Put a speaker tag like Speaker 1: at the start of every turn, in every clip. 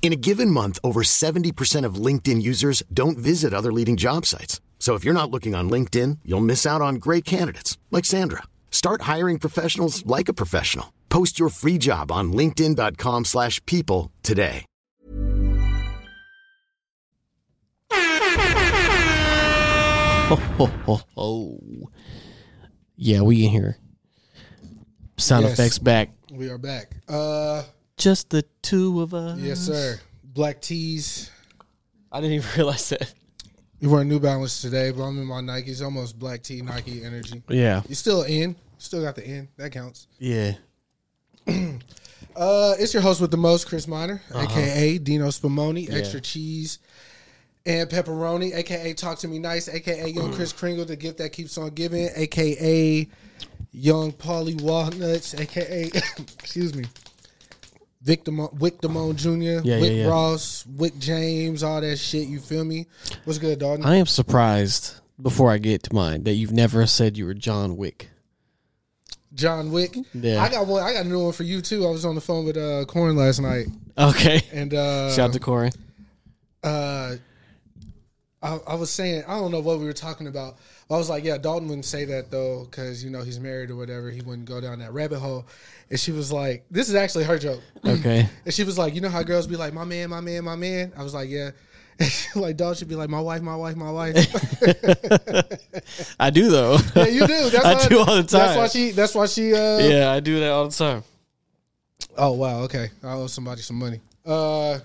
Speaker 1: In a given month, over 70% of LinkedIn users don't visit other leading job sites. So if you're not looking on LinkedIn, you'll miss out on great candidates like Sandra. Start hiring professionals like a professional. Post your free job on linkedin.com/people slash people today.
Speaker 2: Ho, ho, ho. Yeah, we in here. Sound
Speaker 3: Yes.
Speaker 2: effects back.
Speaker 3: We are back. Uh
Speaker 2: Just the two of us.
Speaker 3: yes, sir. Black tees.
Speaker 2: I didn't even realize that.
Speaker 3: You wearing New Balance today, but I'm in my Nikes. Almost black tee Nike energy.
Speaker 2: Yeah.
Speaker 3: You still in? Still got the in. That counts.
Speaker 2: Yeah.
Speaker 3: Uh, it's your host with the most, Chris Miner,
Speaker 2: Uh-huh.
Speaker 3: aka Dino Spumoni, extra cheese and pepperoni, aka Talk to Me Nice, aka
Speaker 2: Mm.
Speaker 3: Young Chris Kringle, the gift that keeps on giving, aka Young Paulie Walnuts, aka excuse me, Victim Wick Damone Jr.,
Speaker 2: Yeah,
Speaker 3: Wick
Speaker 2: yeah, yeah.
Speaker 3: Ross, Wick James, all that shit. You feel me? What's good, dog?
Speaker 2: I am surprised before I get to mine that you've never said you were John Wick.
Speaker 3: John Wick.
Speaker 2: Yeah.
Speaker 3: I got one. I got a new one for you too. I was on the phone with uh Corn last night,
Speaker 2: Okay.
Speaker 3: and uh,
Speaker 2: Shout out to Corey.
Speaker 3: uh, I, I was saying, I don't know what we were talking about. I was like, yeah, Dalton wouldn't say that though, because you know he's married or whatever. He wouldn't go down that rabbit hole. And she was like, this is actually her joke.
Speaker 2: Okay.
Speaker 3: And she was like, you know how girls be like, my man, my man, my man. I was like, yeah. And she, like Dalton should be like, my wife, my wife, my wife.
Speaker 2: I do though.
Speaker 3: yeah, you do. That's
Speaker 2: I
Speaker 3: why,
Speaker 2: do all the
Speaker 3: That's why
Speaker 2: time.
Speaker 3: she. That's why she. Uh,
Speaker 2: yeah, I do that all the time.
Speaker 3: Oh wow. Okay. I owe somebody some money. Uh.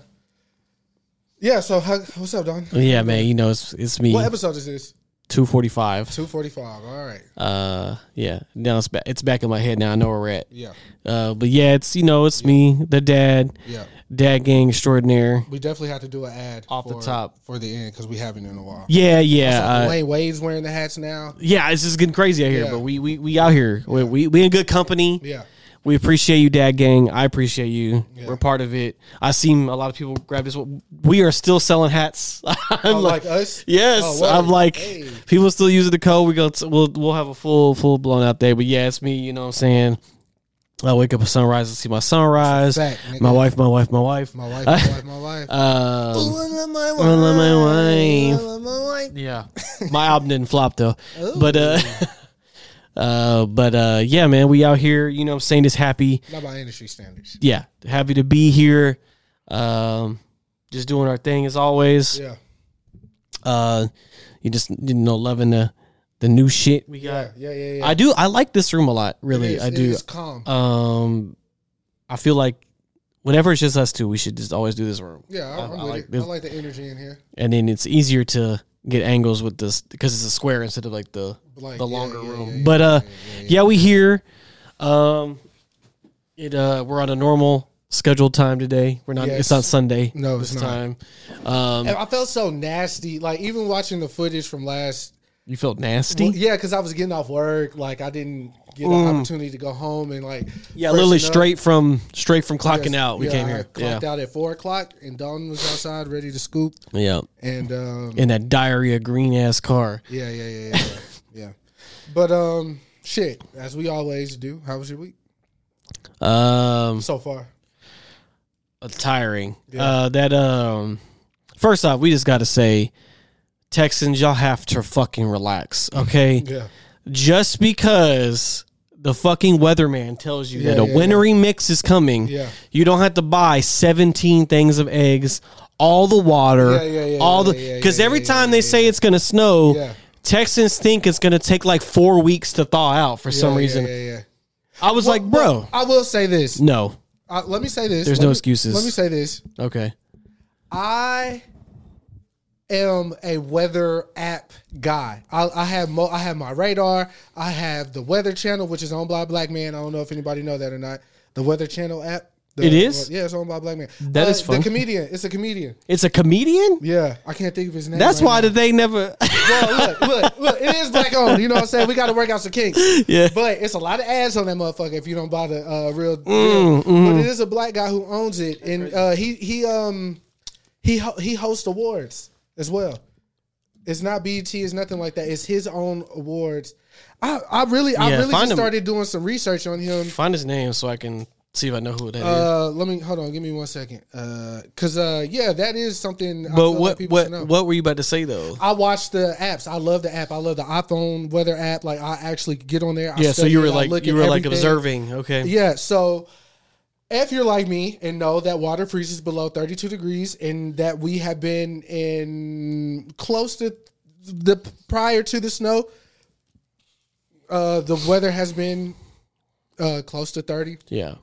Speaker 3: Yeah. So how, what's up, Don?
Speaker 2: Yeah, man. You know, it's it's me.
Speaker 3: What episode is this?
Speaker 2: Two forty five.
Speaker 3: Two forty-five. All right.
Speaker 2: Uh, yeah. Now it's back. It's back in my head. Now I know where we're at.
Speaker 3: Yeah.
Speaker 2: Uh, but yeah, it's you know, it's me, the dad,
Speaker 3: Yeah.
Speaker 2: dad gang extraordinaire.
Speaker 3: We definitely have to do an ad
Speaker 2: Off the top.
Speaker 3: for the end because we haven't in a while.
Speaker 2: Yeah, yeah. uh,
Speaker 3: Wayne Wade's wearing the hats now.
Speaker 2: Yeah, it's just getting crazy out here,
Speaker 3: Yeah.
Speaker 2: but we we we out here. We, we we in good company.
Speaker 3: Yeah,
Speaker 2: We appreciate you, Dad Gang. I appreciate you. We're part of it. I seen a lot of people grab this. one. We are still selling hats. I'm
Speaker 3: oh, like, us.
Speaker 2: yes.
Speaker 3: Oh, word.
Speaker 2: I'm like
Speaker 3: Hey.
Speaker 2: people still using the code. We go. T- we'll we'll have a full full blown out day. But yeah, it's me. You know what I'm saying. I wake up at sunrise and see my sunrise.
Speaker 3: That's a fact, nigga.
Speaker 2: my wife, my wife, my wife.
Speaker 3: my wife, my wife, my wife.
Speaker 2: Um,
Speaker 3: my wife.
Speaker 2: I love my wife.
Speaker 3: my wife.
Speaker 2: Yeah, my album didn't flop though.
Speaker 3: Oh.
Speaker 2: But uh, uh, but uh, yeah, man, we out here. You know, what I'm saying just happy.
Speaker 3: Not by industry standards.
Speaker 2: Yeah, happy to be here. Um, just doing our thing as always.
Speaker 3: Yeah,
Speaker 2: Uh, you just you know loving the the new shit we got.
Speaker 3: yeah, yeah, yeah. yeah.
Speaker 2: I do. I like this room a lot.
Speaker 3: It
Speaker 2: Really,
Speaker 3: is-
Speaker 2: I
Speaker 3: it
Speaker 2: do.
Speaker 3: is calm.
Speaker 2: Um, I feel like whenever it's just us two, we should just always do this room.
Speaker 3: yeah, I,
Speaker 2: I-
Speaker 3: I'm
Speaker 2: I
Speaker 3: with
Speaker 2: like
Speaker 3: it.
Speaker 2: this-
Speaker 3: I like the energy in here.
Speaker 2: and then it's easier to get angles with this because it's a square instead of like the
Speaker 3: Like,
Speaker 2: the
Speaker 3: yeah,
Speaker 2: longer
Speaker 3: yeah,
Speaker 2: room.
Speaker 3: yeah, yeah,
Speaker 2: but uh, yeah, we here. Um, it uh, we're on a normal scheduled time today. We're not. It's
Speaker 3: Yes.
Speaker 2: not Sunday.
Speaker 3: No, it's
Speaker 2: this
Speaker 3: not.
Speaker 2: time.
Speaker 3: And I felt so nasty. Like even watching the footage from last.
Speaker 2: You felt nasty.
Speaker 3: Yeah, because I was getting off work. Like I didn't get the opportunity to go home and like.
Speaker 2: yeah, literally
Speaker 3: freshen up.
Speaker 2: straight from straight from clocking
Speaker 3: Yes.
Speaker 2: out. We
Speaker 3: Yeah,
Speaker 2: came
Speaker 3: I
Speaker 2: here. Yeah,
Speaker 3: Clocked out at four o'clock, and Dalton was outside ready to scoop.
Speaker 2: yeah.
Speaker 3: And um,
Speaker 2: In that diarrhea green ass car.
Speaker 3: yeah, yeah, yeah, yeah, yeah. yeah. But um, shit, as we always do. How was your week
Speaker 2: Um,
Speaker 3: so far?
Speaker 2: uh, tiring. Uh, that um, first off, we just got to say, Texans, y'all have to fucking relax. Okay.
Speaker 3: Yeah,
Speaker 2: just because the fucking weatherman tells you that a
Speaker 3: yeah,
Speaker 2: wintry mix is coming,
Speaker 3: Yeah.
Speaker 2: you don't have to buy 17 things of eggs, all the water,
Speaker 3: Yeah, yeah, yeah,
Speaker 2: all
Speaker 3: yeah,
Speaker 2: the
Speaker 3: yeah,
Speaker 2: because
Speaker 3: yeah,
Speaker 2: every
Speaker 3: yeah,
Speaker 2: time they say it's going to snow,
Speaker 3: Yeah.
Speaker 2: Texans think it's going to take like 4 weeks to thaw out for some
Speaker 3: Yeah,
Speaker 2: reason.
Speaker 3: Yeah, yeah, yeah.
Speaker 2: I was like, "Bro,
Speaker 3: I will say this.
Speaker 2: no."
Speaker 3: Uh, let me say this.
Speaker 2: There's
Speaker 3: Let
Speaker 2: no
Speaker 3: me-
Speaker 2: excuses.
Speaker 3: Let me say this.
Speaker 2: Okay.
Speaker 3: I am a weather app guy. I, I have mo- I have my radar. I have the Weather Channel, which is on Black Black Man. I don't know if anybody know that or not. The Weather Channel app. The-
Speaker 2: It is?
Speaker 3: yeah, it's owned by a black man.
Speaker 2: That
Speaker 3: That is
Speaker 2: is fun.
Speaker 3: The comedian. It's a comedian.
Speaker 2: It's a comedian.
Speaker 3: Yeah, I can't think of his name.
Speaker 2: That's
Speaker 3: right
Speaker 2: why
Speaker 3: now.
Speaker 2: did they never?
Speaker 3: Well, look, look, look, it is black owned. You know what I'm saying? We got to work out some kinks.
Speaker 2: Yeah.
Speaker 3: But it's a lot of ads on that motherfucker if you don't buy the uh, real.
Speaker 2: Mm,
Speaker 3: deal. But it is a black guy who owns it, and uh, he he um he ho- he hosts awards as well. It's not BET. It's nothing like that. It's his own awards. I I really I
Speaker 2: Yeah,
Speaker 3: really
Speaker 2: find
Speaker 3: just
Speaker 2: him.
Speaker 3: started doing some research on him.
Speaker 2: Find his name so I can see if I know who that is.
Speaker 3: Uh, let me hold on. Give me one second. Uh, cause uh, yeah, that is something. I
Speaker 2: But
Speaker 3: feel like
Speaker 2: what
Speaker 3: people
Speaker 2: what
Speaker 3: should know.
Speaker 2: what were you about to say though?
Speaker 3: I watch the apps. I love the app. I love the iPhone weather app. Like I actually get on there. I
Speaker 2: yeah, so
Speaker 3: study
Speaker 2: you
Speaker 3: it.
Speaker 2: were
Speaker 3: I
Speaker 2: like
Speaker 3: look
Speaker 2: you
Speaker 3: at
Speaker 2: were like
Speaker 3: everything.
Speaker 2: observing. Okay.
Speaker 3: Yeah. So if you're like me and know that water freezes below 32 degrees and that we have been in close to the prior to the snow, uh, the weather has been uh, close to 30
Speaker 2: Yeah.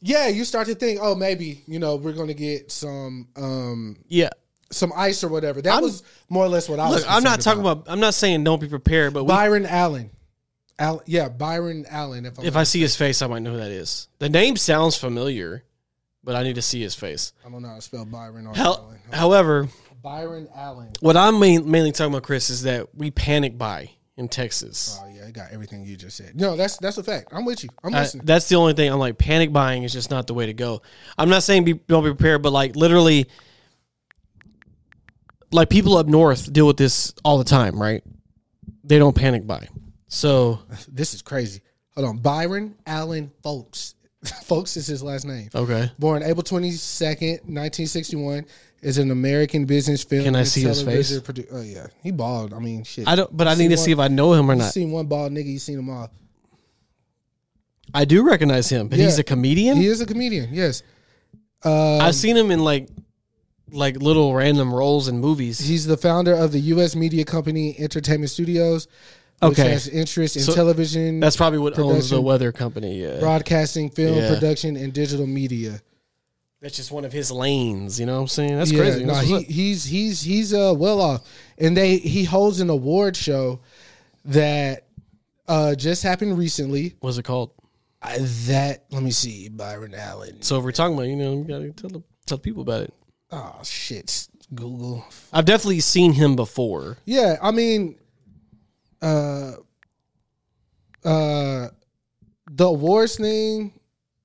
Speaker 3: yeah you start to think oh maybe you know we're gonna get some um
Speaker 2: Yeah.
Speaker 3: some ice or whatever that
Speaker 2: I'm-
Speaker 3: was more or less what i was
Speaker 2: Look, I'm not
Speaker 3: concerned
Speaker 2: talking about. I'm not saying don't be prepared, but we,
Speaker 3: Byron Allen. Al- yeah, Byron Allen. If, I'm
Speaker 2: if I see his face, I might know who that is. The name sounds familiar, but I need to see his face.
Speaker 3: I don't know how to spell Byron or
Speaker 2: How,
Speaker 3: Allen.
Speaker 2: however,
Speaker 3: Byron Allen.
Speaker 2: what I'm main, mainly talking about, Chris, is that we panic buy in Texas.
Speaker 3: Oh yeah, I got everything you just said. No, that's that's a fact. I'm with you. I'm
Speaker 2: I-
Speaker 3: listening.
Speaker 2: that's the only thing I'm like. Panic buying is just not the way to go. I'm not saying be, don't be prepared, but like literally, like people up north deal with this all the time, right? They don't panic buy. So
Speaker 3: this is crazy. Hold on, Byron Allen Folks. Folks is his last name.
Speaker 2: okay,
Speaker 3: Born April twenty second, nineteen sixty one, is an American business film.
Speaker 2: Can I
Speaker 3: and
Speaker 2: see his
Speaker 3: television produ- oh yeah, he bald. I mean, shit.
Speaker 2: I don't. But I
Speaker 3: See
Speaker 2: need to
Speaker 3: one-
Speaker 2: see if I know him or
Speaker 3: You
Speaker 2: not.
Speaker 3: seen one bald nigga, you seen them all.
Speaker 2: I do recognize him, but he's
Speaker 3: Yeah.
Speaker 2: a comedian.
Speaker 3: He is a comedian. Yes. Uh,
Speaker 2: I've seen him in like like little random roles in movies.
Speaker 3: He's the founder of the U.S. media company Entertainment Studios, which
Speaker 2: Okay.
Speaker 3: has interest in
Speaker 2: So,
Speaker 3: television,
Speaker 2: That's probably what owns the
Speaker 3: Production.
Speaker 2: weather company. Yeah,
Speaker 3: broadcasting, film
Speaker 2: Yeah.
Speaker 3: production, and digital media.
Speaker 2: that's just one of his lanes. You know what I'm saying? That's
Speaker 3: Yeah,
Speaker 2: crazy.
Speaker 3: No,
Speaker 2: That's
Speaker 3: he,
Speaker 2: what's up.
Speaker 3: he's he's he's uh, well off, and they he holds an award show that uh, just happened recently.
Speaker 2: What's it called?
Speaker 3: I, that let me see, Byron Allen.
Speaker 2: So if we're talking about, you know, you gotta tell the, tell the people about it.
Speaker 3: Oh shit, Google.
Speaker 2: I've definitely seen him before.
Speaker 3: Yeah, I mean, uh, uh, the awards thing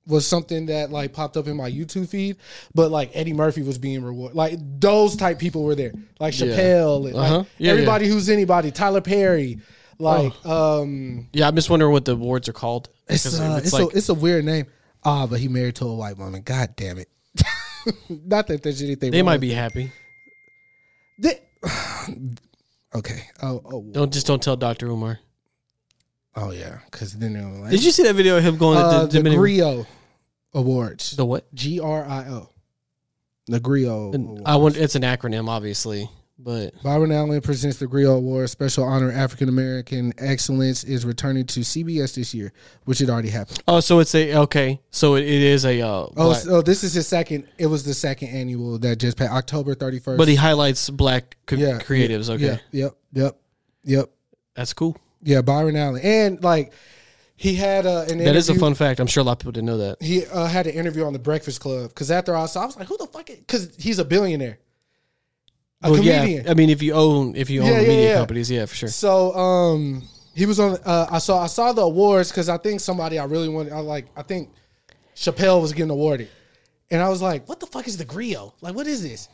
Speaker 3: was something that like popped up in my YouTube feed, but like Eddie Murphy was being rewarded. Like those type people were there, like
Speaker 2: Yeah.
Speaker 3: Chappelle, and, like,
Speaker 2: Uh-huh. Yeah,
Speaker 3: everybody who's anybody, Tyler Perry. Like, um,
Speaker 2: Yeah, I'm just wondering what the awards are called.
Speaker 3: it's
Speaker 2: Because
Speaker 3: uh,
Speaker 2: it's
Speaker 3: it's,
Speaker 2: like-
Speaker 3: a it's a weird name. Ah, but he married to a white woman. God damn it! Not that there's anything.
Speaker 2: they
Speaker 3: wrong
Speaker 2: might
Speaker 3: with
Speaker 2: be
Speaker 3: it.
Speaker 2: happy.
Speaker 3: They- okay. Oh, oh,
Speaker 2: Don't just don't tell Doctor Umar.
Speaker 3: oh, yeah. Because then they're like,
Speaker 2: Did you see that video of him going
Speaker 3: Uh,
Speaker 2: to
Speaker 3: the
Speaker 2: Dominican?
Speaker 3: Grio Awards.
Speaker 2: the what?
Speaker 3: G R I O. The Grio. Awards.
Speaker 2: I want. It's an acronym, obviously, but
Speaker 3: Byron Allen presents the Grio Award. Special honor African American excellence is returning to CBS this year, which had already happened.
Speaker 2: oh, so it's a okay. So it, it is a. Uh,
Speaker 3: Oh,
Speaker 2: black-
Speaker 3: so this is his second. It was the second annual that just passed, October thirty first.
Speaker 2: But he highlights black co- creatives. Okay,
Speaker 3: Yep. Yep. Yep. Yep.
Speaker 2: that's cool.
Speaker 3: Yeah. Byron Allen, and like he had uh, an
Speaker 2: That is a
Speaker 3: interview-
Speaker 2: fun fact. I'm sure a lot of people didn't know that.
Speaker 3: he uh, had an interview on the Breakfast Club because after I saw, I was like, "Who the fuck?" Because he's a billionaire, a
Speaker 2: Well,
Speaker 3: comedian.
Speaker 2: Yeah, I mean, if you own if you own
Speaker 3: Yeah, yeah,
Speaker 2: media
Speaker 3: yeah.
Speaker 2: companies, yeah, for sure.
Speaker 3: So um, he was on. Uh, I saw I saw the awards because I think somebody I really wanted. I like I think Chappelle was getting awarded, and I was like, "What the fuck is the griot? Like, what is this?"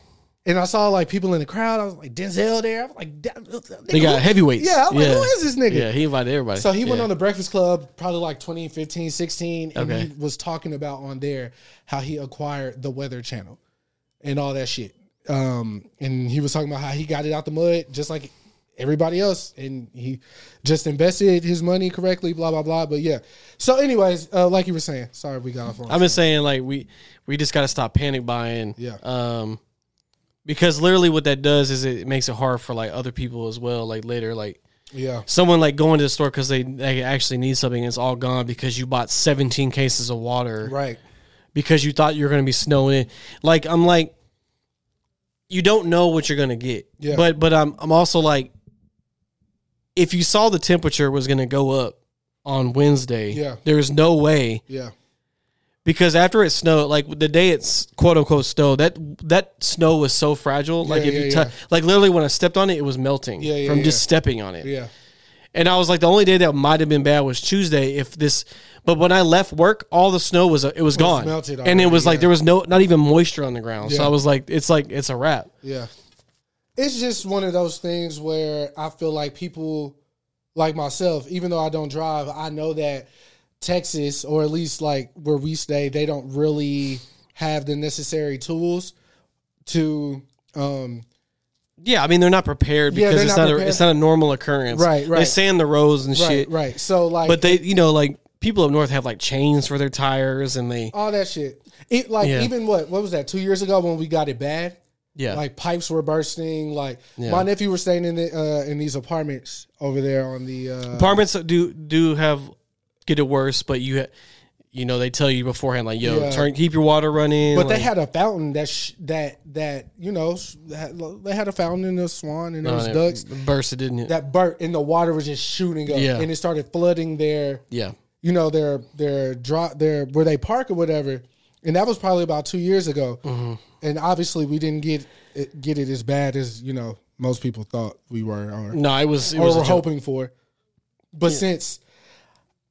Speaker 3: And I saw like people in the crowd. I was like Denzel there. I was like, "Damn,
Speaker 2: They
Speaker 3: nigga,
Speaker 2: got
Speaker 3: who-
Speaker 2: heavyweights.
Speaker 3: Yeah, I'm like, who is this nigga?
Speaker 2: Yeah, he invited everybody.
Speaker 3: So he went
Speaker 2: Yeah.
Speaker 3: on the Breakfast Club probably like 2015, 16, and
Speaker 2: Okay.
Speaker 3: he was talking about on there how he acquired the Weather Channel and all that shit. Um, and he was talking about how he got it out the mud just like everybody else, and he just invested his money correctly, blah blah blah. But yeah. So, anyways, uh, like you were saying, sorry we got off on.
Speaker 2: I've been saying like we we just got to stop panic buying.
Speaker 3: Yeah.
Speaker 2: Um, because literally what that does is it makes it hard for like other people as well. Like later, like
Speaker 3: yeah,
Speaker 2: someone like going to the store because they they actually need something and it's all gone because you bought 17 cases of water
Speaker 3: right.
Speaker 2: because you thought you were going to be snowing in. Like I'm like, you don't know what you're going to get.
Speaker 3: Yeah.
Speaker 2: But but I'm I'm also like, if you saw the temperature was going to go up on Wednesday,
Speaker 3: Yeah.
Speaker 2: there is no way
Speaker 3: Yeah,
Speaker 2: because after it snowed, like the day it's quote unquote snow, that that snow was so fragile. Like
Speaker 3: Yeah,
Speaker 2: if you
Speaker 3: yeah,
Speaker 2: tou-
Speaker 3: yeah.
Speaker 2: like literally when I stepped on it, it was melting
Speaker 3: Yeah, yeah,
Speaker 2: from just
Speaker 3: yeah.
Speaker 2: stepping on it.
Speaker 3: Yeah.
Speaker 2: And I was like, the only day that might have been bad was Tuesday. If this, but when I left work, all the snow was it was gone,
Speaker 3: melted
Speaker 2: and it
Speaker 3: already,
Speaker 2: was like
Speaker 3: yeah.
Speaker 2: there was no not even moisture on the ground. So
Speaker 3: Yeah.
Speaker 2: I was like, it's like it's a wrap.
Speaker 3: Yeah. It's just one of those things where I feel like people like myself, even though I don't drive, I know that Texas, or at least like where we stay, they don't really have the necessary tools to um
Speaker 2: Yeah, I mean they're not prepared
Speaker 3: Yeah,
Speaker 2: because
Speaker 3: they're
Speaker 2: it's
Speaker 3: not
Speaker 2: not, a,
Speaker 3: prepared.
Speaker 2: it's not a normal occurrence.
Speaker 3: Right,
Speaker 2: They
Speaker 3: right.
Speaker 2: sand the roads and
Speaker 3: right,
Speaker 2: shit.
Speaker 3: right. So like
Speaker 2: But they, you know, like people up north have like chains for their tires and they
Speaker 3: all that shit. It, like
Speaker 2: Yeah.
Speaker 3: even what what was that, two years ago when we got it bad?
Speaker 2: yeah.
Speaker 3: like pipes were bursting. Like my nephew was staying in the, uh, in these apartments over there on the uh,
Speaker 2: apartments do do have get it worse, but you ha- you know they tell you beforehand like yo
Speaker 3: Yeah.
Speaker 2: turn keep your water running.
Speaker 3: But they
Speaker 2: like-
Speaker 3: had a fountain that sh- that that you know s- that- they had a fountain in the swan and
Speaker 2: Oh,
Speaker 3: those
Speaker 2: it
Speaker 3: ducks
Speaker 2: burst it didn't it?
Speaker 3: that burnt and the water was just shooting up
Speaker 2: Yeah.
Speaker 3: and it started flooding their
Speaker 2: yeah
Speaker 3: you know their their drop their where they park or whatever and that was probably about two years ago and obviously we didn't get it, get it as bad as you know most people thought we were or
Speaker 2: no it was it
Speaker 3: or
Speaker 2: was a
Speaker 3: were
Speaker 2: joke.
Speaker 3: hoping for. But since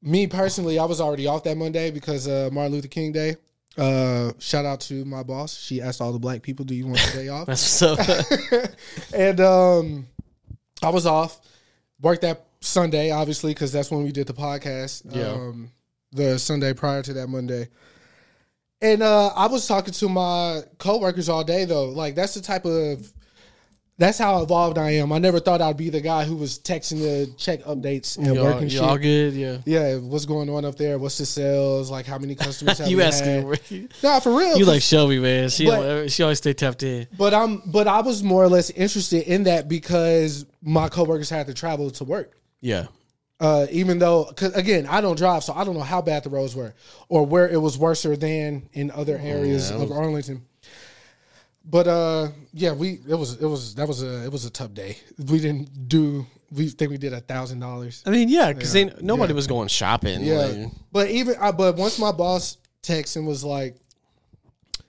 Speaker 3: me personally, I was already off that Monday because uh, Martin Luther King Day. Uh, shout out to my boss. She asked all the black people, "Do you want the day off?"
Speaker 2: That's so
Speaker 3: and um, I was off. Worked that Sunday, obviously, because that's when we did the podcast.
Speaker 2: Yeah.
Speaker 3: Um, the Sunday prior to that Monday. And uh, I was talking to my coworkers all day though. Like that's the type of that's how evolved I am. I never thought I'd be the guy who was texting the check updates and
Speaker 2: y'all,
Speaker 3: working shit.
Speaker 2: y'all good yeah.
Speaker 3: yeah, what's going on up there? What's the sales? Like how many customers have
Speaker 2: You
Speaker 3: we
Speaker 2: asking
Speaker 3: had? Nah, for real.
Speaker 2: you like
Speaker 3: 'cause-
Speaker 2: Shelby man she
Speaker 3: But-
Speaker 2: al- she always stay tapped in.
Speaker 3: but I'm but I was more or less interested in that because my coworkers had to travel to work.
Speaker 2: Yeah.
Speaker 3: Uh, even though, cause again, I don't drive, so I don't know how bad the roads were or where it was worser than in other areas of Arlington. But uh, yeah, we it was it was that was a it was a tough day. We didn't do we think we did a thousand dollars.
Speaker 2: I mean, yeah, because nobody was going shopping.
Speaker 3: Yeah,
Speaker 2: like-
Speaker 3: but even I, but once my boss texted and was like,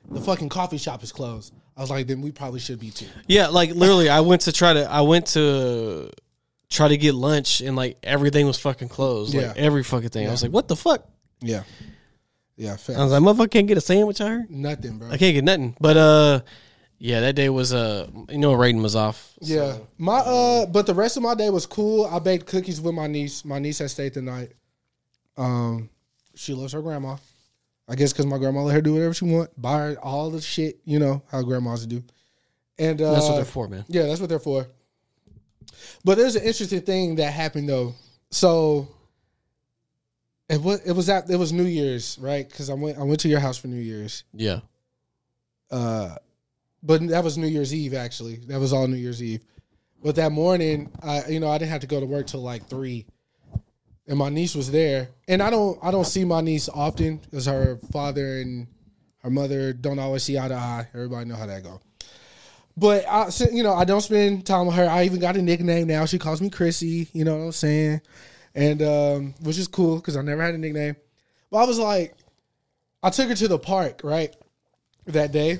Speaker 3: "The fucking coffee shop is closed." I was like, "Then we probably should be too."
Speaker 2: yeah, like literally, I went to try to, I went to try to get lunch, and like everything was fucking closed.
Speaker 3: Yeah.
Speaker 2: Like every fucking thing. I was like, what the fuck?
Speaker 3: Yeah, yeah, fair.
Speaker 2: I was like, motherfucker can't get a sandwich. I heard
Speaker 3: nothing, bro.
Speaker 2: I can't get nothing. But uh, yeah, that day was uh, you know, Raiden was off.
Speaker 3: Yeah. My uh but the rest of my day was cool. I baked cookies with my niece. My niece has stayed the night. Um she loves her grandma. I guess cuz my grandma let her do whatever she want, buy her all the shit, you know, how grandmas do. And uh
Speaker 2: That's what they're for, man.
Speaker 3: Yeah, that's what they're for. But there's an interesting thing that happened though. So it was it was at it was New Year's, right? Cuz I went I went to your house for New Year's.
Speaker 2: Yeah.
Speaker 3: Uh, but that was New Year's Eve actually. That was all New Year's Eve. But that morning, I you know I didn't have to go to work till like three, and my niece was there. And I don't I don't see my niece often because her father and her mother don't always see eye to eye. Everybody know how that go. But I so, you know I don't spend time with her. I even got a nickname now. She calls me Chrissy. You know what I'm saying? And um, which is cool because I never had a nickname. But I was like, I took her to the park right that day.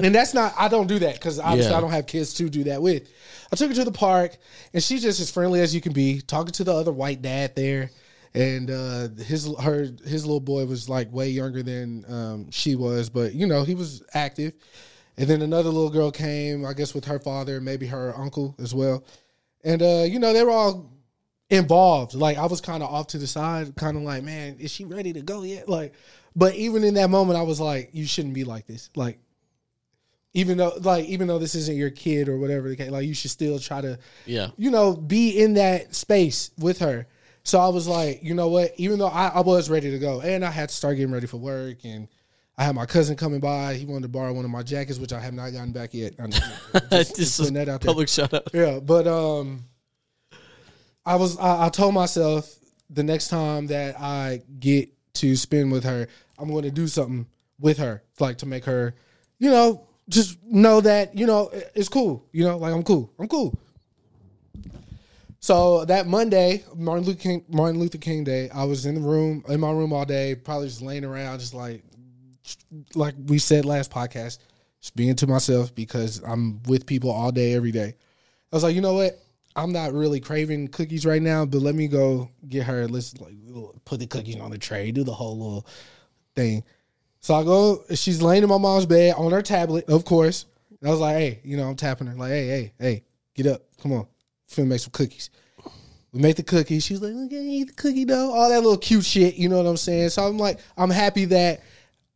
Speaker 3: And that's not, I don't do that because obviously
Speaker 2: Yeah.
Speaker 3: I don't have kids to do that with. I took her to the park and she's just as friendly as you can be, talking to the other white dad there. And uh, his her his little boy was like way younger than um, she was, but you know he was active. And then another little girl came, I guess, with her father, maybe her uncle as well. And uh, you know they were all involved. Like I was kind of off to the side, kind of like, man, is she ready to go yet? Like, but even in that moment, I was like, you shouldn't be like this. Like, even though, like, even though this isn't your kid or whatever, the case, like, you should still try to,
Speaker 2: Yeah.
Speaker 3: you know, be in that space with her. So I was like, you know what? Even though I, I was ready to go, and I had to start getting ready for work, and I had my cousin coming by. He wanted to borrow one of my jackets, which I have not gotten back yet. I'm just-
Speaker 2: Just,
Speaker 3: putting that out there.
Speaker 2: public shout out.
Speaker 3: yeah, but um, I was I, I told myself the next time that I get to spend with her, I'm going to do something with her, like to make her, you know, just know that you know it- it's cool. You know, like I'm cool. I'm cool. So that Monday, Martin Luther King, Martin Luther King Day, I was in the room, in my room all day, probably just laying around, just like, like we said last podcast, just being to myself because I'm with people all day, every day. I was like, you know what? I'm not really craving cookies right now, but let me go get her. Let's like put the cookies on the tray, do the whole little thing. So I go, she's laying in my mom's bed on her tablet, of course. And I was like, hey, you know, I'm tapping her, like, hey, hey, hey, get up. Come on. Finna make some cookies. We make the cookies. She's like, look at eat the cookie dough. All that little cute shit. You know what I'm saying? So I'm like, I'm happy that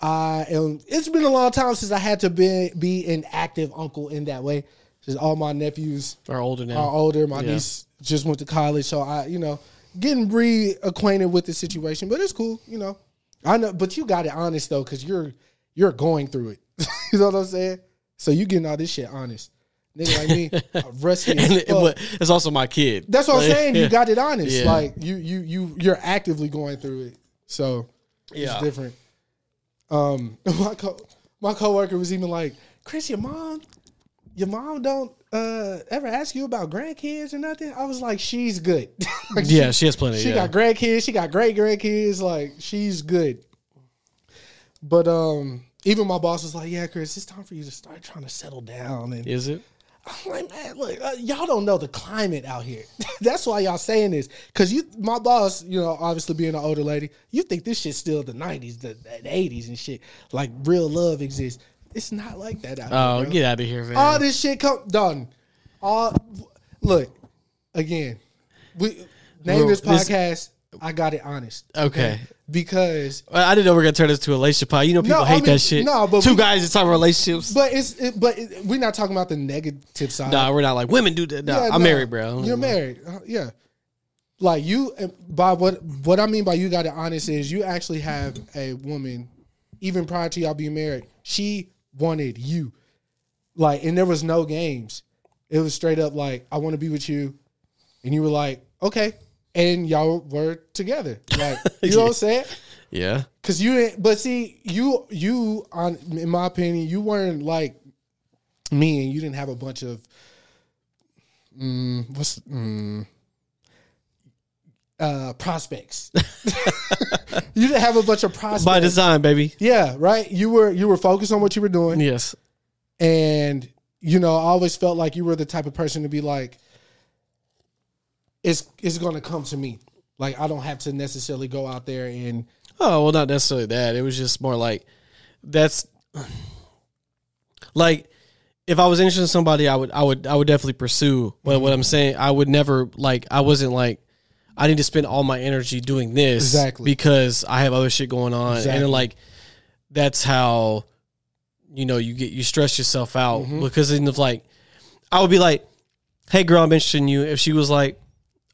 Speaker 3: I am it's been a long time since I had to be be an active uncle in that way. Just all my nephews
Speaker 2: Or older now.
Speaker 3: are older. My
Speaker 2: Yeah.
Speaker 3: niece just went to college, so I, you know, getting reacquainted with the situation. But it's cool, you know. I know, but you got it honest though, because you're you're going through it. you know what I'm saying? So you getting all this shit honest, nigga like me, I'm rusty. as
Speaker 2: and it,
Speaker 3: fuck.
Speaker 2: but it's also my kid.
Speaker 3: That's what I'm saying. You got it honest.
Speaker 2: Yeah.
Speaker 3: Like you you you you're actively going through it. So
Speaker 2: Yeah.
Speaker 3: it's different. Um, my co my coworker was even like, Chris, your mom, your mom don't uh ever ask you about grandkids or nothing. I was like, she's good. Like,
Speaker 2: Yeah, she has plenty.
Speaker 3: she
Speaker 2: yeah.
Speaker 3: got grandkids. She got great grandkids. Like she's good. But um, even my boss was like, yeah, Chris, it's time for you to start trying to settle down and
Speaker 2: Is it?
Speaker 3: I'm like, man, look, uh, y'all don't know the climate out here. That's why y'all saying this. Cause you, my boss, you know, obviously being an older lady, you think this shit's still the '90s, the, the '80s and shit. Like real love exists. It's not like that out
Speaker 2: Oh,
Speaker 3: here. bro.
Speaker 2: get out of here, man.
Speaker 3: All this shit come done. All look again. We name
Speaker 2: Well,
Speaker 3: this
Speaker 2: this-
Speaker 3: podcast. I got it honest.
Speaker 2: Okay.
Speaker 3: Because
Speaker 2: Well, I didn't know we are gonna turn this to a relationship pod. You know people
Speaker 3: No, I
Speaker 2: hate
Speaker 3: mean,
Speaker 2: that shit.
Speaker 3: no, but
Speaker 2: two
Speaker 3: we-
Speaker 2: guys that talk about relationships.
Speaker 3: but it's it, but it, we're not talking about the negative side.
Speaker 2: nah, we're not like women do that. Nah,
Speaker 3: Yeah,
Speaker 2: I'm
Speaker 3: no.
Speaker 2: married, bro.
Speaker 3: You're married. Uh, yeah. Like you by what what I mean by you got it honest is you actually have a woman, even prior to y'all being married, she wanted you. Like, and there was no games. It was straight up like, I want to be with you. And you were like, okay. And y'all were together. Like, you know what I'm saying?
Speaker 2: Yeah.
Speaker 3: Cause you didn't, but see, you you on in my opinion, you weren't like me, and you didn't have a bunch of mm, what's mm, uh, prospects. you didn't have a bunch of prospects.
Speaker 2: By design, baby.
Speaker 3: yeah, right. You were you were focused on what you were doing
Speaker 2: Yes.
Speaker 3: and you know i always felt like you were the type of person to be like it's it's going to come to me like i don't have to necessarily go out there and
Speaker 2: Oh well, not necessarily that. It was just more like that's like if I was interested in somebody, I would, I would, I would definitely pursue. But what I'm saying, I would never like. I wasn't like I need to spend all my energy doing this
Speaker 3: Exactly.
Speaker 2: because I have other shit going on, and
Speaker 3: Exactly.
Speaker 2: then, like that's how you know you get you stress yourself out
Speaker 3: Mm-hmm.
Speaker 2: because then if like I would be like, hey girl, I'm interested in you. If she was like,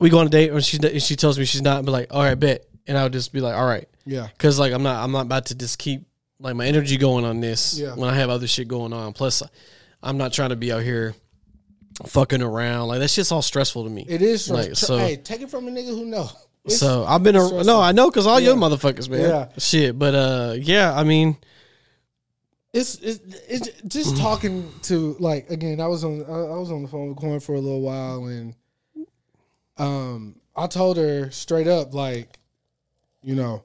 Speaker 2: we go on a date, or she and she tells me she's not, I'd be like, all right, bet, and I would just be like, all right.
Speaker 3: yeah
Speaker 2: Cause like I'm not I'm not about to just keep like my energy going on this
Speaker 3: Yeah.
Speaker 2: when I have other shit going on. Plus, I'm not trying to be out here fucking around. Like that's just all stressful to me.
Speaker 3: it is
Speaker 2: Like, so-
Speaker 3: hey take it from a nigga who know It's-
Speaker 2: so I've been a, no I know because all your motherfuckers man
Speaker 3: Yeah.
Speaker 2: shit. But uh yeah I mean
Speaker 3: it's it's, it's just talking to like again. I was on I I was on the phone with Corn for a little while, and um, I told her straight up like, you know,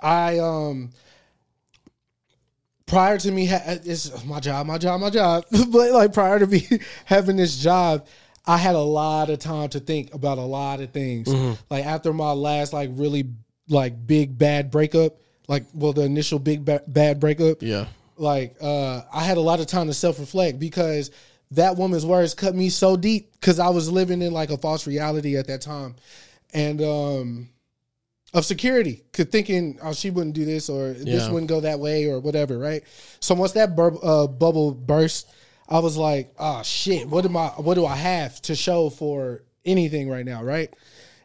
Speaker 3: I um. Prior to me, ha- it's my job, my job, my job. but like prior to me having this job, I had a lot of time to think about a lot of things. Like after my last like really like big bad breakup, like well the initial big ba- bad breakup,
Speaker 2: yeah
Speaker 3: like uh I had a lot of time to self reflect because that woman's words cut me so deep because I was living in like a false reality at that time, and um of security, could thinking oh she wouldn't do this or this
Speaker 2: Yeah.
Speaker 3: wouldn't go that way or whatever, right? So once that bur- uh, bubble burst, I was like, oh shit, what am I? What do I have to show for anything right now, right?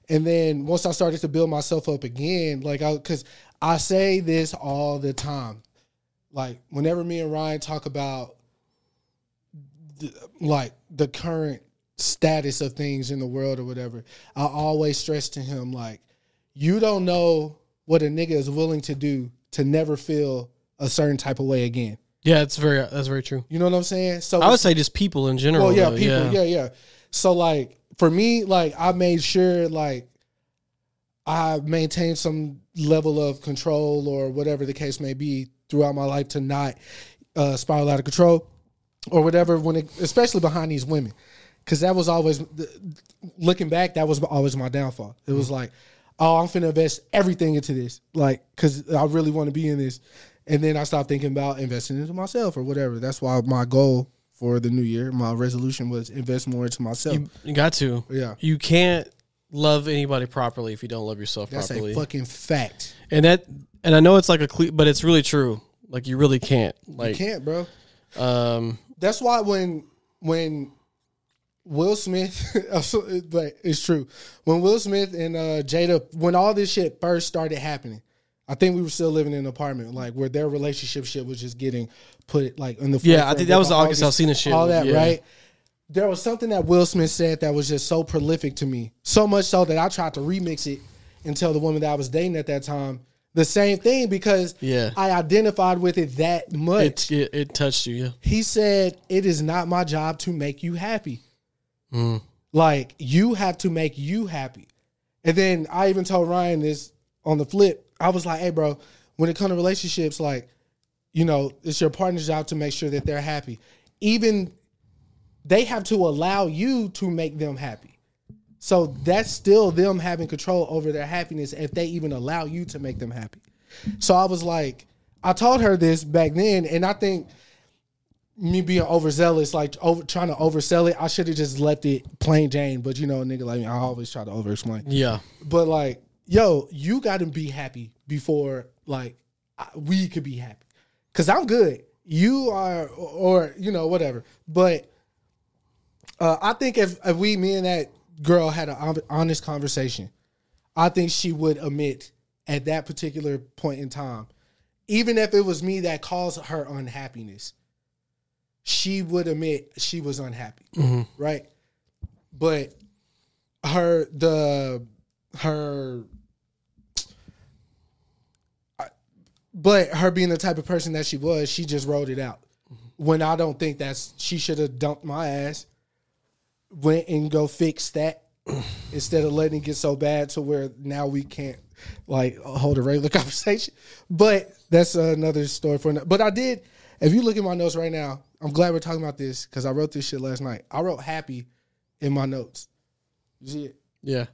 Speaker 3: And then once I started to build myself up again, like I, because I say this all the time, like whenever me and Ryan talk about the, like the current status of things in the world or whatever, I always stress to him like you don't know what a nigga is willing to do to never feel a certain type of way again.
Speaker 2: yeah it's very that's very true.
Speaker 3: You know what I'm saying? So
Speaker 2: I would say just people in general.
Speaker 3: well, yeah,
Speaker 2: though,
Speaker 3: people, yeah. yeah, So like for me, like I made sure like I maintained some level of control or whatever the case may be throughout my life to not uh, spiral out of control or whatever when it, especially behind these women because that was always the- looking back that was always my downfall it
Speaker 2: Mm-hmm.
Speaker 3: was like oh i'm finna invest everything into this like because i really want to be in this and then i stopped thinking about investing into myself or whatever that's why my goal for the new year my resolution was invest more into myself
Speaker 2: You, you got to.
Speaker 3: Yeah.
Speaker 2: You can't love anybody properly if you don't love yourself
Speaker 3: that's
Speaker 2: properly.
Speaker 3: a fucking fact
Speaker 2: and that and I know it's like a cle- but it's really true. Like you really can't.
Speaker 3: you
Speaker 2: Like
Speaker 3: can't bro
Speaker 2: um
Speaker 3: That's why when when Will Smith, but it's true. When Will Smith and uh, Jada, when all this shit first started happening, I think we were still living in an apartment, like where their relationship shit was just getting put like in the
Speaker 2: Yeah, I
Speaker 3: forefront
Speaker 2: think that
Speaker 3: with
Speaker 2: was the August Alsina shit.
Speaker 3: all that
Speaker 2: Yeah.
Speaker 3: right. There was something that Will Smith said that was just so prolific to me, so much so that I tried to remix it and tell the woman that I was dating at that time the same thing because
Speaker 2: Yeah.
Speaker 3: I identified with it that much
Speaker 2: it, it it touched you, yeah.
Speaker 3: he said, It is not my job to make you happy. Like, you have to make you happy. And then I even told Ryan this on the flip. I was like, Hey, bro, when it comes to relationships, like, you know, it's your partner's job to make sure that they're happy. Even they have to allow you to make them happy. So that's still them having control over their happiness if they even allow you to make them happy. So I was like, I told her this back then, and I think me being overzealous, like over trying to oversell it, I should have just left it plain Jane. But you know, a nigga like me, I always try to overexplain.
Speaker 2: Yeah.
Speaker 3: But like, yo, you gotta be happy before like I- we could be happy, cause I'm good. You are, or, or, you know, whatever. But uh, I think if, if we, me and that girl, had an honest conversation, I think she would admit at that particular point in time, even if it was me that caused her unhappiness, she would admit she was unhappy, right? But her the her but her being the type of person that she was she just wrote it out when i don't think that's she should have dumped my ass went and go fix that instead of letting it get so bad to where now we can't like hold a regular conversation but that's another story for another but i did if you look at my notes right now i'm glad we're talking about this because i wrote this shit last night i wrote happy in my notes you see it
Speaker 2: Yeah.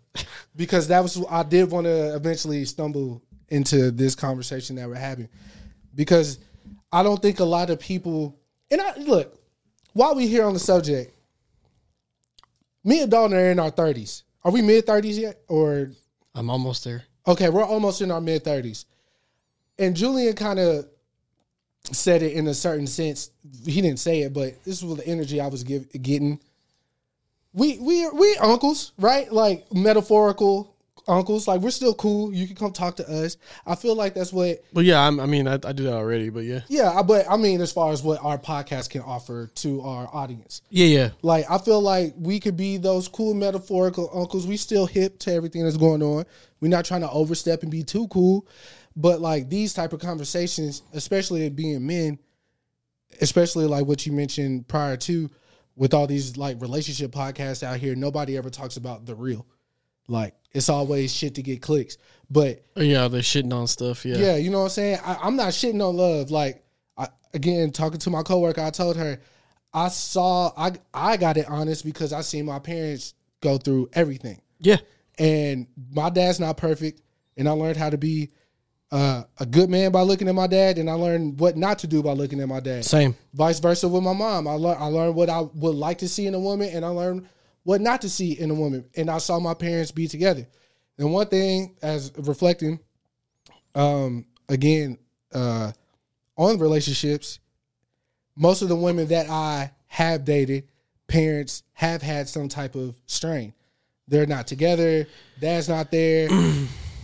Speaker 3: because that was I did want to eventually stumble into this conversation that we're having because I don't think a lot of people and I look while we here on the subject, me and Dalton are in our thirties. Are we mid thirties yet? Or
Speaker 2: I'm almost there.
Speaker 3: okay, we're almost in our mid thirties, and Julian kind of said it in a certain sense. He didn't say it, but this was the energy I was give, getting. We we we uncles, right? Like metaphorical uncles. Like we're still cool. You can come talk to us. I feel like that's what.
Speaker 2: Well, yeah, I'm, I mean, I, I do that already, but yeah.
Speaker 3: Yeah, I- but I mean, as far as what our podcast can offer to our audience,
Speaker 2: Yeah, yeah.
Speaker 3: like I feel like we could be those cool metaphorical uncles. We still hip to everything that's going on. We're not trying to overstep and be too cool, but like these type of conversations, especially it being men, especially like what you mentioned prior to, with all these like relationship podcasts out here, nobody ever talks about the real. Like it's always shit to get clicks, but
Speaker 2: Yeah, they're shitting on stuff. Yeah.
Speaker 3: yeah, you know what I'm saying. I, I'm not shitting on love. Like I, again, talking to my coworker, I told her I saw I I got it honest because I seen my parents go through everything,
Speaker 2: Yeah.
Speaker 3: and my dad's not perfect, and I learned how to be uh, a good man by looking at my dad, and I learned what not to do by looking at my dad
Speaker 2: Same.
Speaker 3: vice versa with my mom. I learned I learned what I would like to see in a woman, and I learned what not to see in a woman. And I saw my parents be together. And one thing, as reflecting, um, again, uh, on relationships, most of the women that I have dated, parents have had some type of strain. They're not together. Dad's not there.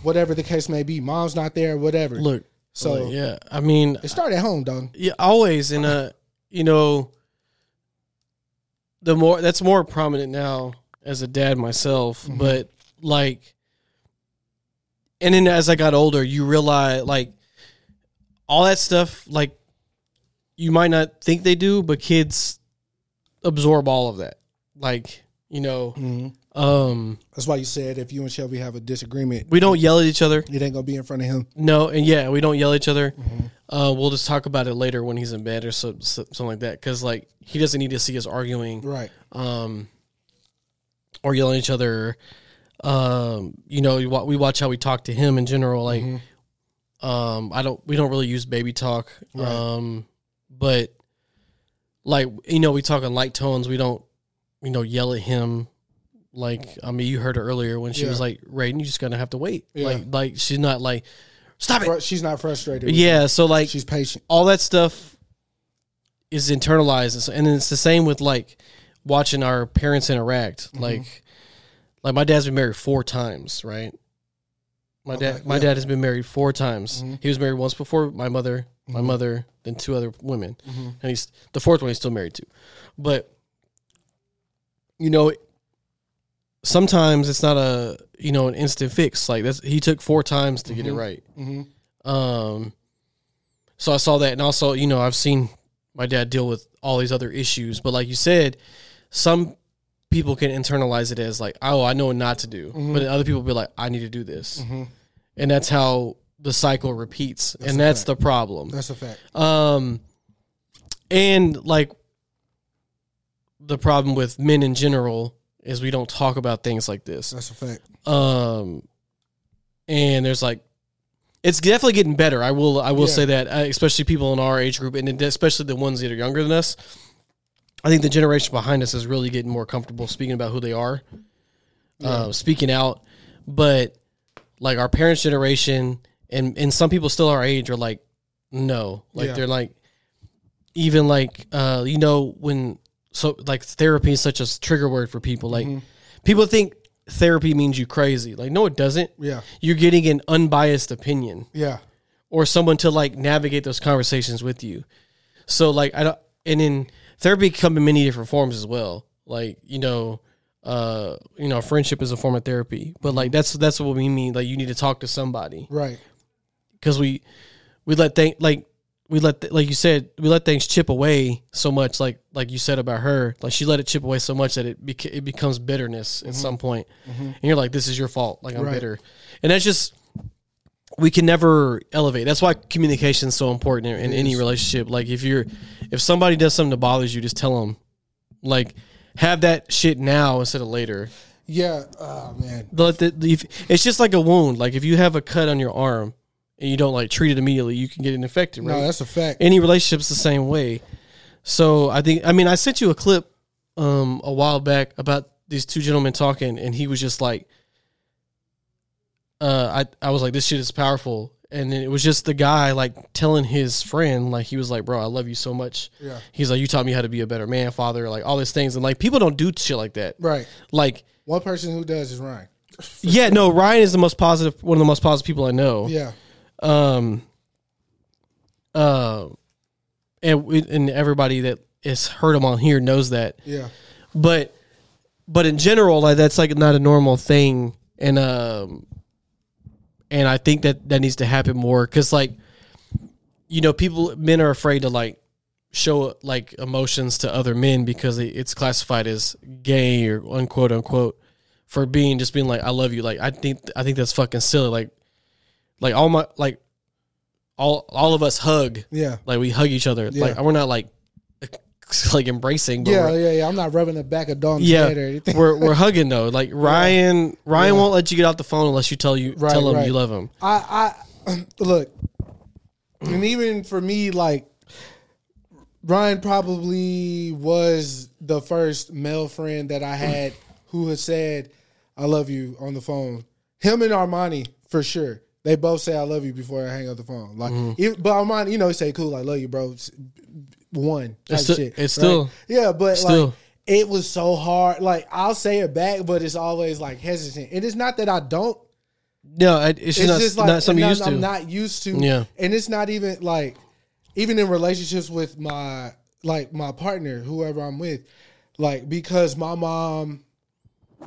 Speaker 3: whatever the case may be, mom's not there. Whatever.
Speaker 2: Look.
Speaker 3: So-
Speaker 2: like, yeah, I mean,
Speaker 3: it started at home, dog.
Speaker 2: yeah, always in a, you know, the more that's more prominent now as a dad myself, but like, and then as I got older, you realize like all that stuff, like you might not think they do, but kids absorb all of that. Like, you know, Um,
Speaker 3: That's why you said if you and Shelby have a disagreement,
Speaker 2: we don't yell at each other.
Speaker 3: it ain't gonna be in front of him.
Speaker 2: No, and yeah, we don't yell at each other. Uh, we'll just talk about it later when he's in bed or so, so, something like that. Because like he doesn't need to see us arguing
Speaker 3: Right.
Speaker 2: um, or yelling at each other. Um, you know, you wa- we watch how we talk to him in general. Like,
Speaker 3: Mm-hmm.
Speaker 2: um, I don't, we don't really use baby talk. Um, but like, you know, we talk in light tones. We don't, you know, yell at him. Like, I mean, you heard her earlier when she was
Speaker 3: Yeah.
Speaker 2: like, "Raiden, you're just gonna have to wait."
Speaker 3: Yeah.
Speaker 2: Like, like she's not like, "Stop it."
Speaker 3: Fru- She's not frustrated. with
Speaker 2: Yeah. So
Speaker 3: it.
Speaker 2: like,
Speaker 3: She's patient.
Speaker 2: all that stuff is internalized and, so, and it's the same with like watching our parents interact
Speaker 3: Mm-hmm.
Speaker 2: like like my dad's been married four times right my
Speaker 3: Okay,
Speaker 2: dad my
Speaker 3: yeah. Mm-hmm.
Speaker 2: dad has been married four times he was married once before my mother my mother then two other women
Speaker 3: Mm-hmm.
Speaker 2: and he's the fourth one he's still married to but you know sometimes it's not a you know an instant fix like that's he took four times to get it right um so I saw that, and also, you know, I've seen my dad deal with all these other issues. But like you said, some people can internalize it as like, "Oh, I know what not to do," but other people be like, "I need to do this," and that's how the cycle repeats, and that's the problem.
Speaker 3: That's a fact.
Speaker 2: Um, and like the problem with men in general is we don't talk about things like this.
Speaker 3: That's a fact.
Speaker 2: Um, and there's like, it's definitely getting better. I will, I will
Speaker 3: Yeah.
Speaker 2: say that, uh, especially people in our age group, and then especially the ones that are younger than us. I think the generation behind us is really getting more comfortable speaking about who they are, uh, speaking out. But like our parents' generation, and and some people still our age are like, no, like
Speaker 3: Yeah.
Speaker 2: they're like, even like, uh, you know, when so like therapy is such a trigger word for people. Like
Speaker 3: Mm-hmm.
Speaker 2: people think therapy means you crazy. Like no, it doesn't.
Speaker 3: Yeah.
Speaker 2: You're getting an unbiased opinion
Speaker 3: Yeah.
Speaker 2: or someone to like navigate those conversations with you. So like I don't and in therapy can come in many different forms as well. Like, you know, uh, you know, friendship is a form of therapy. But like that's that's what we mean. Like you need to talk to somebody.
Speaker 3: Right.
Speaker 2: Cause we we let things like we let th- like you said, we let things chip away so much, like like you said about her. Like she let it chip away so much that it bec- it becomes bitterness at some point, and you're like, "This is your fault." Like I'm
Speaker 3: Right.
Speaker 2: bitter, and that's just we can never elevate. That's why communication is so important in, in any relationship. Like if you're if somebody does something that bothers you, just tell them. Like have that shit now instead of later.
Speaker 3: Yeah. Oh man.
Speaker 2: Let the, the, if, it's just like a wound. Like if you have a cut on your arm and you don't like treat it immediately, you can get it infected. Right?
Speaker 3: No, that's a fact.
Speaker 2: any relationship's the same way. So I think I mean I sent you a clip um a while back about these two gentlemen talking and he was just like uh I I was like this shit is powerful and then it was just the guy like telling his friend like he was like bro I love you so much.
Speaker 3: Yeah.
Speaker 2: He's like you taught me how to be a better man, father, like all these things and like people don't do shit like that.
Speaker 3: Right.
Speaker 2: Like
Speaker 3: One person who does is Ryan.
Speaker 2: yeah, no, Ryan is the most positive one of the most positive people I know
Speaker 3: Yeah.
Speaker 2: um uh and we- and everybody that has heard him on here knows that
Speaker 3: Yeah.
Speaker 2: but but in general like that's like not a normal thing and um and i think that that needs to happen more because like you know people men are afraid to like show like emotions to other men because it- it's classified as gay or unquote unquote for being just being like i love you like i think i think that's fucking silly like like all my like all all of us hug
Speaker 3: Yeah.
Speaker 2: like we hug each other like we're not like like embracing but
Speaker 3: Yeah,
Speaker 2: we're-
Speaker 3: yeah, yeah. I'm not rubbing the back of Dawn's
Speaker 2: yeah,
Speaker 3: head or anything.
Speaker 2: we're we're hugging though. Like Ryan, Ryan won't let you get off the phone unless you tell you
Speaker 3: Right,
Speaker 2: tell him
Speaker 3: right.
Speaker 2: you love him.
Speaker 3: I, I look, and even for me, like Ryan probably was the first male friend that I had who had said "I love you" on the phone. Him and Armani for sure. They both say "I love you" before I hang up the phone. Like,
Speaker 2: Mm-hmm.
Speaker 3: even- but Armani, you know, he say "Cool, I love you, bro." It's One, type
Speaker 2: It's sti-
Speaker 3: shit,
Speaker 2: it's still-
Speaker 3: yeah, but
Speaker 2: still.
Speaker 3: like it was so hard. Like I'll say it back, but it's always like hesitant. And it's not that I don't
Speaker 2: No, I- it's, just
Speaker 3: it's
Speaker 2: not,
Speaker 3: just like
Speaker 2: not something
Speaker 3: and
Speaker 2: you used
Speaker 3: I'm
Speaker 2: to.
Speaker 3: not used to.
Speaker 2: Yeah.
Speaker 3: and it's not even like even in relationships with my like my partner, whoever I'm with, like because my mom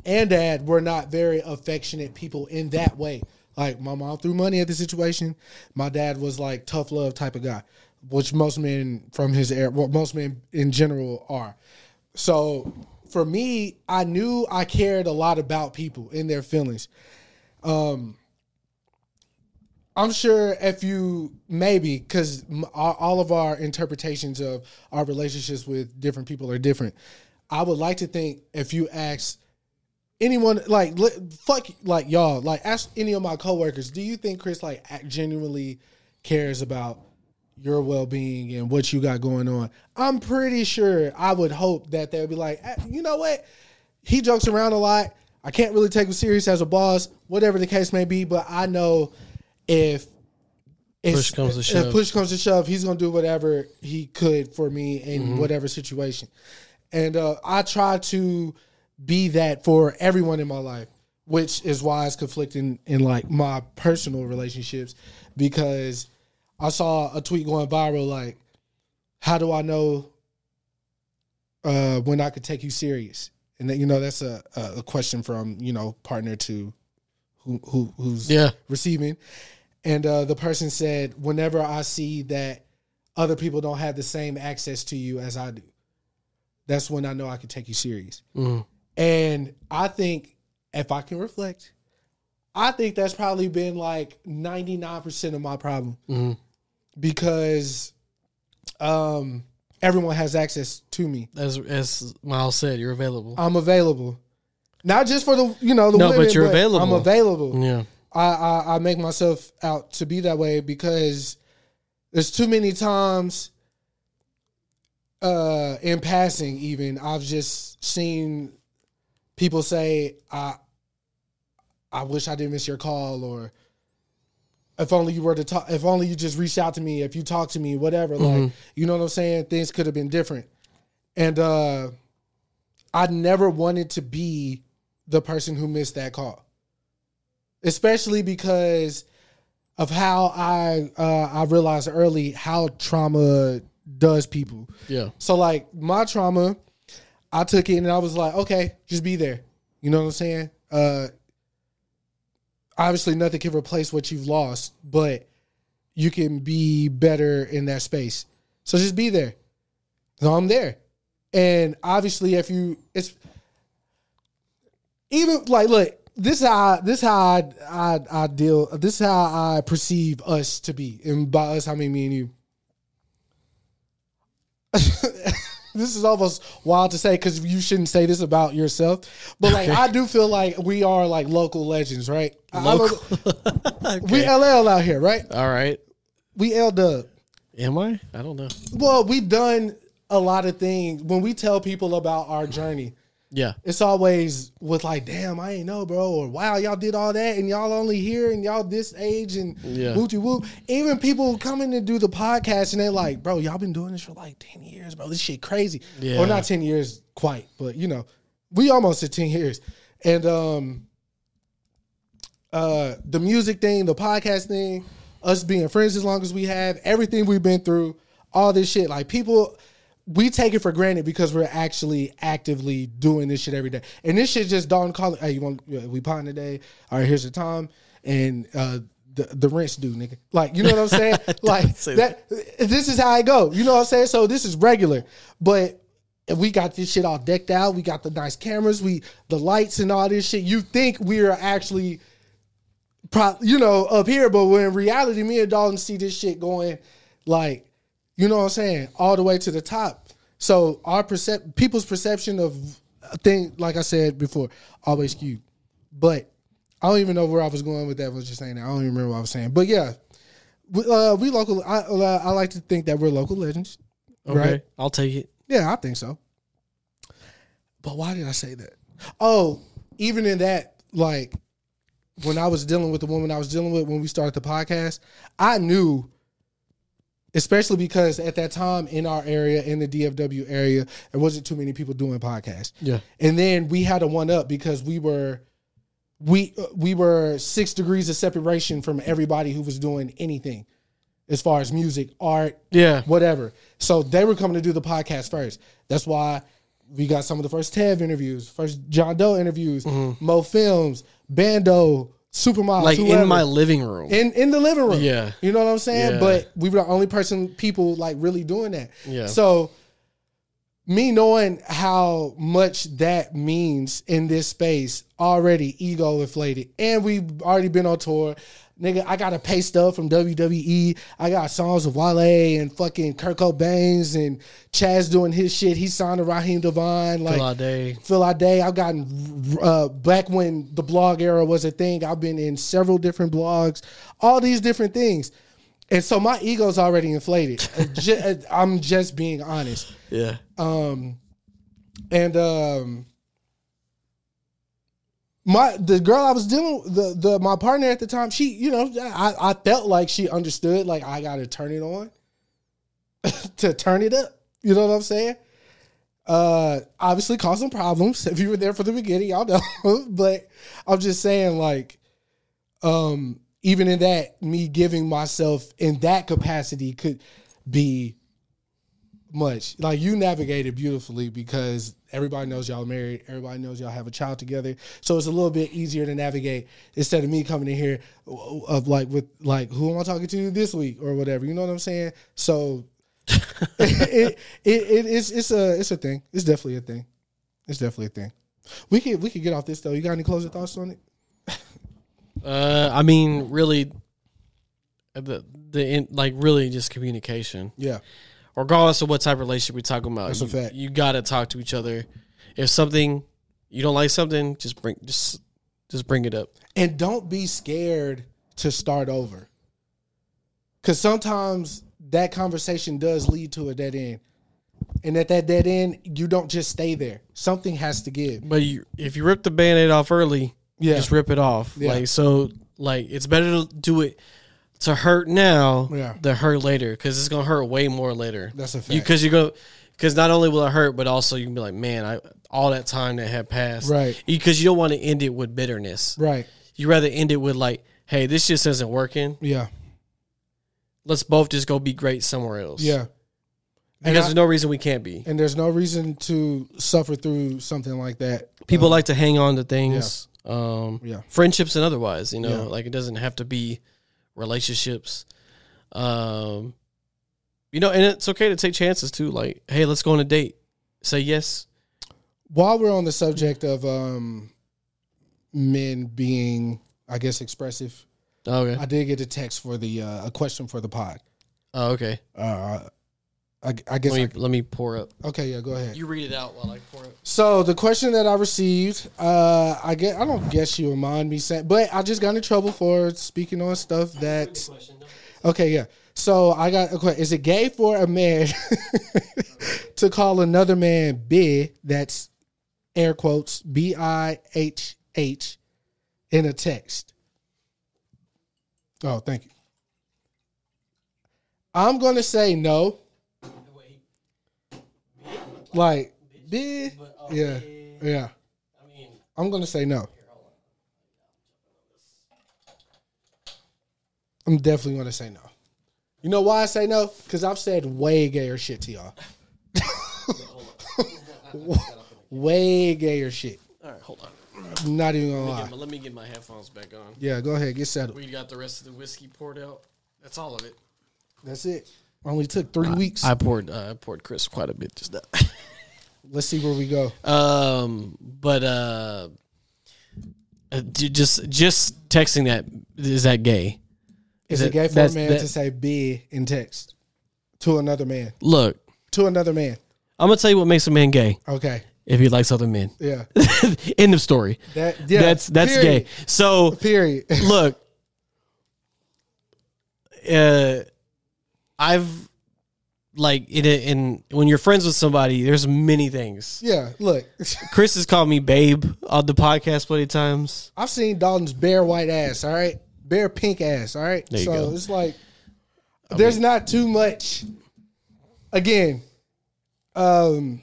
Speaker 3: and dad were not very affectionate people in that way. Like my mom threw money at the situation. My dad was like tough love type of guy, which most men from his era, well, most men in general are. So for me, I knew I cared a lot about people and their feelings. Um, I'm sure if you maybe because all of our interpretations of our relationships with different people are different. I would like to think if you ask anyone like li- fuck like y'all like ask any of my coworkers, do you think Chris like ac- genuinely cares about your well being and what you got going on? I'm pretty sure I would hope that they'll be like, "Eh, you know what, he jokes around a lot. I can't really take him serious as a boss, whatever the case may be. But I know if if-
Speaker 2: Push comes to
Speaker 3: if
Speaker 2: shove.
Speaker 3: push comes to shove, he's gonna do whatever he could for me in
Speaker 2: Mm-hmm.
Speaker 3: whatever situation. And uh, I try to be that for everyone in my life, which is why it's conflicting in like my personal relationships because I saw a tweet going viral like, "How do I know uh, when I could take you serious?" And then, you know that's a, a a question from you know partner to who who who's
Speaker 2: Yeah.
Speaker 3: receiving. And uh, the person said, whenever I see that other people don't have the same access to you as I do, that's when I know I can take you serious.
Speaker 2: Mhm.
Speaker 3: And I think if I can reflect, I think that's probably been like 99% of my problem
Speaker 2: Mhm.
Speaker 3: because um, everyone has access to me.
Speaker 2: As as Miles said, you're available.
Speaker 3: I'm available. Not just for the, you know, the
Speaker 2: No,
Speaker 3: women,
Speaker 2: but you're
Speaker 3: I'm
Speaker 2: available.
Speaker 3: available.
Speaker 2: yeah.
Speaker 3: I, I I make myself out to be that way because there's too many times uh in passing even I've just seen people say I I wish I didn't miss your call or if only you were to talk if only you just reached out to me if you talked to me whatever like you know what I'm saying things could have been different and uh I never wanted to be the person who missed that call especially because of how I uh, I realized early how trauma does people.
Speaker 2: Yeah.
Speaker 3: So like my trauma, I took it and I was like, okay, just be there. You know what I'm saying? Uh, obviously, nothing can replace what you've lost, but you can be better in that space. So just be there. So I'm there, and obviously, if you, it's even like look. This is how I, this is how I, I I deal. This is how I perceive us to be, and by us I mean me and you this is almost wild to say because you shouldn't say this about yourself, but like I do feel like we are like local legends, right? I- I'm a- We LL out here, right?
Speaker 2: All right.
Speaker 3: We L Dub.
Speaker 2: Am I? I don't know.
Speaker 3: Well, we've done a lot of things. When we tell people about our journey,
Speaker 2: Yeah.
Speaker 3: it's always with like, damn, I ain't know, bro, or wow, y'all did all that and y'all only here and y'all this age and
Speaker 2: Yeah.
Speaker 3: wooty woo. Even people come in and do the podcast and they're like, bro, y'all been doing this for like 10 years, bro. This shit crazy.
Speaker 2: Yeah.
Speaker 3: Or not 10 years quite, but you know, we almost at 10 years. And um uh the music thing, the podcast thing, us being friends as long as we have, everything we've been through, all this shit. Like people we take it for granted because we're actually actively doing this shit every day. And this shit just dawn calling. Hey, you want yeah, we pond today? All right, here's the time and uh the, the rent's due, nigga. Like you know what I'm saying? like
Speaker 2: say
Speaker 3: that. This is how I go. You know what I'm saying? So this is regular, but we got this shit all decked out. We got the nice cameras. We the lights and all this shit. You think we are actually pro, you know, up here, but when in reality, me and Dalton see this shit going like, you know what I'm saying, all the way to the top. So our percep people's perception of a thing, like I said before, always skewed. But I don't even know where I was going with that. I was just saying that. I don't even remember what I was saying. But yeah, we, uh, we local. I, uh, I like to think that we're local legends.
Speaker 2: Okay.
Speaker 3: Right.
Speaker 2: I'll take it.
Speaker 3: Yeah, I think so. But why did I say that? Oh, even in that, like when I was dealing with the woman I was dealing with when we started the podcast, I knew, especially because at that time in our area, in the DFW area, there wasn't too many people doing podcasts.
Speaker 2: Yeah.
Speaker 3: And then we had a one up because we were we uh, we were 6 degrees of separation from everybody who was doing anything as far as music, art,
Speaker 2: Yeah.
Speaker 3: whatever. So they were coming to do the podcast first. That's why we got some of the first Tev interviews, first John Doe interviews, Mo Films, Bando, Supermodels,
Speaker 2: Mm-hmm. Like
Speaker 3: whoever.
Speaker 2: in my living room.
Speaker 3: in in the living room.
Speaker 2: Yeah.
Speaker 3: you know what I'm saying.
Speaker 2: Yeah.
Speaker 3: But we were the only person people like really doing that.
Speaker 2: Yeah.
Speaker 3: So me knowing how much that means in this space already ego inflated and we've already been on tour nigga i gotta pay stuff from wwe i got songs of wale and fucking kirk Cobain's and chaz doing his shit he signed to raheem devine like
Speaker 2: all day.
Speaker 3: Phil Ade. I've gotten uh, back when the blog era was a thing. I've been in several different blogs, all these different things, and so my ego's already inflated. Uh, ju- uh, I'm just being honest,
Speaker 2: Yeah.
Speaker 3: Um, and um, my the girl I was dealing the the my partner at the time. She, you know, I I felt like she understood. Like I got to turn it on, to turn it up. You know what I'm saying? uh obviously caused some problems if you were there for the beginning y'all know but i'm just saying like um even in that me giving myself in that capacity could be much like you navigated beautifully because everybody knows y'all married everybody knows y'all have a child together so it's a little bit easier to navigate instead of me coming in here uh, of like with like who am i talking to this week or whatever you know what i'm saying so it, it, it it's it's a it's a thing. It's definitely a thing. It's definitely a thing. We could we could get off this though. You got any closing thoughts on it?
Speaker 2: Uh, I mean, really, at the the in, like really just communication,
Speaker 3: Yeah.
Speaker 2: regardless of what type of relationship we're talking about.
Speaker 3: That's a
Speaker 2: you,
Speaker 3: fact.
Speaker 2: You gotta talk to each other. If something you don't like something, just bring just just bring it up.
Speaker 3: And don't be scared to start over. Cause sometimes that conversation does lead to a dead end. And at that dead end, you don't just stay there. Something has to give.
Speaker 2: But you, if you rip the band-aid off early,
Speaker 3: Yeah.
Speaker 2: just rip it off.
Speaker 3: Yeah.
Speaker 2: Like so, like it's better to do it to hurt now
Speaker 3: Yeah.
Speaker 2: than hurt later because it's gonna hurt way more later.
Speaker 3: That's a fact.
Speaker 2: Because you, go because not only will it hurt, but also you can be like, man, I all that time that had passed.
Speaker 3: Right.
Speaker 2: Because you don't want to end it with bitterness.
Speaker 3: Right.
Speaker 2: You rather end it with like, hey, this just isn't working.
Speaker 3: Yeah.
Speaker 2: Let's both just go be great somewhere else.
Speaker 3: Yeah.
Speaker 2: Because
Speaker 3: And, I-
Speaker 2: there's no reason we can't be.
Speaker 3: and there's no reason to suffer through something like that.
Speaker 2: people like to hang on to things um
Speaker 3: uh, Yeah.
Speaker 2: friendships and otherwise you know
Speaker 3: Yeah.
Speaker 2: like it doesn't have to be relationships um you know and it's okay to take chances too like hey let's go on a date say yes
Speaker 3: while we're on the subject of um, men being, I guess, expressive,
Speaker 2: okay
Speaker 3: I did get a text for the uh, a question for the pod.
Speaker 2: oh, okay
Speaker 3: Uh, I, I guess.
Speaker 2: let me
Speaker 3: I-
Speaker 2: let me pour up
Speaker 3: okay, yeah, go ahead.
Speaker 2: you read it out while i pour up
Speaker 3: So the question that I received, uh, I get, I don't guess you would mind me saying, but I just got in trouble for speaking on stuff that. Okay, yeah. So I got a question: Is it gay for a man to call another man "big"? That's air quotes B I H H in a text. Oh, thank you. I'm gonna say no. Like big, yeah, yeah. I'm gonna say no. I'm definitely gonna say no. You know why I say no? Because I've said way gayer shit to y'all. way gayer shit.
Speaker 2: all right hold on
Speaker 3: I'm not even gonna
Speaker 2: Get
Speaker 3: lie.
Speaker 2: my- let me get my headphones back on
Speaker 3: Yeah, go ahead, get settled.
Speaker 2: we got the rest of the whiskey poured out that's all of it
Speaker 3: That's it. Only took three weeks.
Speaker 2: i poured uh, i poured chris quite a bit just now
Speaker 3: Let's see where we go.
Speaker 2: Um, but uh, uh, ju- just just texting that is that gay?
Speaker 3: Is it
Speaker 2: that-
Speaker 3: gay for a
Speaker 2: that's-
Speaker 3: man
Speaker 2: that-
Speaker 3: to say "big" in text to another man?
Speaker 2: Look,
Speaker 3: To another man.
Speaker 2: I'm gonna tell you what makes a man gay
Speaker 3: Okay.
Speaker 2: if he likes other men.
Speaker 3: Yeah.
Speaker 2: End of story.
Speaker 3: That. Yeah.
Speaker 2: that's that's
Speaker 3: Period.
Speaker 2: gay. So
Speaker 3: Period.
Speaker 2: look, uh, I've like in a, in when you're friends with somebody, there's many things.
Speaker 3: yeah. Look.
Speaker 2: Chris has called me babe on the podcast plenty of times.
Speaker 3: I've seen Dalton's bare white ass, all right? Bare pink ass, all right?
Speaker 2: There you
Speaker 3: so
Speaker 2: go.
Speaker 3: it's like there's not too much again. Um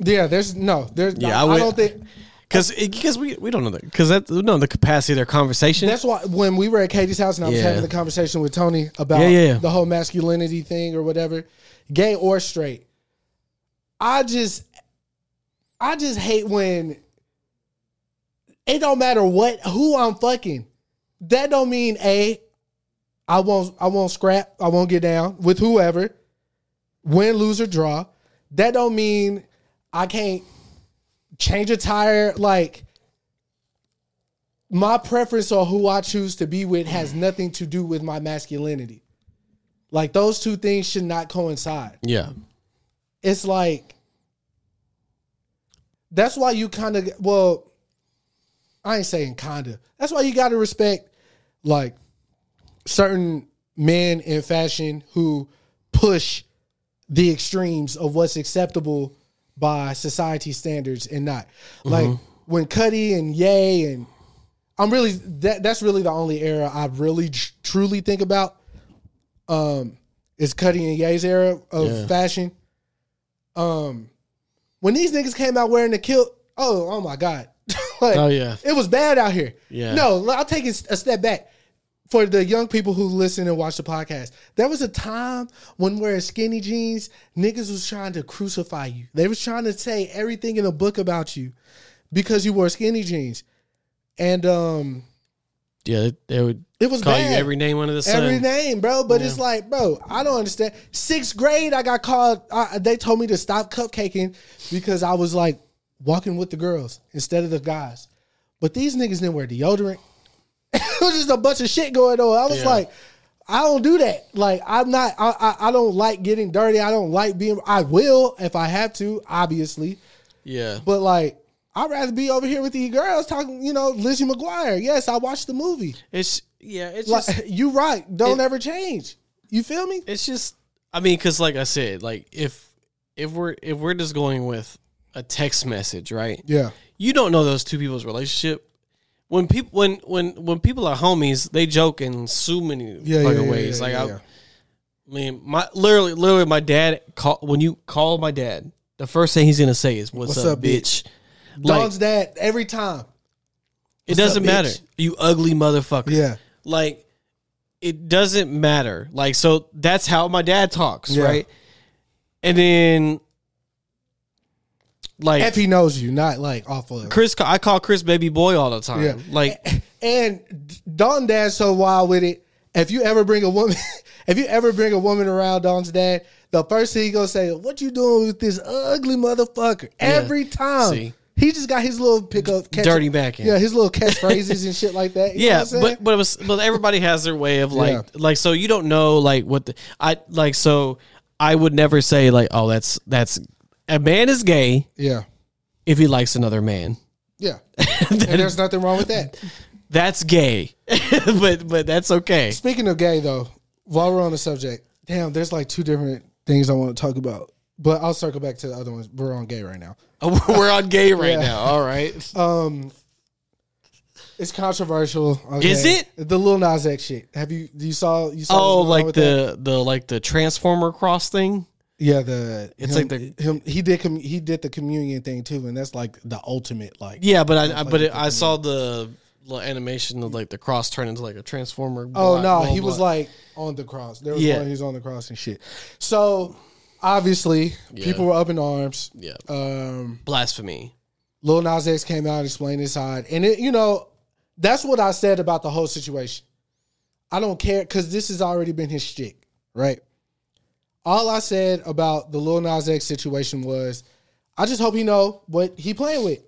Speaker 3: Yeah, there's no, there's
Speaker 2: Yeah,
Speaker 3: I,
Speaker 2: I would-
Speaker 3: don't think
Speaker 2: Because because we we don't know that because that no the capacity of their conversation.
Speaker 3: that's why when we were at Katie's house and I was
Speaker 2: Yeah.
Speaker 3: having the conversation with Tony about
Speaker 2: Yeah, yeah, yeah.
Speaker 3: the whole masculinity thing or whatever, gay or straight. I just I just hate when it don't matter what who I'm fucking. That don't mean a I won't I won't scrap, I won't get down with whoever. Win, lose or draw. That don't mean I can't change a tire. Like my preference or who I choose to be with has nothing to do with my masculinity. Like those two things should not coincide.
Speaker 2: Yeah.
Speaker 3: It's like that's why you kind of well, I ain't saying kinda. That's why you got to respect like certain men in fashion who push the extremes of what's acceptable by society standards and not. Like when Cuddy and Ye and I'm really that that's really the only era I really tr- truly think about um is Cuddy and Ye's era of
Speaker 2: Yeah.
Speaker 3: fashion. Um when these niggas came out wearing the kilt, oh oh my god. like,
Speaker 2: Oh, yeah.
Speaker 3: It was bad out here.
Speaker 2: Yeah.
Speaker 3: No, I'll take it a step back for the young people who listen and watch the podcast, there was a time when wearing skinny jeans, niggas was trying to crucify you. They was trying to say everything in the book about you because you wore skinny jeans. And um
Speaker 2: Yeah. They, they would
Speaker 3: it was
Speaker 2: call
Speaker 3: bad.
Speaker 2: you every name under the sun.
Speaker 3: Every name, bro. But it's like, bro, I don't understand. Sixth grade, I got called. I, they told me to stop cupcaking because I was like walking with the girls instead of the guys. But these niggas didn't wear deodorant. it was just a bunch of shit going on. I was
Speaker 2: Yeah.
Speaker 3: like, I don't do that. Like, I'm not. I, I I don't like getting dirty. I don't like being. I will if I have to, obviously.
Speaker 2: Yeah.
Speaker 3: But like, I'd rather be over here with these girls talking. You know, Lizzie McGuire. Yes, I watched the movie
Speaker 2: It's, yeah. It's
Speaker 3: like
Speaker 2: just,
Speaker 3: you right don't
Speaker 2: it-
Speaker 3: ever change you feel me
Speaker 2: it's just i mean because like i said like if if we're if we're just going with a text message right
Speaker 3: yeah
Speaker 2: you don't know those two people's relationship when people when when when people are homies they joke in so many
Speaker 3: yeah
Speaker 2: fucking
Speaker 3: yeah, yeah,
Speaker 2: ways
Speaker 3: yeah,
Speaker 2: like
Speaker 3: yeah,
Speaker 2: I,
Speaker 3: yeah.
Speaker 2: I mean my literally literally my dad call when you call my dad the first thing he's gonna say is what's, up, bitch, like
Speaker 3: dogs that every time
Speaker 2: it
Speaker 3: "What's up,
Speaker 2: doesn't matter
Speaker 3: bitch?"
Speaker 2: you ugly motherfucker
Speaker 3: yeah
Speaker 2: like it doesn't matter like so that's how my dad talks
Speaker 3: Yeah.
Speaker 2: right and then like
Speaker 3: if he knows you not like off of
Speaker 2: chris ca- i call chris baby boy all the time
Speaker 3: Yeah.
Speaker 2: like
Speaker 3: and Don Dad's so wild with it. If you ever bring a woman, if you ever bring a woman around Don's dad, the first thing he gonna say, "What you doing with this ugly motherfucker?" Every time.
Speaker 2: See.
Speaker 3: He just got his little pickup, catch,
Speaker 2: Dirty back end.
Speaker 3: Yeah, his little catchphrases and shit like that. You know
Speaker 2: yeah
Speaker 3: what I'm saying?
Speaker 2: but but it was but everybody has their way of like
Speaker 3: Yeah.
Speaker 2: like so you don't know like what the i like so i would never say like oh that's that's a man is gay
Speaker 3: yeah,
Speaker 2: if he likes another man
Speaker 3: yeah, and there's nothing wrong with that.
Speaker 2: that's gay but but that's okay
Speaker 3: Speaking of gay, though, while we're on the subject, damn, there's like two different things I want to talk about, but I'll circle back to the other ones. We're on gay right now.
Speaker 2: we're on gay right now all right
Speaker 3: Um, it's controversial. okay?
Speaker 2: Is it?
Speaker 3: the Lil Nas X shit? Have you you saw you saw?
Speaker 2: Oh,
Speaker 3: what's going on
Speaker 2: like
Speaker 3: with
Speaker 2: the
Speaker 3: that?
Speaker 2: the like the transformer cross thing.
Speaker 3: yeah the
Speaker 2: It's
Speaker 3: him-
Speaker 2: like the-
Speaker 3: him he did com- he did the communion thing too, and that's like the ultimate like
Speaker 2: Yeah, but I, I but it, I saw the little animation of like the cross turn into like a transformer.
Speaker 3: Oh
Speaker 2: block,
Speaker 3: no,
Speaker 2: blah,
Speaker 3: he was
Speaker 2: blah.
Speaker 3: like on the cross. There was
Speaker 2: Yeah.
Speaker 3: one he was on the cross and shit. So obviously people were up in arms.
Speaker 2: Yeah.
Speaker 3: Um.
Speaker 2: blasphemy.
Speaker 3: Lil Nas X came out and explained his side. And it, you know, that's what I said about the whole situation. I don't care because this has already been his shtick, right? All I said about the Lil Nas X situation was, I just hope he know what he playing with.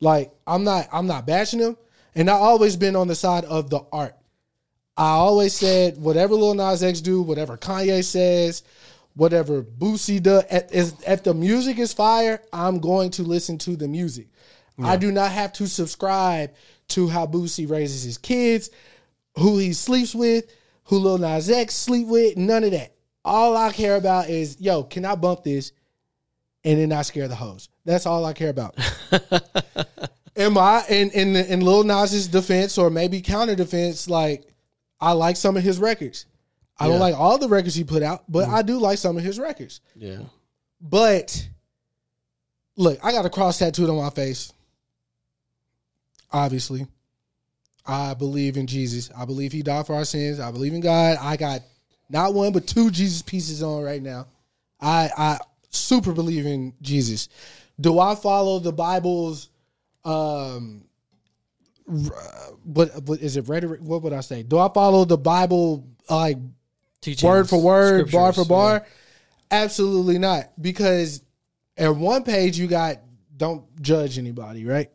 Speaker 3: Like I'm not, I'm not bashing him, and I always been on the side of the art. I always said whatever Lil Nas X do, whatever Kanye says, whatever Boosie does, if, if- if the music is fire, I'm going to listen to the music. I do not have to subscribe to how Boosie raises his kids, who he sleeps with, who Lil Nas X sleep with, none of that. All I care about is, yo, can I bump this and then not scare the hoes? That's all I care about. Am I in in in Lil Nas's defense or maybe counter defense? Like, I like some of his records. I don't
Speaker 2: Yeah.
Speaker 3: like all the records he put out, but I do like some of his records.
Speaker 2: Yeah,
Speaker 3: But look, I got a cross tattooed on my face. Obviously, I believe in Jesus. I believe He died for our sins. I believe in God. I got not one but two Jesus pieces on right now. I I super believe in Jesus. Do I follow the Bible's um r- uh, what what is it rhetoric? What would I say? Do I follow the Bible like
Speaker 2: teaching
Speaker 3: word for word, bar for
Speaker 2: scriptures,
Speaker 3: bar? Absolutely not, because At one page, you got don't judge anybody, right?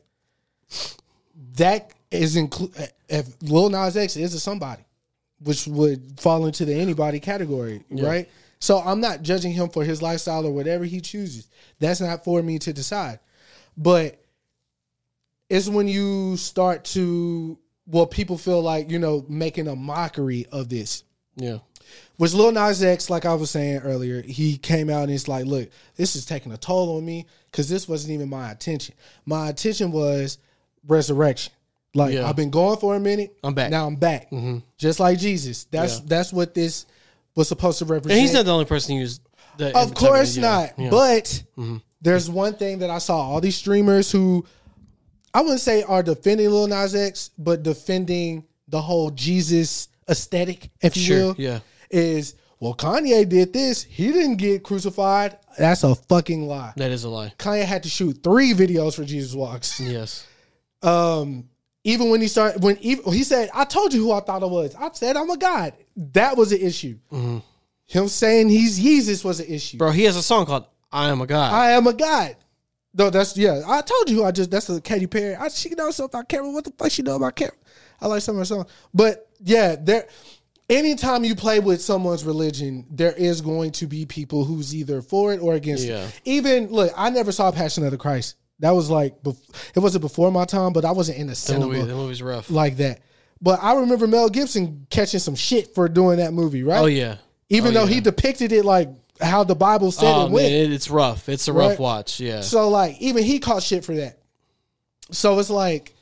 Speaker 3: That is include if Lil Nas X is a somebody, which would fall into the anybody category, right? So I'm not judging him for his lifestyle or whatever he chooses. That's not for me to decide. But it's when you start to well, people feel like you know making a mockery of this.
Speaker 2: Yeah.
Speaker 3: Was Lil Nas X, like I was saying earlier, he came out and it's like, look, this is taking a toll on me because this wasn't even my attention. My attention was resurrection. Like
Speaker 2: Yeah.
Speaker 3: I've been gone for a minute.
Speaker 2: I'm back. Mm-hmm.
Speaker 3: Now I'm back. Just like Jesus. That's
Speaker 2: Yeah.
Speaker 3: that's what this was supposed to represent.
Speaker 2: And he's not the only person who used that.
Speaker 3: Of course not.
Speaker 2: Yeah. Mm-hmm.
Speaker 3: But there's one thing that I saw all these streamers who I wouldn't say are defending Lil Nas X, but defending the whole Jesus aesthetic, if you
Speaker 2: Sure,
Speaker 3: will.
Speaker 2: yeah.
Speaker 3: Is well, Kanye did this. He didn't get crucified. That's a fucking lie.
Speaker 2: that is a lie.
Speaker 3: Kanye had to shoot three videos for Jesus Walks.
Speaker 2: Yes.
Speaker 3: Um, even when he started, when even, he said, "I told you who I thought I was," I said, "I'm a god." That was an issue. Him saying he's Jesus was an issue.
Speaker 2: Bro, he has a song called I Am a God.
Speaker 3: I am a god. No, that's yeah. I told you. I just that's a Katy Perry. I she knows something about Cameron. What the fuck she know about Cameron? I like some of her songs, but yeah, there. Anytime you play with someone's religion, there is going to be people who's either for it or against
Speaker 2: Yeah.
Speaker 3: it. Even look, I never saw Passion of the Christ. That was like bef- it wasn't before my time, but I wasn't in the
Speaker 2: that,
Speaker 3: cinema
Speaker 2: movie, that movie's rough.
Speaker 3: like that. But I remember Mel Gibson catching some shit for doing that movie, right?
Speaker 2: oh, yeah.
Speaker 3: Even though he depicted it like how the Bible said
Speaker 2: Oh,
Speaker 3: it
Speaker 2: man,
Speaker 3: went.
Speaker 2: it, it's rough. It's a rough
Speaker 3: Right?
Speaker 2: watch. Yeah.
Speaker 3: So like even he caught shit for that. So it's like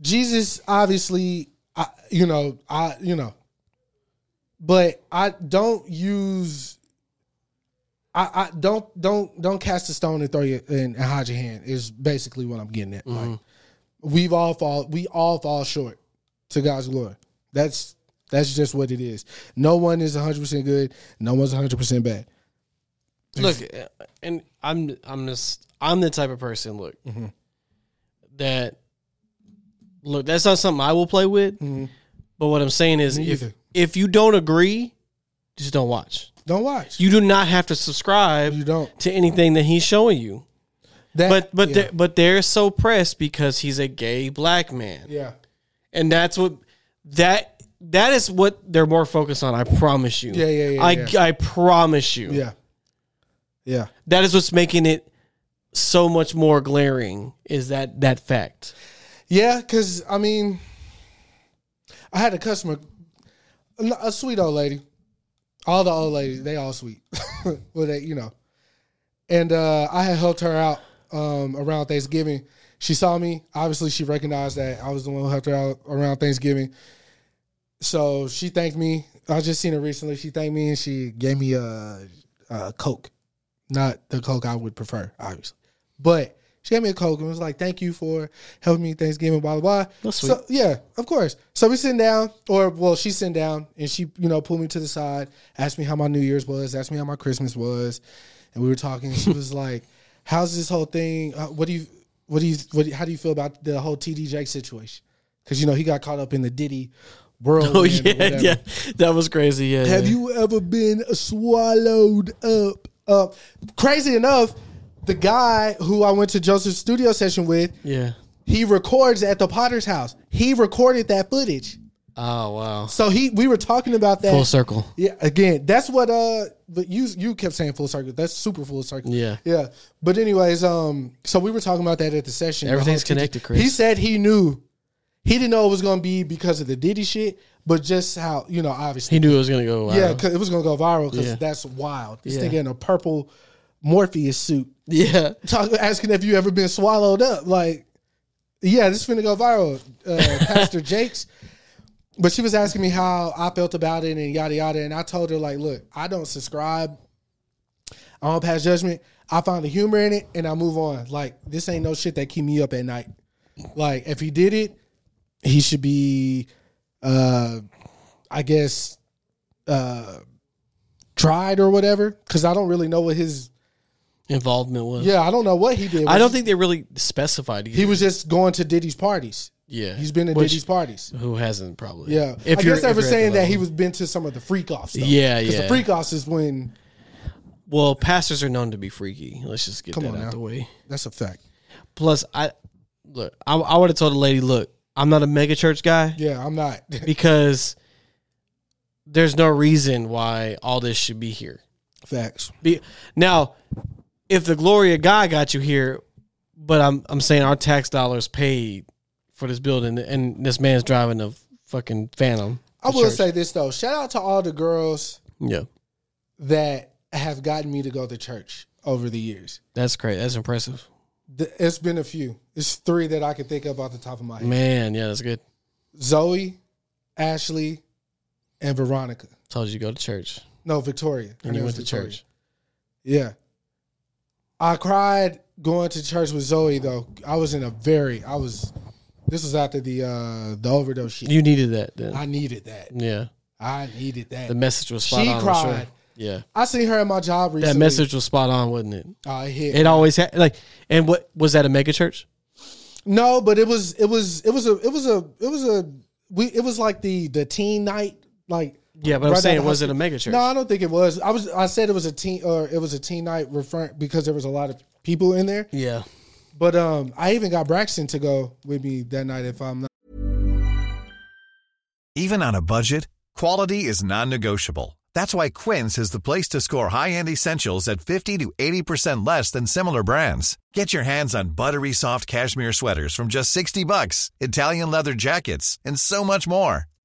Speaker 3: Jesus obviously I you know, I you know but I don't use I, I don't don't don't cast a stone and throw your and, and hide your hand is basically what I'm getting at. Like
Speaker 2: Mm-hmm.
Speaker 3: we've all fall we all fall short to God's glory. That's that's just what it is. No one is 100% good. No one's 100% bad.
Speaker 2: look, uh, and I'm I'm just I'm the type of person. Look,
Speaker 3: Mm-hmm.
Speaker 2: that look that's not something I will play with. But what I'm saying is,
Speaker 3: Mm-hmm. Me
Speaker 2: if
Speaker 3: either.
Speaker 2: if you don't agree, just don't watch.
Speaker 3: Don't watch.
Speaker 2: You do not have to subscribe
Speaker 3: You don't.
Speaker 2: to anything that he's showing you.
Speaker 3: That-
Speaker 2: But but
Speaker 3: yeah.
Speaker 2: they're, but they're so pressed because he's a gay black man,
Speaker 3: yeah.
Speaker 2: and that's what that that is what they're more focused on. I promise you.
Speaker 3: Yeah, yeah, yeah,
Speaker 2: I
Speaker 3: yeah.
Speaker 2: I promise you.
Speaker 3: Yeah. Yeah.
Speaker 2: that is what's making it so much more glaring is that that fact
Speaker 3: Yeah, because I mean, I had a customer, a a sweet old lady. All the old ladies, they all sweet. well, they, you know. And uh, I had helped her out um, around Thanksgiving. She saw me. Obviously, she recognized that I was the one who helped her out around Thanksgiving. So she thanked me. I just seen her recently. She thanked me and she gave me a,
Speaker 2: uh,
Speaker 3: a Coke. Not the Coke I would prefer, obviously. But she gave me a Coke and was like, thank you for helping me Thanksgiving, blah, blah, blah.
Speaker 2: That's
Speaker 3: So, yeah, of course. So we sitting down, or well, she's sitting down and she, you know, pulled me to the side, asked me how my New Year's was, asked me how my Christmas was. And we were talking. And she was like, how's this whole thing? Uh, what do you, what do you, what, do you- how do you feel about the whole TD Jake situation? Because, you know, he got caught up in the Diddy world.
Speaker 2: oh yeah yeah that was crazy yeah
Speaker 3: Have
Speaker 2: yeah.
Speaker 3: you ever been swallowed up? Uh, crazy enough, the guy who I went to Joseph's studio session with,
Speaker 2: yeah
Speaker 3: he records at the Potter's house. He recorded that footage.
Speaker 2: oh wow
Speaker 3: So he, we were talking about that.
Speaker 2: full circle
Speaker 3: Yeah, again, that's what uh but you you kept saying full circle. That's super full circle.
Speaker 2: Yeah.
Speaker 3: Yeah. But anyways, um so we were talking about that at the session.
Speaker 2: Everything's
Speaker 3: The whole teacher-
Speaker 2: connected, Chris.
Speaker 3: He said he knew he didn't know it was going to be because of the Diddy shit, but just how, you know, obviously
Speaker 2: he knew it was gonna go
Speaker 3: yeah,
Speaker 2: wild.
Speaker 3: 'cause it was gonna go viral because
Speaker 2: Yeah.
Speaker 3: that's wild. This
Speaker 2: Yeah.
Speaker 3: nigga in a purple Morpheus suit,
Speaker 2: yeah
Speaker 3: talk, asking if you ever been swallowed up. Like, yeah, this is finna go viral, uh, Pastor Jakes. But she was asking me how I felt about it and yada yada, and I told her like, look, I don't subscribe. I don't pass judgment. I find the humor in it, and I move on. Like, this ain't no shit that keep me up at night. Like, if he did it, he should be, uh, I guess, uh, tried or whatever. Because I don't really know what his
Speaker 2: involvement was
Speaker 3: yeah, I don't know what he did.
Speaker 2: I don't think they really specified
Speaker 3: he was just going to Diddy's parties.
Speaker 2: yeah
Speaker 3: He's been to
Speaker 2: Which-
Speaker 3: Diddy's parties.
Speaker 2: who hasn't probably
Speaker 3: Yeah,
Speaker 2: if
Speaker 3: I
Speaker 2: you're
Speaker 3: guess they
Speaker 2: if you're
Speaker 3: were
Speaker 2: at the
Speaker 3: saying that he
Speaker 2: level.
Speaker 3: was been to some of the freak offs.
Speaker 2: Yeah,
Speaker 3: because
Speaker 2: yeah.
Speaker 3: the freak offs is when
Speaker 2: Well, pastors are known to be freaky. Let's just get
Speaker 3: Come
Speaker 2: that
Speaker 3: on
Speaker 2: out
Speaker 3: now.
Speaker 2: the way.
Speaker 3: That's a fact.
Speaker 2: Plus, I look. I, I would have told the lady, look, I'm not a mega church guy
Speaker 3: Yeah, I'm not.
Speaker 2: because there's no reason why all this should be here.
Speaker 3: Facts.
Speaker 2: Be, now, if the glory of God got you here, but I'm I'm saying our tax dollars paid for this building, and this man's driving a fucking Phantom.
Speaker 3: I
Speaker 2: to
Speaker 3: will
Speaker 2: church.
Speaker 3: say this though. Shout out to all the girls
Speaker 2: yeah,
Speaker 3: that have gotten me to go to church over the years.
Speaker 2: that's great. That's impressive,
Speaker 3: Th- It's been a few. It's three that I can think of off the top of my head.
Speaker 2: man. Yeah, that's good.
Speaker 3: Zoe, Ashley, and Veronica.
Speaker 2: Told you to go to church,
Speaker 3: No, Victoria. Her
Speaker 2: and
Speaker 3: name
Speaker 2: you
Speaker 3: was
Speaker 2: went to
Speaker 3: Victoria.
Speaker 2: church.
Speaker 3: Yeah. I cried going to church with Zoe though. I was in a very I was this was after the uh the overdose shit.
Speaker 2: You needed that then.
Speaker 3: I needed that.
Speaker 2: yeah,
Speaker 3: I needed that.
Speaker 2: the message was spot
Speaker 3: She
Speaker 2: on. I'm sure.
Speaker 3: cried.
Speaker 2: Yeah,
Speaker 3: I seen her at my job recently. Oh,
Speaker 2: that message was spot on, wasn't it?
Speaker 3: I hit.
Speaker 2: It always had like, and what was that a mega church?
Speaker 3: No, but it was it was it was a it was a it was a we it was like the the teen night like
Speaker 2: Yeah, but I'm
Speaker 3: right out
Speaker 2: saying,
Speaker 3: of
Speaker 2: was
Speaker 3: high
Speaker 2: it a
Speaker 3: school.
Speaker 2: mega church?
Speaker 3: No, I don't think it was. I was I said it was a teen or it was a teen night referring because there was a lot of people in there.
Speaker 2: Yeah,
Speaker 3: But um I even got Braxton to go with me that night if I'm not
Speaker 4: Even on a budget, quality is non-negotiable. That's why Quince is the place to score high-end essentials at 50 to 80% less than similar brands. Get your hands on buttery soft cashmere sweaters from just 60 bucks, Italian leather jackets, and so much more.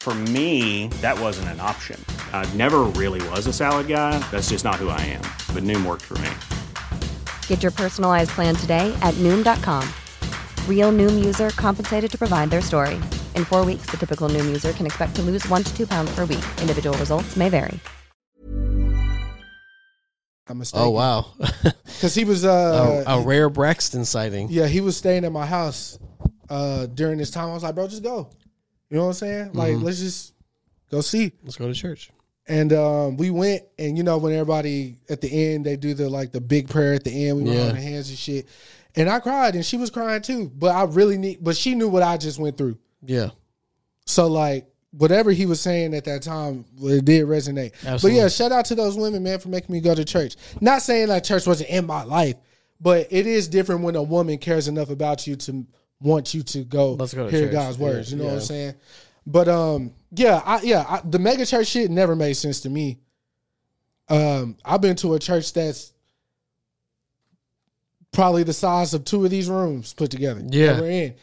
Speaker 5: For me, that wasn't an option. I never really was a salad guy. That's just not who I am. But Noom worked for me.
Speaker 6: Get your personalized plan today at Noom.com. Real Noom user compensated to provide their story. In four weeks, the typical Noom user can expect to lose one to two pounds per week. Individual results may vary.
Speaker 3: I'm mistaken.
Speaker 2: Oh wow,
Speaker 3: Cuz he was uh
Speaker 2: a, a rare Braxton sighting.
Speaker 3: yeah, he was staying at my house uh during this time. I was like, "Bro, just go." You know what I'm saying? Like, let's just go see.
Speaker 2: Let's go to church.
Speaker 3: And um, we went, and you know when everybody at the end they do the like the big prayer at the end. We went
Speaker 2: Yeah.
Speaker 3: holding hands and shit, and I cried, and she was crying too. But I really need, but she knew what I just went through.
Speaker 2: Yeah,
Speaker 3: So like whatever he was saying at that time, it did resonate.
Speaker 2: Absolutely.
Speaker 3: But yeah, shout out to those women, man, for making me go to church. Not saying like church wasn't in my life, but it is different when a woman cares enough about you to want you to go,
Speaker 2: Let's go to
Speaker 3: hear
Speaker 2: church.
Speaker 3: God's
Speaker 2: Yeah,
Speaker 3: words. You know what I'm
Speaker 2: yeah.
Speaker 3: saying? But um, yeah, I, yeah, I, the mega church shit never made sense to me. Um, I've been to a church that's probably the size of two of these rooms put together. that
Speaker 2: Yeah. Mm-hmm.
Speaker 3: we're in,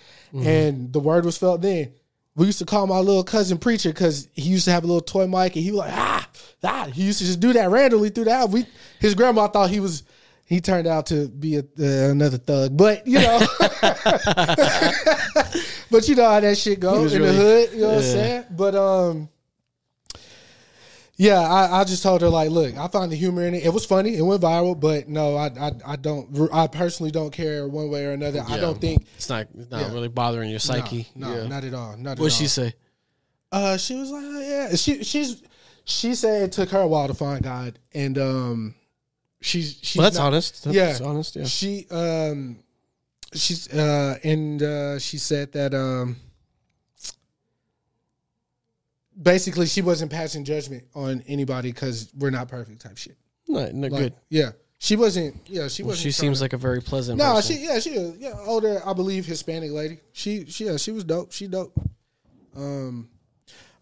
Speaker 3: and the word was felt then. We used to call my little cousin preacher because he used to have a little toy mic, and he was like, ah, ah. He used to just do that randomly through the house. We, his grandma thought he was. He turned out to be a, uh, another thug, but you know, but you know how that shit goes
Speaker 2: was
Speaker 3: in the
Speaker 2: really-
Speaker 3: hood. You know what I'm saying? But um, yeah, I, I just told her like, look, I found the humor in it. It was funny. It went viral, but no, I I, I don't. I personally don't care one way or another. I
Speaker 2: Yeah.
Speaker 3: don't think.
Speaker 2: it's not it's not
Speaker 3: Yeah.
Speaker 2: really bothering your psyche.
Speaker 3: No, no,
Speaker 2: yeah.
Speaker 3: not at all. Not at
Speaker 2: What'd
Speaker 3: all.
Speaker 2: she say?
Speaker 3: Uh, she was like, oh, yeah. She she's she said it took her a while to find God, and um, she's she's
Speaker 2: Well, that's
Speaker 3: not-
Speaker 2: honest. That's
Speaker 3: yeah,
Speaker 2: honest. Yeah.
Speaker 3: She um, she's uh, and uh, she said that um, basically she wasn't passing judgment on anybody because we're not perfect type shit.
Speaker 2: No, no,
Speaker 3: Like,
Speaker 2: good.
Speaker 3: Yeah, she wasn't. Yeah, she
Speaker 2: Well,
Speaker 3: wasn't.
Speaker 2: she
Speaker 3: trying
Speaker 2: seems
Speaker 3: to-
Speaker 2: like a very pleasant.
Speaker 3: no,
Speaker 2: person.
Speaker 3: she yeah she a- yeah older I believe Hispanic lady. She she yeah she was dope. She dope. Um,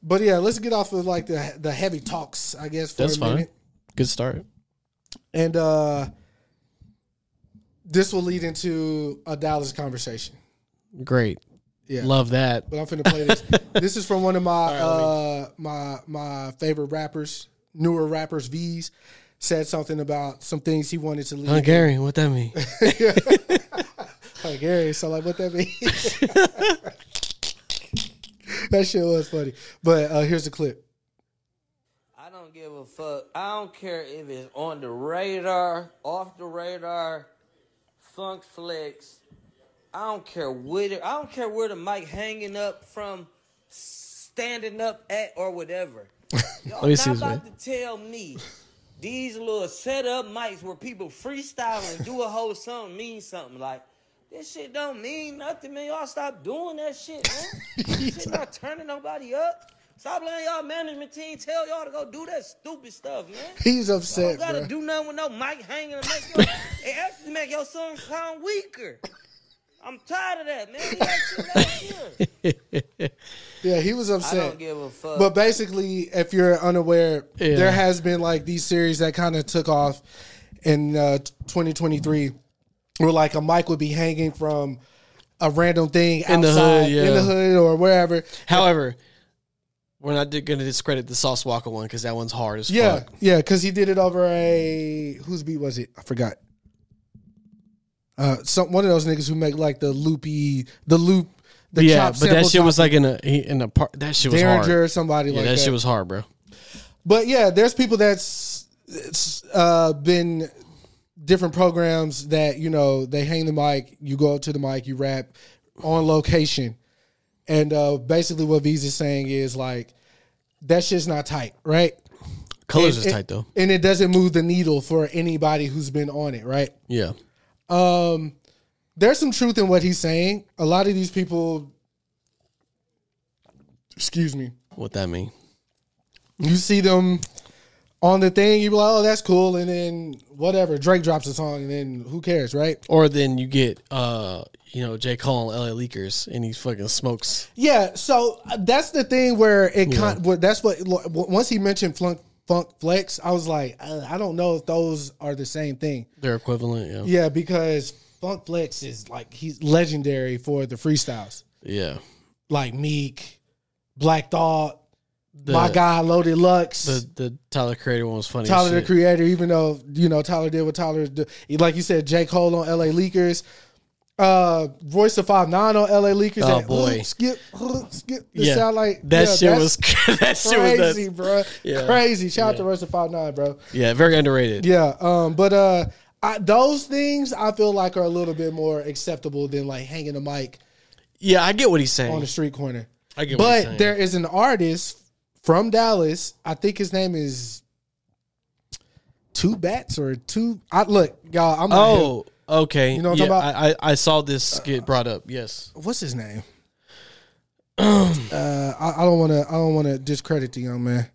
Speaker 3: but yeah, let's get off of like the the heavy talks I guess for
Speaker 2: That's
Speaker 3: a
Speaker 2: fine.
Speaker 3: minute.
Speaker 2: Good start.
Speaker 3: And uh, this will lead into a Dallas conversation.
Speaker 2: Great.
Speaker 3: Yeah.
Speaker 2: Love that.
Speaker 3: But I'm finna play this. this is from one of my uh, my my favorite rappers, newer rappers. V's said something about some things he wanted to leave.
Speaker 2: Hungarian. What that mean?
Speaker 3: Like, Gary, so like what that means? that shit was funny. But uh, here's the clip.
Speaker 7: I don't give a fuck. I don't care if it's on the radar, off the radar, Funk Flex. I don't care where the, I don't care where the mic hanging up from, standing up at or whatever. Y'all
Speaker 2: Let me
Speaker 7: not
Speaker 2: see this
Speaker 7: about
Speaker 2: mic.
Speaker 7: to tell me these little setup mics where people freestyle and do a whole song mean something like. This shit don't mean nothing, man. Y'all stop doing that shit, man. shit not turning nobody up. Stop letting y'all management team tell y'all to go do that stupid stuff, man.
Speaker 3: He's
Speaker 7: You
Speaker 3: upset,
Speaker 7: don't Oh, gotta
Speaker 3: bro.
Speaker 7: do nothing with no mic hanging and make your, it actually make your song sound weaker. I'm tired of that, man. We got shit last year.
Speaker 3: yeah, he was
Speaker 7: I
Speaker 3: upset.
Speaker 7: don't give a fuck.
Speaker 3: But basically, if you're unaware,
Speaker 2: Yeah.
Speaker 3: there has been like these series that kind of took off in uh, 2023, where like a mic would be hanging from a random thing
Speaker 2: In the hood,
Speaker 3: outside, in
Speaker 2: yeah.
Speaker 3: the hood or wherever.
Speaker 2: However, we're not going to discredit the Sauce Walker one because that one's hard as
Speaker 3: Yeah,
Speaker 2: fuck.
Speaker 3: yeah, because he did it over a whose beat was it? I forgot. Uh, some one of those niggas who make like the loopy, the loop, the
Speaker 2: yeah,
Speaker 3: chop
Speaker 2: but that
Speaker 3: sample
Speaker 2: shit was
Speaker 3: chop-
Speaker 2: like in a he- in a part. That shit was hard.
Speaker 3: Derringer or somebody
Speaker 2: yeah,
Speaker 3: like
Speaker 2: that,
Speaker 3: that.
Speaker 2: shit was hard, bro.
Speaker 3: But yeah, there's people that's it's, uh, been different programs that you know they hang the mic, you go up to the mic, you rap on location, and uh, basically what V's is saying is like that shit's not tight, right?
Speaker 2: Colors
Speaker 3: And-
Speaker 2: is tight though.
Speaker 3: and it doesn't move the needle for anybody who's been on it, right?
Speaker 2: Yeah,
Speaker 3: Um, there's some truth in what he's saying. A lot of these people, excuse me,
Speaker 2: what that mean?
Speaker 3: you see them on the thing, you be like, oh, that's cool. And then whatever, Drake drops a song, and then who cares, right?
Speaker 2: Or then you get uh you know J Cole and LA Leakers and he fucking smokes.
Speaker 3: Yeah, so uh, that's the thing where it kind where that's what lo- w- once he mentioned Flunk Funk Flex, I was like, uh, I don't know if those are the same thing.
Speaker 2: They're equivalent. Yeah,
Speaker 3: Yeah, because Funk Flex is like he's legendary for the freestyles,
Speaker 2: yeah.
Speaker 3: like Meek, Black Thought,
Speaker 2: The,
Speaker 3: my guy Loaded Lux.
Speaker 2: the the Tyler Creator one was funny. as
Speaker 3: Tyler the
Speaker 2: shit.
Speaker 3: Creator, even though you know Tyler did what Tyler did, like you said, J Cole on L.A. Leakers, uh, Royce of Five Nine on L.A. Leakers.
Speaker 2: Oh,
Speaker 3: that
Speaker 2: boy.
Speaker 3: hook, skip, hook, skip. It
Speaker 2: Yeah,
Speaker 3: sound like
Speaker 2: that
Speaker 3: yeah,
Speaker 2: shit
Speaker 3: that's
Speaker 2: was that shit was
Speaker 3: crazy,
Speaker 2: nuts.
Speaker 3: bro.
Speaker 2: Yeah.
Speaker 3: Crazy. Shout out to Royce of Five Nine, bro.
Speaker 2: Yeah, very underrated.
Speaker 3: Yeah, um, but uh, I, those things I feel like are a little bit more acceptable than like hanging a mic
Speaker 2: Yeah, I get what he's saying.
Speaker 3: on the street corner.
Speaker 2: I get what he's saying.
Speaker 3: But there is an artist from Dallas. I think his name is Two Bats or Two. I look, y'all. I'm not hip.
Speaker 2: Oh, okay.
Speaker 3: You know what
Speaker 2: yeah,
Speaker 3: I'm talking
Speaker 2: I, I I saw this get brought up. Yes.
Speaker 3: what's his name? uh, I, I don't want to. I don't want to discredit the young man.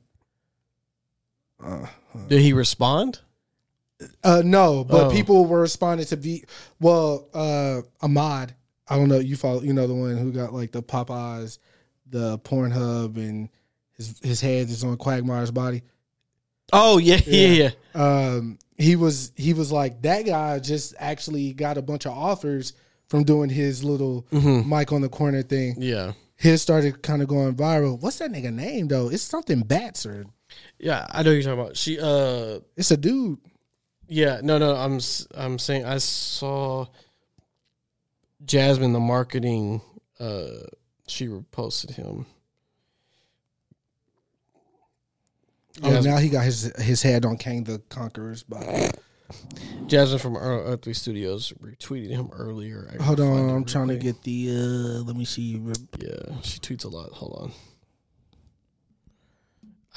Speaker 2: Did he respond?
Speaker 3: Uh, no, but
Speaker 2: Oh.
Speaker 3: people were responding to be well. Uh, Ahmad. I don't know. You follow? You know the one who got like the Popeyes, the Pornhub, and his his head is on Quagmire's body.
Speaker 2: Oh yeah, yeah, yeah.
Speaker 3: um, he was he was like that guy just actually got a bunch of offers from doing his little
Speaker 2: Mm-hmm.
Speaker 3: mic on the corner thing.
Speaker 2: Yeah.
Speaker 3: His started kind of going viral. What's that nigga name though? It's something bats or
Speaker 2: Yeah, I know who you're talking about. She uh
Speaker 3: it's a dude.
Speaker 2: yeah, no no, I'm s- I'm saying I saw Jasmine the marketing uh she reposted him.
Speaker 3: Oh, now he got his his head on Kang the Conqueror's body.
Speaker 2: Jasmine from R- R3 Studios retweeted him earlier. I can
Speaker 3: Hold
Speaker 2: find
Speaker 3: on,
Speaker 2: it real
Speaker 3: I'm trying to
Speaker 2: quick.
Speaker 3: get the. uh Let me see.
Speaker 2: Yeah, she tweets a lot. Hold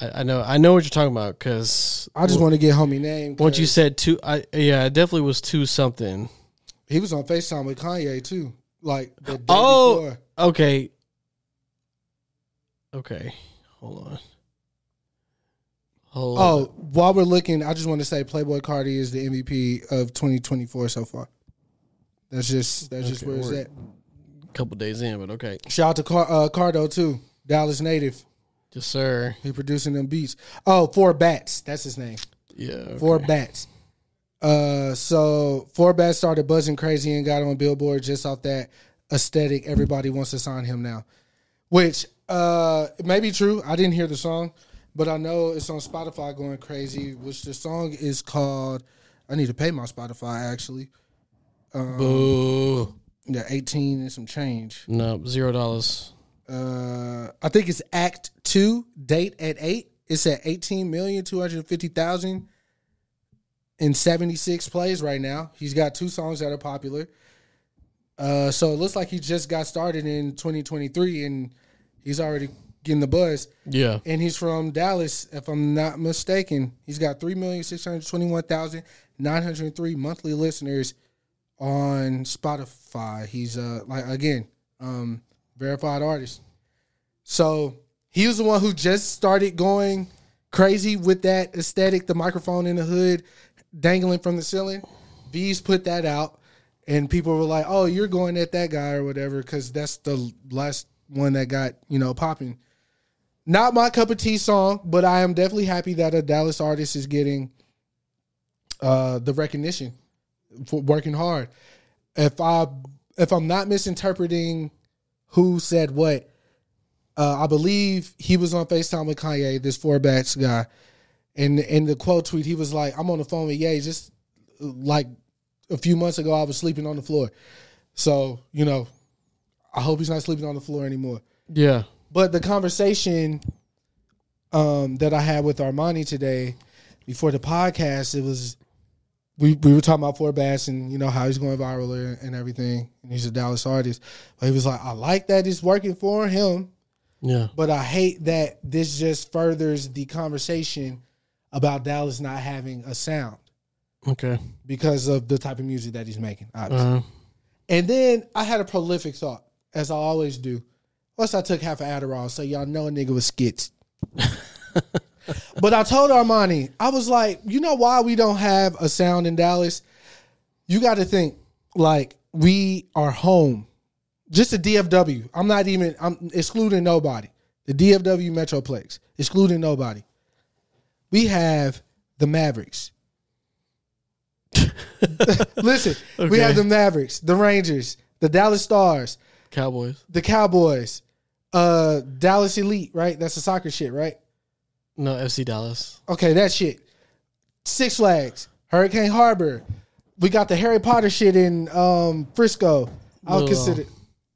Speaker 2: on. I, I know I know what you're talking about cuz
Speaker 3: I just want to get homie name.
Speaker 2: once you
Speaker 3: 'cause
Speaker 2: said two I yeah, I definitely was two something.
Speaker 3: he was on Facetime with Kanye too, like the day
Speaker 2: Oh.
Speaker 3: before.
Speaker 2: Okay. Okay. Hold on. Hold
Speaker 3: Oh,
Speaker 2: on.
Speaker 3: while we're looking, I just want to say Playboy Cardi is the MVP of 2024 so far. That's just that's just
Speaker 2: Okay,
Speaker 3: where it's
Speaker 2: word.
Speaker 3: at.
Speaker 2: a couple days in, but okay.
Speaker 3: Shout out to Car- uh, Cardo too, Dallas native.
Speaker 2: Yes, sir.
Speaker 3: He producing them beats. Oh, four bats. That's his name.
Speaker 2: Yeah. okay.
Speaker 3: Four bats. Uh, so four bats started buzzing crazy and got on Billboard just off that aesthetic. Everybody wants to sign him now, which uh it may be true. I didn't hear the song, but I know it's on Spotify going crazy. Which the song is called. I need to pay my Spotify actually.
Speaker 2: Boo.
Speaker 3: Yeah, eighteen and some change.
Speaker 2: No, zero dollars.
Speaker 3: Uh, I think it's Act Two, date at eight. It's at eighteen million two hundred fifty thousand. in 76 plays right now. He's got two songs that are popular. Uh, so it looks like he just got started in 2023 and he's already getting the buzz.
Speaker 2: Yeah.
Speaker 3: And he's from Dallas, if I'm not mistaken. He's got 3,621,903 monthly listeners on Spotify. He's uh like again, um verified artist. So he was the one who just started going crazy with that aesthetic, the microphone in the hood dangling from the ceiling. Bees put that out and people were like, "Oh, you're going at that guy or whatever cuz that's the last one that got, you know, popping." Not my cup of tea song, but I am definitely happy that a Dallas artist is getting uh the recognition for working hard. If I if I'm not misinterpreting who said what, uh, I believe he was on FaceTime with Kanye, this four backs guy, and in the quote tweet he was like, "I'm on the phone with Ye just uh, like a few months ago. I was sleeping on the floor, so you know, I hope he's not sleeping on the floor anymore."
Speaker 2: Yeah.
Speaker 3: But the conversation um, that I had with Armani today before the podcast, it was we, we were talking about Fort Bass and you know how he's going viral and everything, and he's a Dallas artist. But he was like, I like that it's working for him,
Speaker 2: Yeah.
Speaker 3: but I hate that this just furthers the conversation about Dallas not having a sound
Speaker 2: Okay.
Speaker 3: because of the type of music that he's making. Obviously.
Speaker 2: Uh,
Speaker 3: And then I had a prolific thought, as I always do. Once I took half of Adderall, so y'all know a nigga was skits. but I told Armani, I was like, you know why we don't have a sound in Dallas? You got to think, like, we are home. Just the DFW. I'm not even, I'm excluding nobody. The DFW Metroplex, excluding nobody. We have the Mavericks. Listen, we
Speaker 2: Okay.
Speaker 3: have the Mavericks, the Rangers, the Dallas Stars,
Speaker 2: Cowboys.
Speaker 3: the Cowboys, uh, Dallas Elite, right? That's the soccer shit, right?
Speaker 2: No, FC Dallas.
Speaker 3: Okay, that shit. Six Flags, Hurricane Harbor. We got the Harry Potter shit in um, Frisco. I'll
Speaker 2: Little-
Speaker 3: consider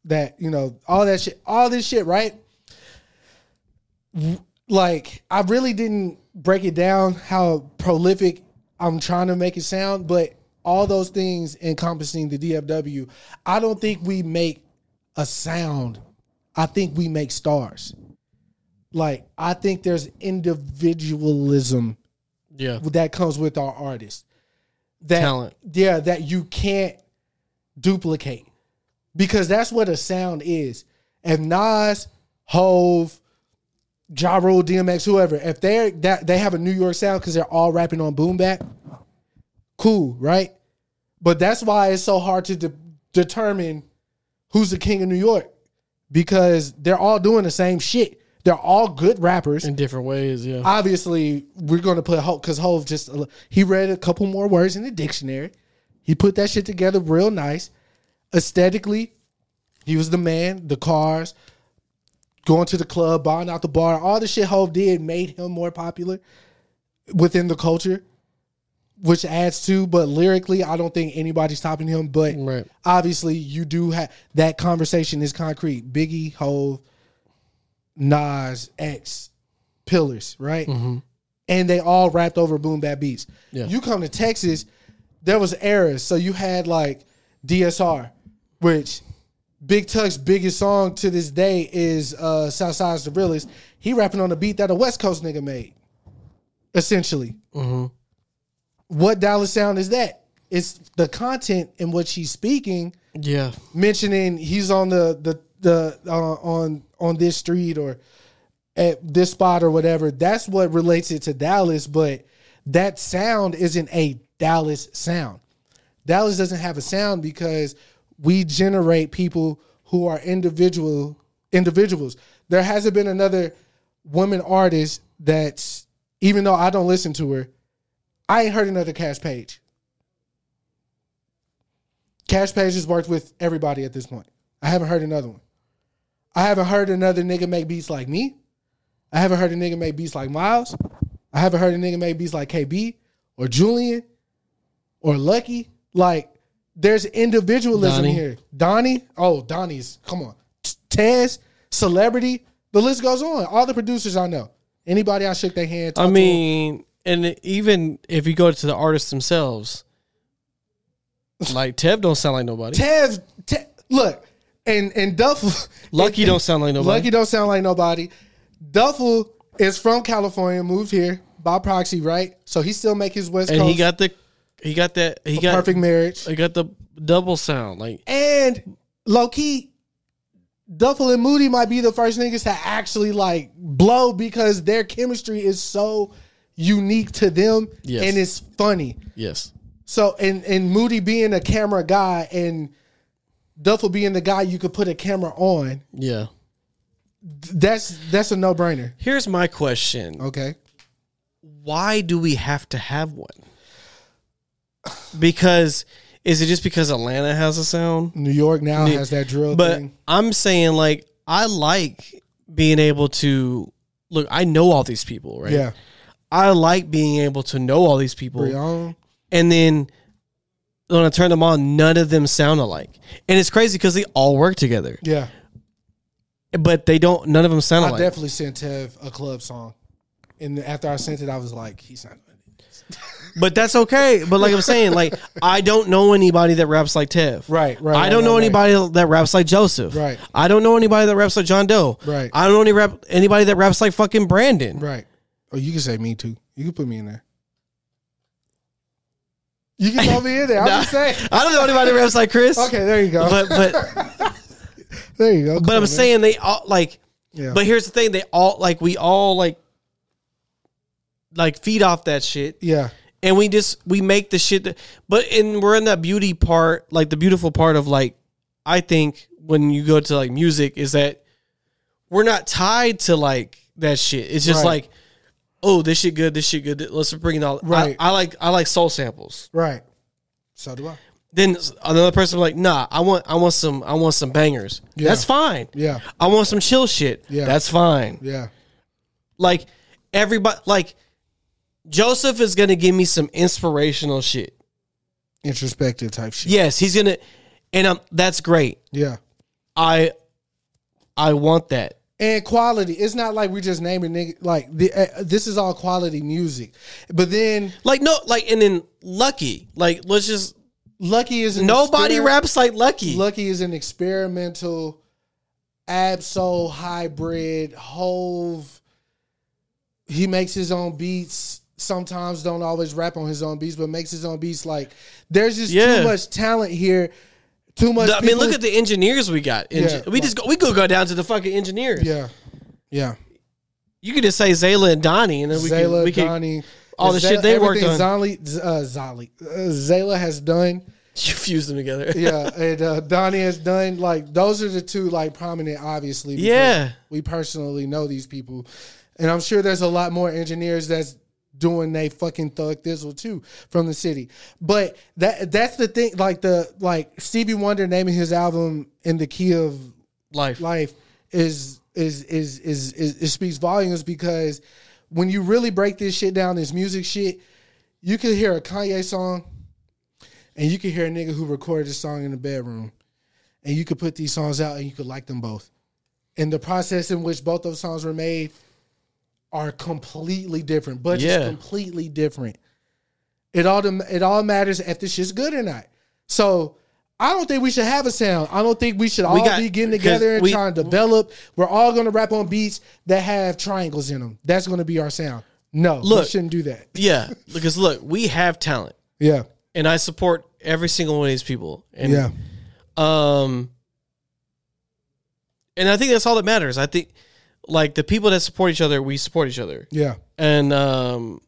Speaker 3: that, you know, all that shit, all this shit, right? W- Like, I really didn't break it down how prolific I'm trying to make it sound, but all those things encompassing the DFW, I don't think we make a sound. I think we make stars. Like, I think there's individualism
Speaker 2: Yeah.
Speaker 3: that comes with our artists. That,
Speaker 2: Talent.
Speaker 3: Yeah, that you can't duplicate. Because that's what a sound is. If Nas, Hove, Ja Rule, DMX, whoever, if they're that they have a New York sound because they're all rapping on boom bap, cool, right? But that's why it's so hard to de- determine who's the king of New York. Because they're all doing the same shit. They're all good rappers
Speaker 2: In different ways. Yeah.
Speaker 3: obviously we're going to put Hov because Hove just he read a couple more words in the dictionary. He put that shit together real nice, aesthetically. He was the man. The cars, going to the club, buying out the bar, all the shit Hove did made him more popular within the culture, which adds to. But lyrically, I don't think anybody's topping him. But
Speaker 2: Right.
Speaker 3: obviously, you do have that conversation is concrete. Biggie, Hove, Nas, X, Pillars, right? And they all rapped over boom bap beats.
Speaker 2: Yeah.
Speaker 3: You come to Texas, there was eras. So you had like DSR, which Big Tuck's biggest song to this day is uh, Southside's the Realest. He rapping on a beat that a West Coast nigga made, essentially. What Dallas sound is that? It's the content in which he's speaking
Speaker 2: Yeah.
Speaker 3: mentioning he's on the the the uh, on on this street or at this spot or whatever. That's what relates it to Dallas, but that sound isn't a Dallas sound. Dallas doesn't have a sound because we generate people who are individual individuals. There hasn't been another woman artist that's even though I don't listen to her, I ain't heard another Cash Page. Cash Page has worked with everybody at this point. I haven't heard another one. I haven't heard another nigga make beats like me. I haven't heard a nigga make beats like Miles. I haven't heard a nigga make beats like KB or Julian or Lucky. Like, there's individualism
Speaker 2: Donnie.
Speaker 3: here. Donnie, oh, Donnie's, come on. T- Tez, celebrity. The list goes on. All the producers I know. Anybody I shook their hand.
Speaker 2: I
Speaker 3: talked to,
Speaker 2: mean, and even if you go to the artists themselves, like Tev don't sound like nobody.
Speaker 3: Tev, Tev look, and and Duffel.
Speaker 2: Lucky don't sound like nobody.
Speaker 3: Lucky don't sound like nobody. Duffel is from California, moved here by proxy, right? So he still make his West
Speaker 2: and
Speaker 3: Coast
Speaker 2: he got the he got that he got
Speaker 3: perfect marriage.
Speaker 2: He got the double sound. Like
Speaker 3: And low key, Duffel and Moody might be the first niggas to actually like blow because their chemistry is so unique to them
Speaker 2: Yes.
Speaker 3: and it's funny.
Speaker 2: yes,
Speaker 3: So and and Moody being a camera guy and Duffel being the guy you could put a camera on,
Speaker 2: yeah.
Speaker 3: that's that's a no brainer.
Speaker 2: Here's my question.
Speaker 3: Okay.
Speaker 2: why do we have to have one? Because is it just because Atlanta has a sound?
Speaker 3: New York now has that drill
Speaker 2: But
Speaker 3: thing.
Speaker 2: I'm saying like I like being able to look. I know all these people, right?
Speaker 3: Yeah.
Speaker 2: I like being able to know all these people,
Speaker 3: Breon.
Speaker 2: and then when I turn them on, none of them sound alike, and it's crazy because they all work together,
Speaker 3: Yeah.
Speaker 2: but they don't. None of them sound
Speaker 3: I
Speaker 2: alike.
Speaker 3: definitely sent Tev a club song. And after I sent it, I was like, he's not
Speaker 2: But that's okay. But like I'm saying, like I don't know anybody that raps like Tev.
Speaker 3: Right, right,
Speaker 2: I don't
Speaker 3: right,
Speaker 2: know
Speaker 3: right,
Speaker 2: anybody that raps like Joseph.
Speaker 3: Right.
Speaker 2: I don't know anybody that raps like John Doe.
Speaker 3: Right.
Speaker 2: I don't know any rap anybody that raps like fucking Brandon.
Speaker 3: Right. Oh, you can say me too. You can put me in there. You can throw me in there. I'm just saying.
Speaker 2: I don't know anybody that raps like Chris.
Speaker 3: Okay, there you go.
Speaker 2: But but
Speaker 3: there you go.
Speaker 2: but I'm saying they all like.
Speaker 3: Yeah.
Speaker 2: But here's the thing: they all like we all like like feed off that shit.
Speaker 3: yeah,
Speaker 2: and we just we make the shit that, but and we're in that beauty part like the beautiful part of like i think when you go to like music is that we're not tied to like that shit it's just
Speaker 3: Right.
Speaker 2: like oh this shit good this shit good let's bring it all
Speaker 3: Right.
Speaker 2: I, I like i like soul samples
Speaker 3: right. So do I.
Speaker 2: then another person like nah i want i want some i want some bangers
Speaker 3: Yeah.
Speaker 2: that's fine
Speaker 3: Yeah.
Speaker 2: i want some chill shit
Speaker 3: Yeah.
Speaker 2: that's fine
Speaker 3: Yeah.
Speaker 2: like everybody like joseph is gonna give me some inspirational shit
Speaker 3: Introspective type shit.
Speaker 2: Yes, he's gonna, and um, that's great.
Speaker 3: Yeah.
Speaker 2: I, I want that.
Speaker 3: And quality. It's not like we just naming nigga like the, uh, this is all quality music. But then
Speaker 2: Like no, like and then Lucky. Like let's just
Speaker 3: Lucky is an
Speaker 2: nobody
Speaker 3: exper-
Speaker 2: raps like Lucky.
Speaker 3: Lucky is an experimental, abso hybrid hove. He makes his own beats. Sometimes don't always rap on his own beats, but makes his own beats. Like there's just
Speaker 2: Yeah.
Speaker 3: too much talent here. Too much.
Speaker 2: I mean,
Speaker 3: people-
Speaker 2: look at the engineers we got. Engi-
Speaker 3: Yeah.
Speaker 2: we just go, we could go down to the fucking engineers.
Speaker 3: yeah, yeah.
Speaker 2: You could just say Zayla and Donnie, and then we
Speaker 3: Zayla,
Speaker 2: could, we could
Speaker 3: Donnie,
Speaker 2: all the shit they worked
Speaker 3: everything
Speaker 2: on.
Speaker 3: Zonly, Z- uh, Zolly, uh, Zayla has done.
Speaker 2: you fuse them together.
Speaker 3: Yeah, and uh, Donnie has done. Like those are the two like prominent, obviously. because
Speaker 2: Yeah.
Speaker 3: we personally know these people, and I'm sure there's a lot more engineers that's doing they fucking thug thizzle too from the city. But that that's the thing. Like the like Stevie Wonder naming his album in the key of
Speaker 2: Life.
Speaker 3: life is is is is, is, it speaks volumes because when you really break this shit down, this music shit, you can hear a Kanye song, and you can hear a nigga who recorded a song in the bedroom, and you could put these songs out and you could like them both, and the process in which both those songs were made are completely different, but
Speaker 2: Yeah.
Speaker 3: it's completely different. It all it all matters if this shit's good or not. So I don't think we should have a sound. I don't think we should all
Speaker 2: got-
Speaker 3: be getting
Speaker 2: 'cause
Speaker 3: together and
Speaker 2: we-
Speaker 3: trying to develop. We're all going to rap on beats that have triangles in them. That's going to be our sound. No,
Speaker 2: Look.
Speaker 3: we shouldn't do that.
Speaker 2: Yeah, because look, we have talent,
Speaker 3: Yeah,
Speaker 2: and I support every single one of these people. And
Speaker 3: yeah,
Speaker 2: Um, and I think that's all that matters. I think, like the people that support each other, we support each other,
Speaker 3: yeah,
Speaker 2: and um,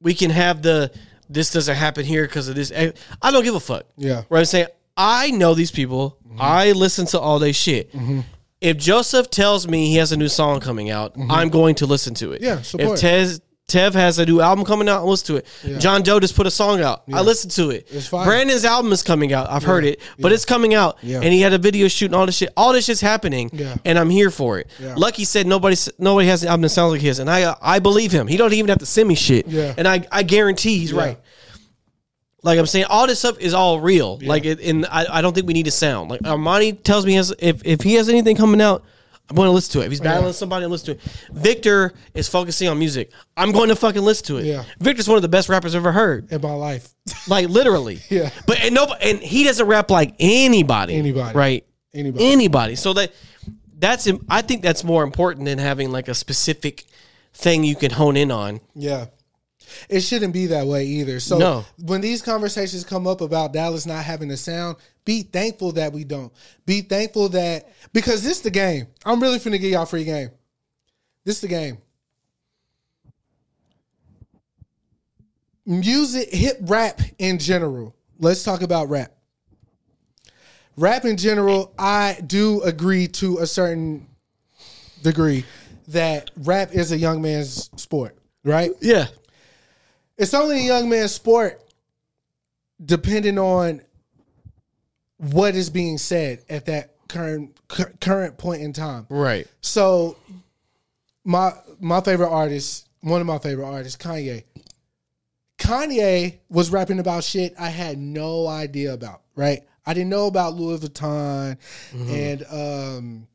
Speaker 2: we can have the this doesn't happen here because of this. eh, I don't give a fuck.
Speaker 3: yeah, Mm-hmm.
Speaker 2: Right? I'm saying I know these people. I listen to all their shit. If Joseph tells me he has a new song coming out, I'm going to listen to it.
Speaker 3: Mm-hmm. Yeah, support.
Speaker 2: If Tez Tev has a new album coming out, I listen to it. John Doe just put a song out. I listened to it.
Speaker 3: It's fine.
Speaker 2: Brandon's album is coming out. I've heard it, but it's coming out.
Speaker 3: Yeah.
Speaker 2: And he had a video shoot and all this shit. All this shit's happening.
Speaker 3: Yeah.
Speaker 2: And I'm here for it.
Speaker 3: Yeah.
Speaker 2: Lucky said nobody s- nobody has an album that sounds like his. And I I believe him. He don't even have to send me shit.
Speaker 3: Yeah.
Speaker 2: And I, I guarantee he's
Speaker 3: Yeah.
Speaker 2: right like I'm saying, all this stuff is all real. Like, it, and I, I don't think we need a sound. Like Armani tells me, has if if he has anything coming out, I'm going to listen to it. If he's
Speaker 3: Oh,
Speaker 2: battling somebody, I'm listening to it. Victor is focusing on music. I'm going to fucking listen to it.
Speaker 3: Yeah.
Speaker 2: Victor's one of the best rappers I've ever heard.
Speaker 3: in my life.
Speaker 2: Like literally.
Speaker 3: Yeah.
Speaker 2: But and nobody and he doesn't rap like anybody.
Speaker 3: Anybody.
Speaker 2: Right.
Speaker 3: Anybody.
Speaker 2: Anybody. So that that's im- I think that's more important than having like a specific thing you can hone in on.
Speaker 3: Yeah. It shouldn't be that way either. So
Speaker 2: No.
Speaker 3: when these conversations come up about Dallas not having a sound, be thankful that we don't. Be thankful that because this the game. I'm really finna give y'all free game. This the game. Music, hip rap in general. Let's talk about rap. Rap in general, I do agree to a certain degree that rap is a young man's sport, right?
Speaker 2: Yeah.
Speaker 3: it's only a young man's sport depending on what is being said at that current cur- current point in time
Speaker 2: Right.
Speaker 3: so my my favorite artist one of my favorite artists kanye kanye was rapping about shit i had no idea about right i didn't know about louis vuitton and um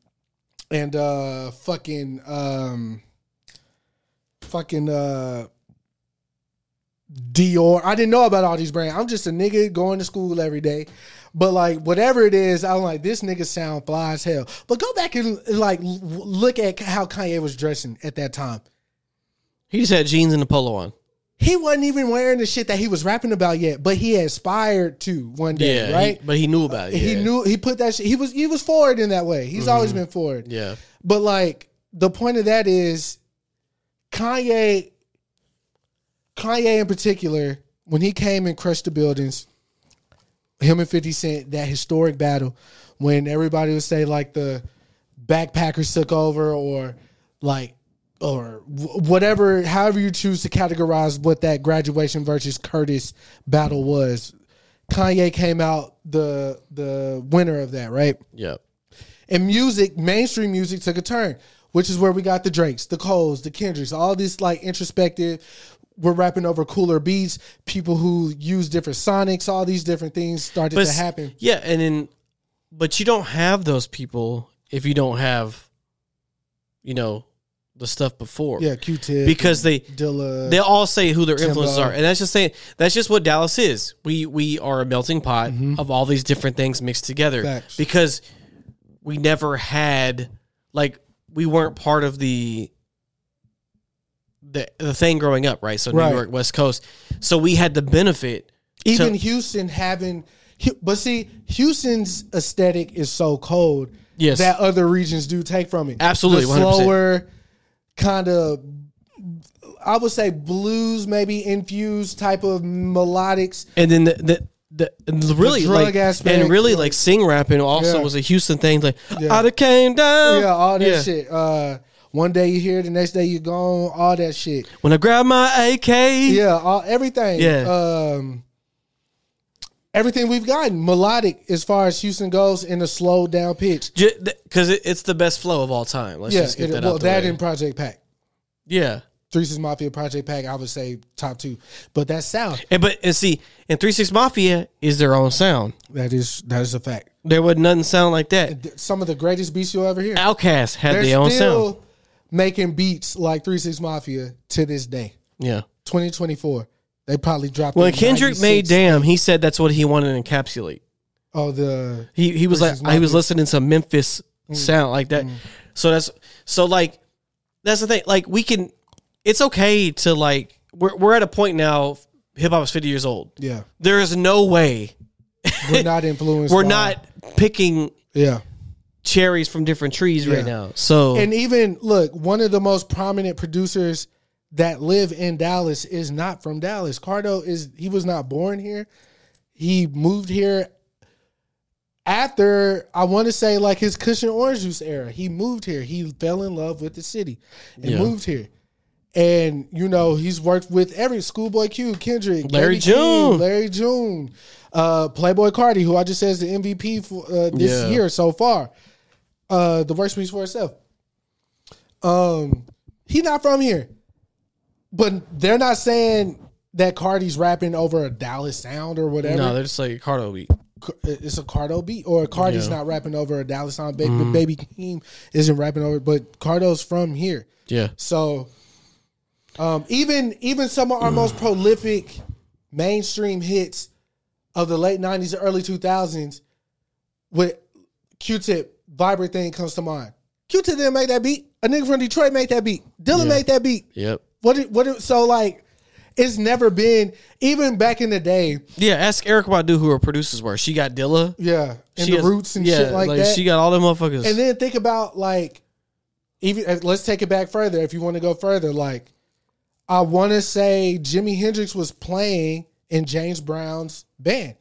Speaker 3: and uh fucking um fucking uh Dior. I didn't know about all these brands. I'm just a nigga going to school every day. But like whatever it is, I'm like this nigga sound fly as hell. But go back and like l- look at how Kanye was dressing at that time.
Speaker 2: He just had jeans and a polo on.
Speaker 3: He wasn't even wearing the shit that he was rapping about yet, but he aspired to one day,
Speaker 2: Yeah. he-
Speaker 3: right?
Speaker 2: but he knew about it.
Speaker 3: he
Speaker 2: yeah. Mm-hmm.
Speaker 3: knew he put that shit. He was he was forward in that way. He's always been forward.
Speaker 2: Yeah.
Speaker 3: But like the point of that is Kanye Kanye in particular, when he came and crushed the buildings, him and 50 Cent, that historic battle when everybody would say like the backpackers took over or like or wh- whatever however you choose to categorize what that graduation versus Curtis battle was. Kanye came out the the winner of that, right?
Speaker 2: Yeah.
Speaker 3: And music, mainstream music took a turn, which is where we got the Drakes, the Coles, the Kendricks, all this like introspective. We're rapping over cooler beats, people who use different sonics, all these different things started to
Speaker 2: s-
Speaker 3: happen.
Speaker 2: Yeah, and then but you don't have those people if you don't have you know the stuff before.
Speaker 3: Yeah, Q Tip.
Speaker 2: Because they
Speaker 3: Dilla.
Speaker 2: they all say who their influences
Speaker 3: Timbo.
Speaker 2: are. And that's just saying that's just what Dallas is. We we are a melting pot of all these different things mixed together.
Speaker 3: Mm-hmm. Facts.
Speaker 2: Because we never had like we weren't part of the the, the thing growing up, right? So New
Speaker 3: Right.
Speaker 2: York, West Coast. So we had the benefit
Speaker 3: Even
Speaker 2: to-
Speaker 3: Houston having, Hu- but see, Houston's aesthetic is so cold
Speaker 2: Yes.
Speaker 3: that other regions do take from it.
Speaker 2: Absolutely,
Speaker 3: The
Speaker 2: 100%.
Speaker 3: slower, kind of, I would say blues, maybe infused type of melodics.
Speaker 2: and then the the, the, and the really
Speaker 3: drug
Speaker 2: like
Speaker 3: aspect,
Speaker 2: and really
Speaker 3: like-
Speaker 2: like sing rapping also
Speaker 3: Yeah.
Speaker 2: was a Houston thing. Like
Speaker 3: Yeah.
Speaker 2: I done came down,
Speaker 3: Yeah, all that
Speaker 2: Yeah.
Speaker 3: shit. Uh, one day you here, the next day you gone. All that shit.
Speaker 2: When I grabbed my AK,
Speaker 3: Yeah, all everything.
Speaker 2: Yeah.
Speaker 3: Um, everything we've gotten melodic as far as Houston goes in a slowed down pitch.
Speaker 2: because it, it's the best flow of all time. Let's
Speaker 3: yeah,
Speaker 2: just get
Speaker 3: it-
Speaker 2: that
Speaker 3: well,
Speaker 2: out the
Speaker 3: that
Speaker 2: way.
Speaker 3: and Project Pack,
Speaker 2: yeah,
Speaker 3: Three's Mafia Project Pack, I would say top two. But that sound,
Speaker 2: and but and see, and Three Six Mafia is their own sound.
Speaker 3: that is that is a fact.
Speaker 2: There wasn't nothing sound like that.
Speaker 3: Th- Some of the greatest beats you'll ever hear.
Speaker 2: Outcast had
Speaker 3: They're
Speaker 2: their own
Speaker 3: still
Speaker 2: sound.
Speaker 3: making beats like Three Six Mafia to this day,
Speaker 2: Yeah.
Speaker 3: twenty twenty four. They probably dropped.
Speaker 2: When
Speaker 3: the
Speaker 2: Kendrick
Speaker 3: 96
Speaker 2: made "Damn," he said that's what he wanted to encapsulate.
Speaker 3: Oh, the
Speaker 2: He he was
Speaker 3: Versus
Speaker 2: like he was
Speaker 3: Mafia. Mm.
Speaker 2: listening to Memphis sound like that. So that's so like that's the thing. Like we can, it's okay to like we're we're at a point now. Hip hop is fifty years old.
Speaker 3: yeah.
Speaker 2: There is no way
Speaker 3: We're not influenced.
Speaker 2: we're
Speaker 3: by-
Speaker 2: not picking
Speaker 3: Yeah.
Speaker 2: cherries from different trees
Speaker 3: Yeah.
Speaker 2: right now. So
Speaker 3: And even look, one of the most prominent producers that live in Dallas is not from Dallas. Cardo is he was not born here. He moved here after I want to say like his cushion orange juice era. He moved here. He fell in love with the city and
Speaker 2: Yeah.
Speaker 3: moved here. And you know he's worked with every Schoolboy Q, Kendrick,
Speaker 2: Larry
Speaker 3: Baby Keem,
Speaker 2: June.
Speaker 3: Larry June, uh, Playboy Cardi, who I just said is the MVP for uh, this
Speaker 2: Yeah.
Speaker 3: year so far. Uh, the work speaks for itself. Um, he not from here, but they're not saying that Cardi's rapping over a Dallas sound or whatever. uh,
Speaker 2: no, they're just like Cardo beat.
Speaker 3: it's a Cardo beat, or Cardi's
Speaker 2: Yeah.
Speaker 3: not rapping over a Dallas on baby. Baby Keem isn't rapping over, but Cardo's from here.
Speaker 2: Yeah.
Speaker 3: So um, even even some of our most prolific mainstream hits of the late nineties and early two thousands with Q tip Viber thing comes to mind. Q tip didn't make that beat. A nigga from Detroit made that beat. Dylan made that beat.
Speaker 2: Yep.
Speaker 3: What it, what it, so like it's never been even back in the day,
Speaker 2: Yeah. Ask Eric Badu who her producers were. She got Dilla.
Speaker 3: yeah, and
Speaker 2: She
Speaker 3: the
Speaker 2: has-
Speaker 3: roots and shit like, that.
Speaker 2: She got all them motherfuckers.
Speaker 3: And then think about like, even uh, let's take it back further. If you want to go further, like, I want to say Jimi Hendrix was playing in James Brown's band,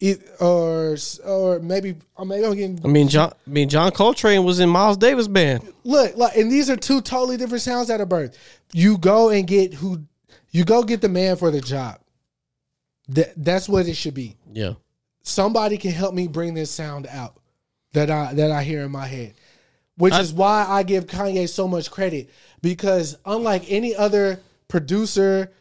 Speaker 3: It- or or maybe or maybe I'm getting
Speaker 2: I mean, John. I mean, John Coltrane was in Miles Davis band.
Speaker 3: look like, and these are two totally different sounds at a birth. You go and get who, you go get the man for the job. That that's what it should be.
Speaker 2: Yeah.
Speaker 3: somebody can help me bring this sound out that I that I hear in my head. Which
Speaker 2: I-
Speaker 3: is why I give Kanye so much credit because unlike any other producer,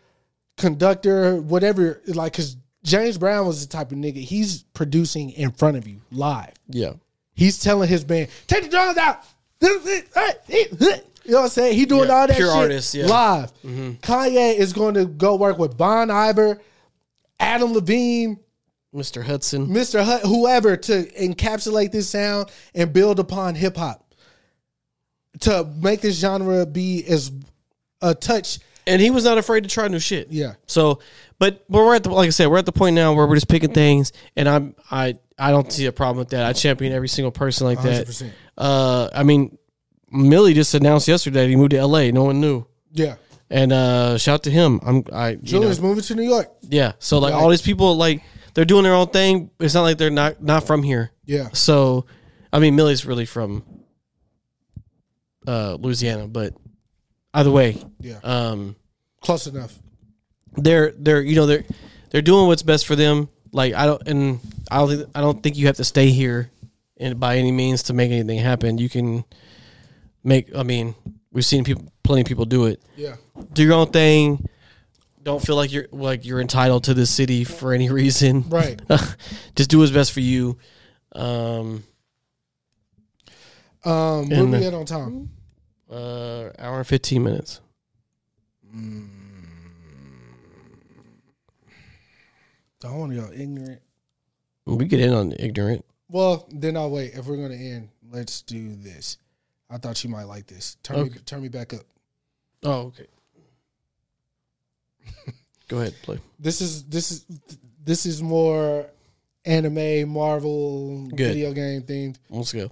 Speaker 3: conductor, whatever, like cuz James Brown was the type of nigga he's producing in front of you live.
Speaker 2: Yeah.
Speaker 3: He's telling his band, "Take the drums out." This is it. You know what I'm saying? He doing
Speaker 2: Yeah,
Speaker 3: all that
Speaker 2: pure
Speaker 3: shit
Speaker 2: artist, yeah. Mm-hmm.
Speaker 3: live. Kanye is going to go work with Bon Iver, Adam Levine,
Speaker 2: Mr. Hudson.
Speaker 3: Mr. Hut, whoever, to encapsulate this sound and build upon hip hop to make this genre be as a touch.
Speaker 2: And he was not afraid to try new shit.
Speaker 3: Yeah.
Speaker 2: So, but but we're at the like I said, we're at the point now where we're just picking things, and I'm I I don't see a problem with that. I champion every single person like that.
Speaker 3: 100%.
Speaker 2: Uh, I mean, Millie just announced yesterday that he moved to L.A. No one knew,
Speaker 3: Yeah.
Speaker 2: and uh, shout to him. I'm I you know,
Speaker 3: Julian's moving to New York.
Speaker 2: yeah. So like all these people like they're doing their own thing. It's not like they're not not from here.
Speaker 3: Yeah.
Speaker 2: So, I mean, Millie's really from uh, Louisiana, but either way,
Speaker 3: Yeah.
Speaker 2: um,
Speaker 3: Close enough.
Speaker 2: they're they're you know they're they're doing what's best for them. Like I don't and I don't think, I don't think you have to stay here and by any means to make anything happen. You can make. I mean, we've seen people, plenty of people do it.
Speaker 3: Yeah.
Speaker 2: Do your own thing. Don't feel like you're like you're entitled to this city for any reason.
Speaker 3: Right.
Speaker 2: Just do what's best for you. Um,
Speaker 3: Um, where
Speaker 2: And
Speaker 3: we
Speaker 2: the-
Speaker 3: at on time?
Speaker 2: uh, hour and fifteen minutes.
Speaker 3: I don't want to go ignorant.
Speaker 2: We get in on ignorant.
Speaker 3: Well, then I'll wait. If we're going to end, let's do this. I thought you might like this. Turn, me,
Speaker 2: Okay.
Speaker 3: turn me back up.
Speaker 2: Oh, okay. Go ahead, play.
Speaker 3: This is this is this is more anime, Marvel,
Speaker 2: Good.
Speaker 3: video game themed.
Speaker 2: Let's go.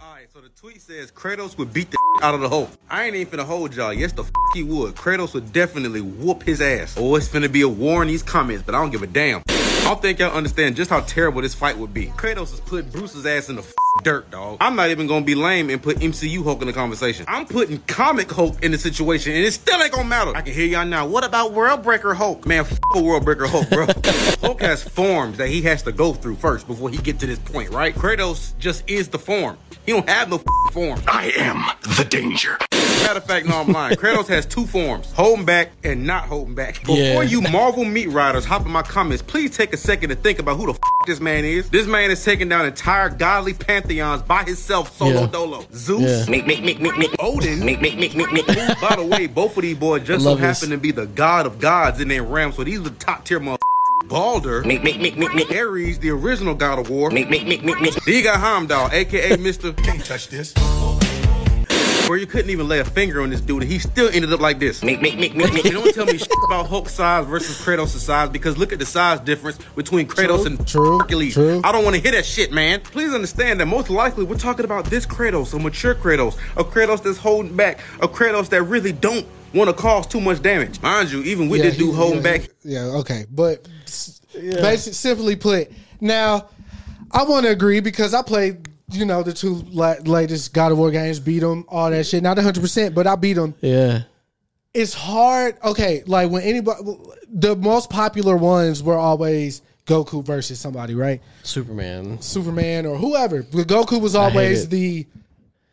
Speaker 8: All right, so the tweet says Kratos would beat the out of the Hulk. I ain't even finna hold y'all. Yes, the f- he would. Kratos would definitely whoop his ass. Oh, it's finna be a war in these comments, but I don't give a damn. I don't think y'all understand just how terrible this fight would be. Kratos has put Bruce's ass in the f- dirt, dog. I'm not even gonna be lame and put MCU Hulk in the conversation. I'm putting comic Hulk in the situation, and it still ain't gonna matter. I can hear y'all now. What about Worldbreaker Hulk? Man, f- a Worldbreaker Hulk, bro. Hulk has forms that he has to go through first before he get to this point, right? Kratos just is the form. He don't have no f- form.
Speaker 9: I am the danger.
Speaker 8: Matter of fact, no, I'm lying. Kratos has two forms: holding back and not holding back. Before
Speaker 2: Yeah.
Speaker 8: you Marvel meat riders hop in my comments, please take a second to think about who the f- this man is. This man is taking down entire godly pantheons by himself, solo
Speaker 2: Yeah.
Speaker 8: dolo. Zeus,
Speaker 2: Yeah.
Speaker 9: Make, make, make, make, make.
Speaker 8: Odin.
Speaker 9: Make, make, make, make, make.
Speaker 8: who, by the way, both of these boys just
Speaker 2: I
Speaker 8: so
Speaker 2: love this.
Speaker 8: happen to be the god of gods in their realm. So these are the top tier mother. Balder,
Speaker 9: Make, make, make, make, make.
Speaker 8: Ares, the original god of war.
Speaker 9: Make, make, make, make, make.
Speaker 8: Then you got Heimdall, aka Mister.
Speaker 9: Can't touch this.
Speaker 8: Where you couldn't even lay a finger on this dude, and he still ended up like this.
Speaker 9: Make, make, make, make,
Speaker 8: You
Speaker 9: make.
Speaker 8: don't tell me shit about Hulk size versus Kratos' size because look at the size difference between Kratos and
Speaker 3: true,
Speaker 8: Hercules.
Speaker 3: true.
Speaker 8: I don't want to hear that shit, man. Please understand that most likely we're talking about this Kratos, a mature Kratos, a Kratos that's holding back, a Kratos that really don't want to cause too much damage. Mind you, even with
Speaker 3: Yeah,
Speaker 8: this dude
Speaker 3: he-
Speaker 8: holding
Speaker 3: yeah,
Speaker 8: back,
Speaker 3: Yeah, okay. But basically, simply put, now I want to agree because I played, you know, the two la- latest God of War games, beat them, all that shit. Not 100%, but I beat them.
Speaker 2: Yeah.
Speaker 3: It's hard. Okay, like when anybody, the most popular ones were always Goku versus somebody, right?
Speaker 2: Superman.
Speaker 3: Superman or whoever. But Goku was always
Speaker 2: it.
Speaker 3: the.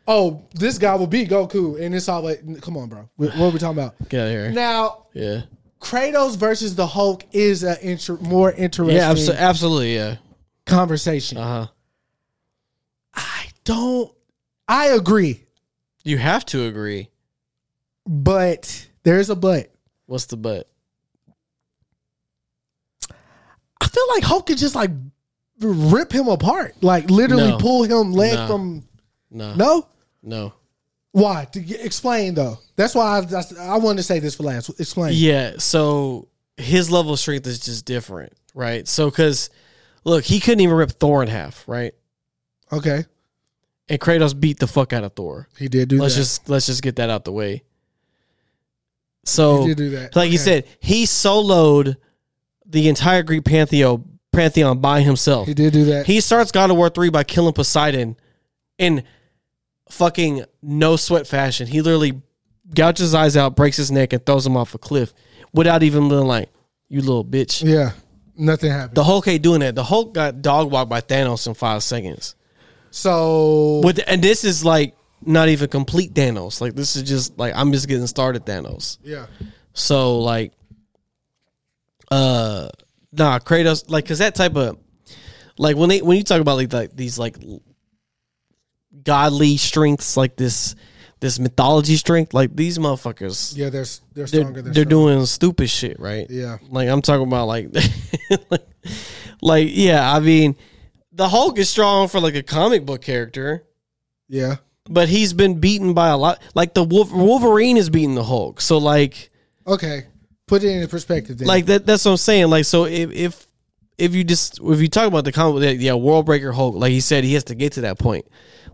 Speaker 3: Oh, this guy will beat Goku, and it's always come on, bro. What are we talking about?
Speaker 2: Get out of here.
Speaker 3: Now
Speaker 2: Yeah.
Speaker 3: Kratos versus the Hulk is a inter- more interesting
Speaker 2: Yeah, abso- absolutely. Yeah.
Speaker 3: conversation.
Speaker 2: Uh huh.
Speaker 3: I don't. I agree,
Speaker 2: You have to agree.
Speaker 3: but there's a but.
Speaker 2: What's the but?
Speaker 3: I feel like Hulk could just like rip him apart, like literally
Speaker 2: No.
Speaker 3: pull him leg
Speaker 2: No.
Speaker 3: from.
Speaker 2: No.
Speaker 3: No,
Speaker 2: No.
Speaker 3: why? To get, explain though. That's why I, that's- I wanted to say this for last. Explain.
Speaker 2: Yeah. So his level of strength is just different, right? So because look, he couldn't even rip Thor in half, right?
Speaker 3: Okay.
Speaker 2: And Kratos beat the fuck out of Thor.
Speaker 3: He did do
Speaker 2: let's
Speaker 3: that.
Speaker 2: just let's just get that out the way. So
Speaker 3: He did do that.
Speaker 2: like you
Speaker 3: Okay.
Speaker 2: said, he soloed the entire Greek pantheon pantheon by himself.
Speaker 3: he did do that.
Speaker 2: He starts God of War three by killing Poseidon in fucking no sweat fashion. He literally gouges his eyes out, breaks his neck, and throws him off a cliff without even looking like you little bitch.
Speaker 3: yeah. Nothing happened.
Speaker 2: The Hulk ain't doing that. The Hulk got dog walked by Thanos in five seconds.
Speaker 3: so
Speaker 2: With and this is like not even complete Thanos. Like this is just like I'm just getting started Thanos.
Speaker 3: yeah.
Speaker 2: So like, uh, nah, Kratos like because that type of like when they when you talk about like, like these like l- godly strengths like this this mythology strength like these motherfuckers
Speaker 3: Yeah, they're s-
Speaker 2: they're,
Speaker 3: they're stronger.
Speaker 2: they're,
Speaker 3: than strong.
Speaker 2: doing stupid shit right
Speaker 3: Yeah.
Speaker 2: like I'm talking about like like like yeah I mean the Hulk is strong for like a comic book character
Speaker 3: Yeah,
Speaker 2: but he's been beaten by a lot like the Wolf, Wolverine is beating the Hulk so like
Speaker 3: okay. Put it into perspective. Then.
Speaker 2: like that that's what I'm saying. Like so if if if you just if you talk about the comic that yeah, Worldbreaker Hulk, like he said, he has to get to that point.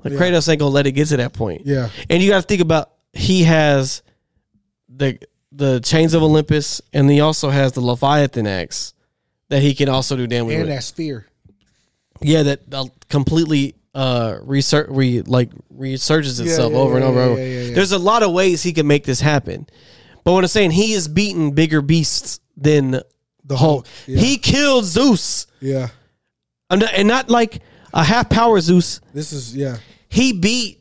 Speaker 2: Like Kratos ain't gonna let it get to that point.
Speaker 3: yeah,
Speaker 2: And you gotta think about he has the the chains of Olympus and he also has the Leviathan axe that he can also do damage
Speaker 3: and
Speaker 2: with.
Speaker 3: that sphere.
Speaker 2: Yeah, that uh, completely uh research re like resurges itself
Speaker 3: yeah,
Speaker 2: over and
Speaker 3: yeah,
Speaker 2: over
Speaker 3: yeah,
Speaker 2: and over.
Speaker 3: yeah, yeah, yeah.
Speaker 2: There's a lot of ways he can make this happen. But what I'm saying, he is beating bigger beasts than the Hulk. He killed Zeus.
Speaker 3: Yeah,
Speaker 2: I'm not- and not like a half power Zeus.
Speaker 3: this is yeah,
Speaker 2: He beat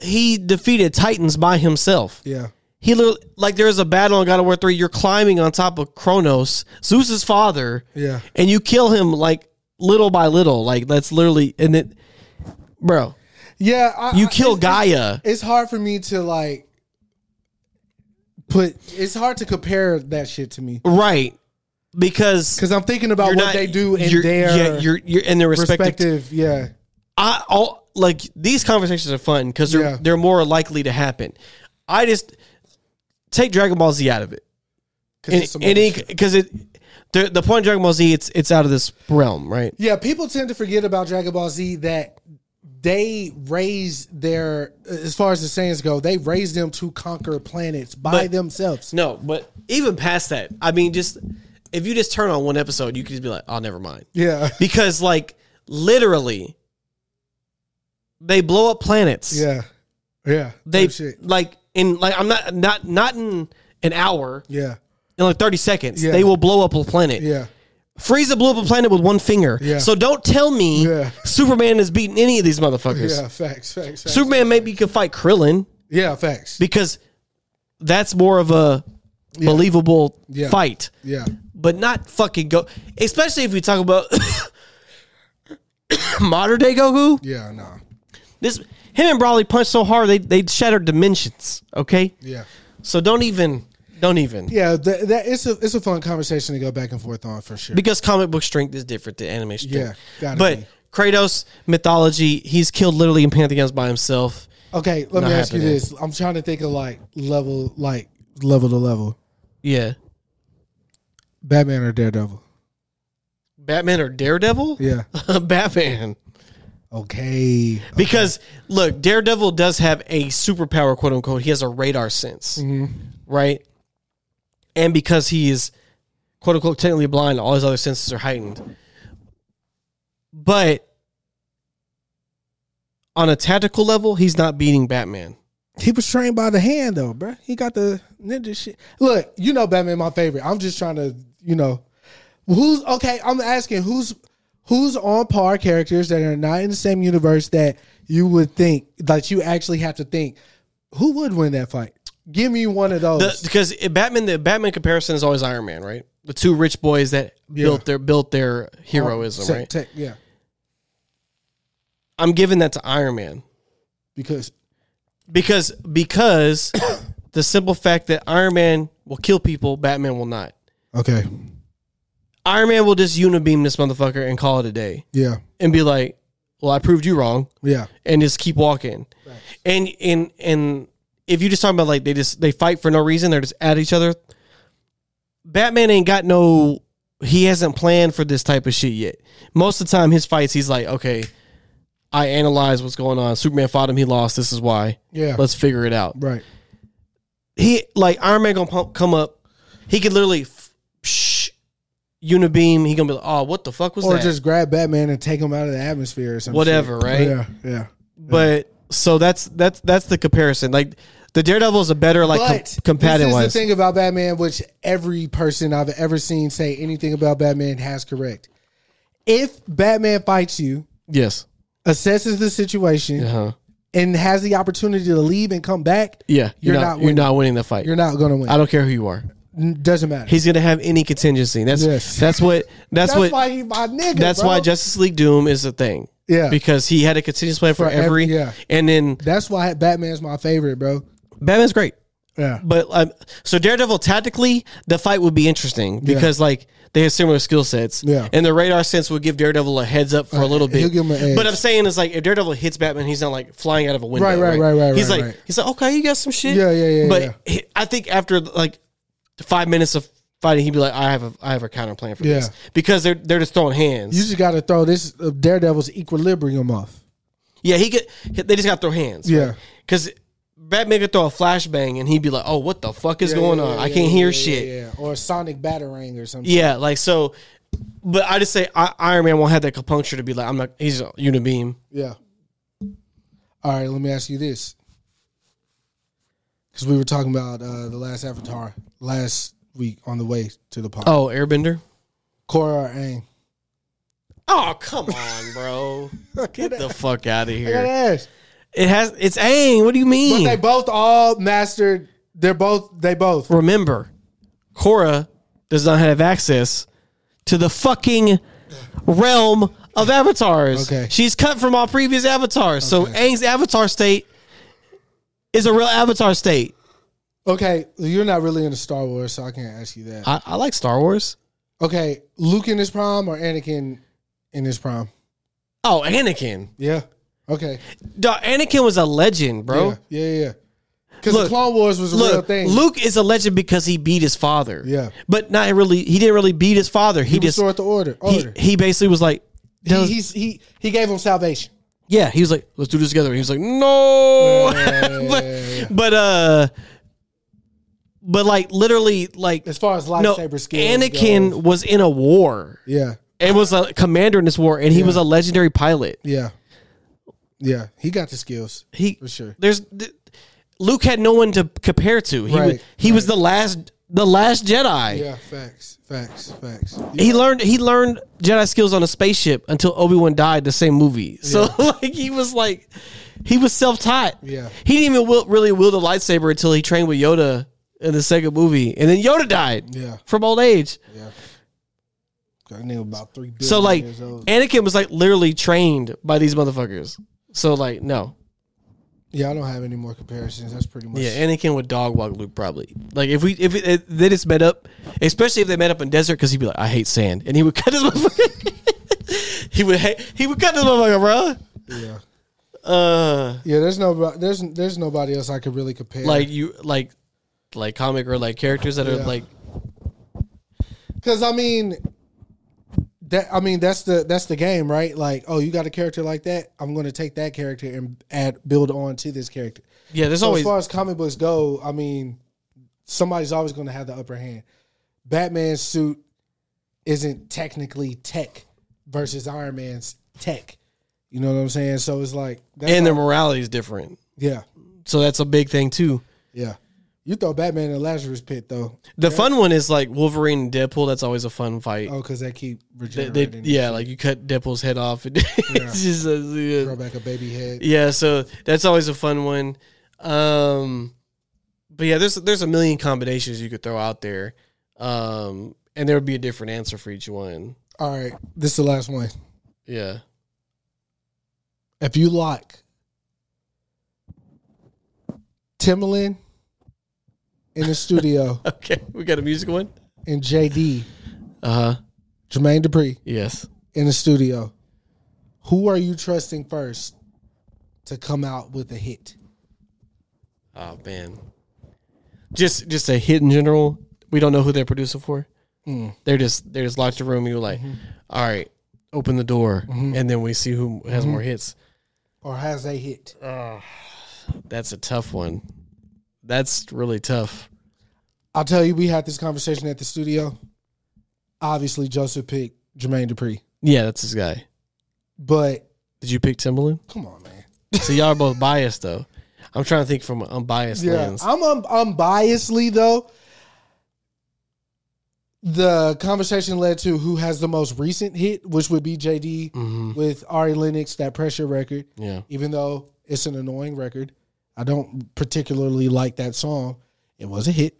Speaker 2: he defeated Titans by himself.
Speaker 3: yeah,
Speaker 2: He literally, like there is a battle in God of War 3, you're climbing on top of Kronos, Zeus's father
Speaker 3: yeah.
Speaker 2: and you kill him like little by little. Like that's literally and it, bro.
Speaker 3: Yeah, I,
Speaker 2: You
Speaker 3: I-
Speaker 2: kill
Speaker 3: it's-
Speaker 2: Gaia.
Speaker 3: It's hard for me to like put. It's hard to compare that shit to me
Speaker 2: right? Because
Speaker 3: because I'm thinking about
Speaker 2: you're
Speaker 3: what
Speaker 2: not-
Speaker 3: they do in
Speaker 2: you're-
Speaker 3: their
Speaker 2: yeah, you're you're in their respective.
Speaker 3: perspective. Yeah,
Speaker 2: I all like these conversations are fun because they're
Speaker 3: Yeah.
Speaker 2: they're more likely to happen. I just take Dragon Ball Z out of it,
Speaker 3: because
Speaker 2: and because it the the point of Dragon Ball Z it's it's out of this realm, right?
Speaker 3: Yeah, people tend to forget about Dragon Ball Z that they raised their, as far as the sayings go, they raised them to conquer planets by
Speaker 2: But-
Speaker 3: themselves.
Speaker 2: No, but even past that, I mean, just if you just turn on one episode, you could just be like, oh, never mind.
Speaker 3: Yeah,
Speaker 2: because like literally they blow up planets
Speaker 3: yeah, yeah.
Speaker 2: they
Speaker 3: Type shit.
Speaker 2: like in like i'm not not not in an hour
Speaker 3: yeah,
Speaker 2: in like 30 seconds
Speaker 3: Yeah.
Speaker 2: they will blow up a planet
Speaker 3: yeah,
Speaker 2: frieza blew up a planet with one finger
Speaker 3: Yeah.
Speaker 2: so don't tell me
Speaker 3: Yeah.
Speaker 2: superman is beating any of these motherfuckers
Speaker 3: yeah. Facts, facts, facts.
Speaker 2: superman maybe could fight krillin
Speaker 3: yeah, facts.
Speaker 2: because that's more of a believable
Speaker 3: Yeah.
Speaker 2: fight
Speaker 3: Yeah,
Speaker 2: but not fucking go especially if we talk about modern day goku
Speaker 3: yeah, no,
Speaker 2: This him and Brawley punched so hard they they shattered dimensions. Okay,
Speaker 3: yeah,
Speaker 2: so don't even don't even
Speaker 3: yeah. That, that it's a it's a fun conversation to go back and forth on for sure.
Speaker 2: because comic book strength is different than anime
Speaker 3: Yeah,
Speaker 2: strength.
Speaker 3: gotta
Speaker 2: but
Speaker 3: be.
Speaker 2: Kratos mythology, he's killed literally in pantheons by himself.
Speaker 3: Okay, let
Speaker 2: Not
Speaker 3: me ask
Speaker 2: happening.
Speaker 3: you this. I'm trying to think of like level, like level to level.
Speaker 2: Yeah,
Speaker 3: Batman or Daredevil?
Speaker 2: Batman or Daredevil?
Speaker 3: Yeah.
Speaker 2: Batman.
Speaker 3: Okay.
Speaker 2: Because look, Daredevil does have a superpower, quote unquote. He has a radar sense,
Speaker 3: Mm-hmm.
Speaker 2: right? And because he is, quote unquote, technically blind, all his other senses are heightened. But on a tactical level, he's not beating Batman.
Speaker 3: He was trained by the hand though, bruh. He got the ninja shit. Look, you know Batman, my favorite. I'm just trying to, you know, who's okay. I'm asking who's who's on par characters that are not in the same universe that you would think that you actually have to think who would win that fight. Give me one of those.
Speaker 2: The, because it- Batman, the Batman comparison is always Iron Man, right? The two rich boys that built their built their heroism,
Speaker 3: Tech-
Speaker 2: right?
Speaker 3: tech- yeah,
Speaker 2: I'm giving that to Iron Man
Speaker 3: because
Speaker 2: because because the simple fact that Iron Man will kill people, Batman will not.
Speaker 3: okay,
Speaker 2: Iron Man will just unibeam this motherfucker and call it a day
Speaker 3: yeah,
Speaker 2: and be like, "Well, I proved you wrong."
Speaker 3: yeah,
Speaker 2: and just keep walking. And and and if you just talking about like they just they fight for no reason, they're just at each other. Batman ain't got no he hasn't planned for this type of shit yet. Most of the time his fights he's like, okay, I analyze what's going on. Superman fought him, he lost, this is why.
Speaker 3: yeah.
Speaker 2: Let's figure it out.
Speaker 3: right.
Speaker 2: He like Iron Man gonna pump, come up. He could literally f- shh, unibeam. He gonna be like, oh, what the fuck was
Speaker 3: Or
Speaker 2: that?
Speaker 3: just grab Batman and take him out of the atmosphere or something.
Speaker 2: Whatever, right?
Speaker 3: Yeah, yeah.
Speaker 2: but so that's that's that's the comparison. Like the Daredevil is a better like com-
Speaker 3: this
Speaker 2: combatant
Speaker 3: is
Speaker 2: wise.
Speaker 3: the thing about Batman, which every person I've ever seen say anything about Batman has correct. If Batman fights you,
Speaker 2: Yes.
Speaker 3: assesses the situation,
Speaker 2: Uh-huh.
Speaker 3: and has the opportunity to leave and come back,
Speaker 2: Yeah. You're,
Speaker 3: You're
Speaker 2: not,
Speaker 3: not
Speaker 2: you're
Speaker 3: winning.
Speaker 2: not winning the fight.
Speaker 3: you're not going to win.
Speaker 2: I don't care who you are.
Speaker 3: N- Doesn't matter.
Speaker 2: He's gonna have any contingency. That's
Speaker 3: Yes.
Speaker 2: that's what that's,
Speaker 3: that's
Speaker 2: what
Speaker 3: why he my nigga.
Speaker 2: that's
Speaker 3: bro.
Speaker 2: why Justice League Doom is a thing.
Speaker 3: Yeah.
Speaker 2: Because he had a contingency plan for,
Speaker 3: For ev-
Speaker 2: every,
Speaker 3: yeah.
Speaker 2: and then
Speaker 3: That's why Batman's my favorite, bro.
Speaker 2: Batman's great.
Speaker 3: Yeah,
Speaker 2: But um, so Daredevil tactically, the fight would be interesting because like they have similar skill sets.
Speaker 3: Yeah. Uh,
Speaker 2: And the radar sense would give Daredevil a heads up for a little bit.
Speaker 3: he'll give him an edge.
Speaker 2: But I'm saying is like if Daredevil hits Batman, he's not like flying out of a window.
Speaker 3: Right, right, right, right,
Speaker 2: He's
Speaker 3: right,
Speaker 2: like
Speaker 3: right.
Speaker 2: he's like okay, you got some shit.
Speaker 3: Yeah, yeah, yeah,
Speaker 2: But
Speaker 3: yeah.
Speaker 2: he- I think after like five minutes of fighting, he'd be like, I have a I have a counter plan for
Speaker 3: Yeah.
Speaker 2: this because they're they're just throwing hands.
Speaker 3: you just got to throw this uh, Daredevil's equilibrium off.
Speaker 2: yeah, he could. They just got to throw hands.
Speaker 3: Yeah.
Speaker 2: Because. Batman could throw a flashbang and he'd be like, "Oh, what the fuck is going on? I can't hear shit."
Speaker 3: Yeah, or a Sonic Batarang or something.
Speaker 2: Yeah, like so. But I just say I, Iron Man won't have that compuncture to be like I'm not. He's a unibeam.
Speaker 3: Yeah. All right, let me ask you this. Because we were talking about uh, the last Avatar last week on the way to the pod.
Speaker 2: Oh, Airbender.
Speaker 3: Korra or Aang?
Speaker 2: Oh come on, bro! Get the fuck out of
Speaker 3: I gotta
Speaker 2: here.
Speaker 3: ask.
Speaker 2: It has. It's Aang. What do you
Speaker 3: But they
Speaker 2: mean?
Speaker 3: both all mastered. They're both. They both.
Speaker 2: Remember, Korra does not have access to the fucking realm of avatars.
Speaker 3: Okay.
Speaker 2: She's cut from all previous avatars. So Aang's avatar state is a real avatar state.
Speaker 3: Okay, you're not really into Star Wars, so I can't ask you that.
Speaker 2: I, I like Star Wars.
Speaker 3: Okay, Luke in his prime or Anakin in his prime?
Speaker 2: Oh, Anakin.
Speaker 3: Yeah. Okay.
Speaker 2: Dog, Anakin was a legend, bro.
Speaker 3: Yeah, yeah, yeah. Because the
Speaker 2: Look,
Speaker 3: Clone Wars was a real
Speaker 2: Look,
Speaker 3: thing.
Speaker 2: Luke is a legend because he beat his father.
Speaker 3: Yeah.
Speaker 2: but not really. He didn't really beat his father. He,
Speaker 3: he
Speaker 2: just
Speaker 3: restored the order.
Speaker 2: he,
Speaker 3: Order.
Speaker 2: he basically was like,
Speaker 3: He, he, he's, he, he gave him salvation.
Speaker 2: yeah. He was like, let's do this together. And he was like, no. but but uh, but like literally like
Speaker 3: As far as
Speaker 2: no,
Speaker 3: lightsaber skills,
Speaker 2: Anakin
Speaker 3: goes.
Speaker 2: was in a war
Speaker 3: Yeah,
Speaker 2: and was a commander in this war, and he was a legendary pilot.
Speaker 3: yeah, yeah. He got the skills.
Speaker 2: He
Speaker 3: For sure.
Speaker 2: There's th- Luke had no one to compare to. He was,
Speaker 3: Right,
Speaker 2: he was the last the last Jedi.
Speaker 3: Yeah, facts, facts, facts.
Speaker 2: He learned he learned Jedi skills on a spaceship until Obi Wan died. The same movie, so like he was like he was self taught.
Speaker 3: Yeah.
Speaker 2: he didn't even wield, really wield a lightsaber until he trained with Yoda in the second movie, and then Yoda died.
Speaker 3: Yeah.
Speaker 2: from old age.
Speaker 3: That nigga about three billion
Speaker 2: so like
Speaker 3: years old.
Speaker 2: Anakin was like literally trained by these motherfuckers. So like no,
Speaker 3: yeah, I don't have any more comparisons. That's pretty much.
Speaker 2: yeah, Anakin would dog walk Luke probably. Like if we if, it, if they just met up, especially if they met up in desert, because he'd be like, I hate sand, and he would cut his motherfucker. he would hate, he would cut his motherfucker, bro.
Speaker 3: yeah,
Speaker 2: Uh,
Speaker 3: yeah. There's no, there's, there's nobody else I could really compare.
Speaker 2: like you like like comic or like characters that are
Speaker 3: Yeah.
Speaker 2: like
Speaker 3: Because I mean, that I mean that's the that's the game, right? Like, oh, you got a character like that. I'm going to take that character and add build on to this character.
Speaker 2: yeah. There's
Speaker 3: So
Speaker 2: always
Speaker 3: as far as comic books go, I mean, somebody's always going to have the upper hand. Batman's suit isn't technically tech versus Iron Man's tech. You know what I'm saying? So it's like, that's
Speaker 2: and their
Speaker 3: all-
Speaker 2: morality is different,
Speaker 3: yeah,
Speaker 2: so that's a big thing too.
Speaker 3: yeah. You throw Batman in the Lazarus Pit though,
Speaker 2: The fun one is like Wolverine and Deadpool. That's always a fun fight.
Speaker 3: oh, because they keep
Speaker 2: They- they-
Speaker 3: regenerating. and
Speaker 2: yeah, like you cut Deadpool's head off. And it's just, uh, yeah.
Speaker 3: throw back a baby head.
Speaker 2: Yeah, so that's always a fun one. Um, but yeah, there's there's a million combinations you could throw out there, um, and there would be a different answer for each one.
Speaker 3: All right, this is the last one.
Speaker 2: Yeah.
Speaker 3: If you lock Timbaland in the studio
Speaker 2: Okay, we got a music one.
Speaker 3: and JD
Speaker 2: Uh huh.
Speaker 3: Jermaine Dupri
Speaker 2: Yes.
Speaker 3: in the studio, who are you trusting first to come out with a hit?
Speaker 2: Oh man. Just just a hit in general. We don't know who they're producing for. They're just they're just locked in a room. You're like, "All right, open the door, and then we see who has more hits.
Speaker 3: Or has a hit?
Speaker 2: That's a tough one. That's really tough.
Speaker 3: I'll tell you, we had this conversation at the studio. Obviously, Joseph picked Jermaine Dupri,
Speaker 2: Yeah, that's his guy.
Speaker 3: but
Speaker 2: Did you pick Timbaland?
Speaker 3: come on, man.
Speaker 2: so y'all are both biased though. I'm trying to think from an unbiased
Speaker 3: Yeah,
Speaker 2: lens.
Speaker 3: I'm un- unbiasedly though. The conversation led to who has the most recent hit, which would be JD with Ari Lennox, that pressure record.
Speaker 2: Mm-hmm. yeah.
Speaker 3: Even though it's an annoying record, I don't particularly like that song. It was a hit.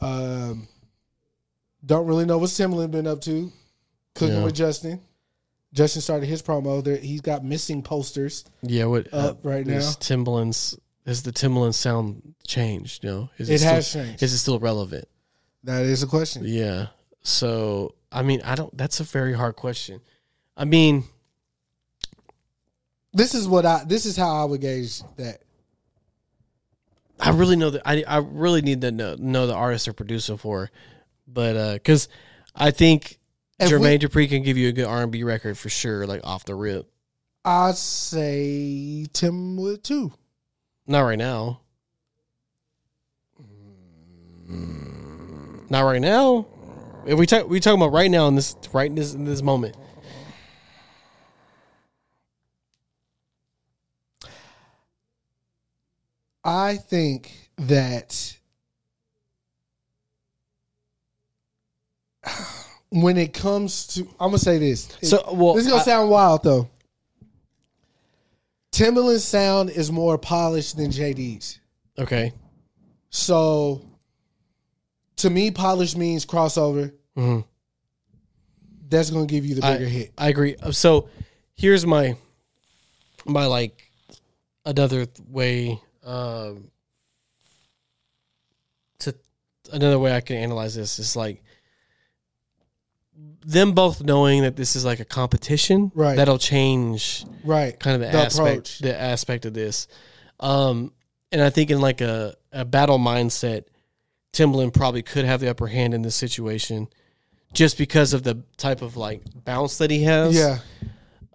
Speaker 3: Um, don't really know what Timbaland been up to. Cooking
Speaker 2: Yeah.
Speaker 3: with Justin. Justin started his promo. There, he's got missing posters.
Speaker 2: Yeah, what uh,
Speaker 3: Up right now.
Speaker 2: is Timbaland's has the Timbaland sound changed, you know? Is
Speaker 3: It
Speaker 2: still-
Speaker 3: has changed.
Speaker 2: Is it still relevant?
Speaker 3: That is a question.
Speaker 2: Yeah. So I mean, I don't. That's a very hard question. I mean,
Speaker 3: This is what I. This is how I would gauge that.
Speaker 2: I really know that I I really need to know, know the artist they're producing for, but because I think
Speaker 3: If we-
Speaker 2: Jermaine Dupri can give you a good R and B record for sure, like off the rip.
Speaker 3: I'd say Tim would too.
Speaker 2: Not right now. Not right now. If we talk, we talking about right now in this right in this in this moment.
Speaker 3: I think that when it comes to, I'm gonna say this.
Speaker 2: So, well,
Speaker 3: this is gonna
Speaker 2: I-
Speaker 3: sound wild though. Timbaland's sound is more polished than JD's.
Speaker 2: Okay.
Speaker 3: So, to me, polished means crossover.
Speaker 2: Mm-hmm.
Speaker 3: That's gonna give you the bigger
Speaker 2: I,
Speaker 3: hit.
Speaker 2: I agree. Uh, So here's my my like another th- way um to another way I can analyze this is like them both knowing that this is like a competition
Speaker 3: Right.
Speaker 2: that'll change
Speaker 3: Right.
Speaker 2: kind of the, aspect the aspect of this um and i think in like a, a battle mindset timbaland probably could have the upper hand in this situation just because of the type of like bounce that he has
Speaker 3: Yeah.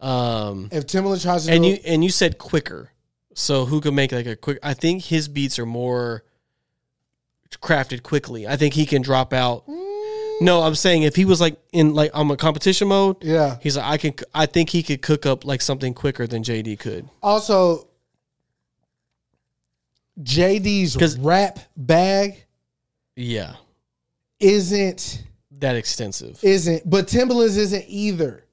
Speaker 2: um
Speaker 3: If Timbaland tries to
Speaker 2: and
Speaker 3: do
Speaker 2: you and you said quicker so who can make like a quick i think his beats are more crafted quickly i think he can drop out
Speaker 3: Mm.
Speaker 2: no i'm saying if he was like in like i'm a competition mode
Speaker 3: yeah.
Speaker 2: He's like, I can. I think he could cook up like something quicker than JD could.
Speaker 3: Also, JD's
Speaker 2: 'Cause-
Speaker 3: rap bag
Speaker 2: Yeah,
Speaker 3: isn't
Speaker 2: that extensive.
Speaker 3: isn't, but Timbaland's isn't either.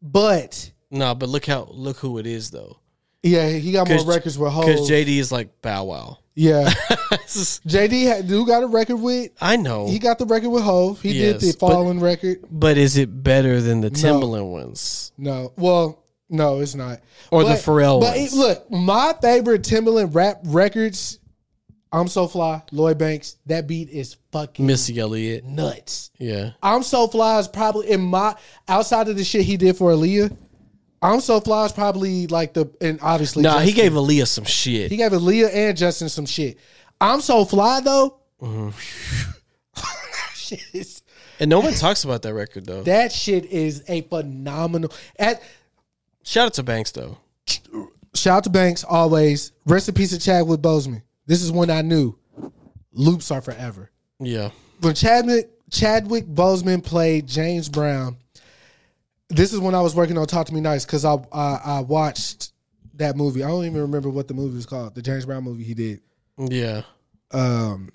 Speaker 3: But
Speaker 2: nah, but look how look who it is though.
Speaker 3: yeah, he got more
Speaker 2: 'Cause-
Speaker 3: records with
Speaker 2: Because
Speaker 3: hoes.
Speaker 2: JD is like Bow Wow.
Speaker 3: yeah,
Speaker 2: This is-
Speaker 3: JD had, who got a record with?
Speaker 2: I know,
Speaker 3: He got the record with Hove. He did
Speaker 2: Oh. Yes,
Speaker 3: the
Speaker 2: but-
Speaker 3: Fallen record.
Speaker 2: but is it better than the
Speaker 3: No.
Speaker 2: Timbaland ones?
Speaker 3: No, well, no, it's not.
Speaker 2: Or the Pharrell
Speaker 3: But
Speaker 2: ones.
Speaker 3: it- look, my favorite Timbaland rap records. I'm so fly, Lloyd Banks. That beat is fucking
Speaker 2: Missy Elliott.
Speaker 3: nuts.
Speaker 2: Yeah,
Speaker 3: I'm So Fly is probably in my outside of the shit he did for Aaliyah. I'm So Fly is probably like the and obviously
Speaker 2: nah, he
Speaker 3: Justin.
Speaker 2: gave Aaliyah some shit.
Speaker 3: he gave Aaliyah and Justin some shit. I'm So Fly though. Shit is-
Speaker 2: and no one talks about that record though.
Speaker 3: that shit is a phenomenal. At
Speaker 2: Shout out to Banks though.
Speaker 3: shout out to Banks always. Rest in peace to Chadwick Boseman. This is when I knew loops are forever.
Speaker 2: Yeah,
Speaker 3: when Chadwick Chadwick Boseman played James Brown, this is when I was working on Talk to Me Nice because I, I I watched that movie. I don't even remember what the movie was called. The James Brown movie he did.
Speaker 2: yeah.
Speaker 3: Um,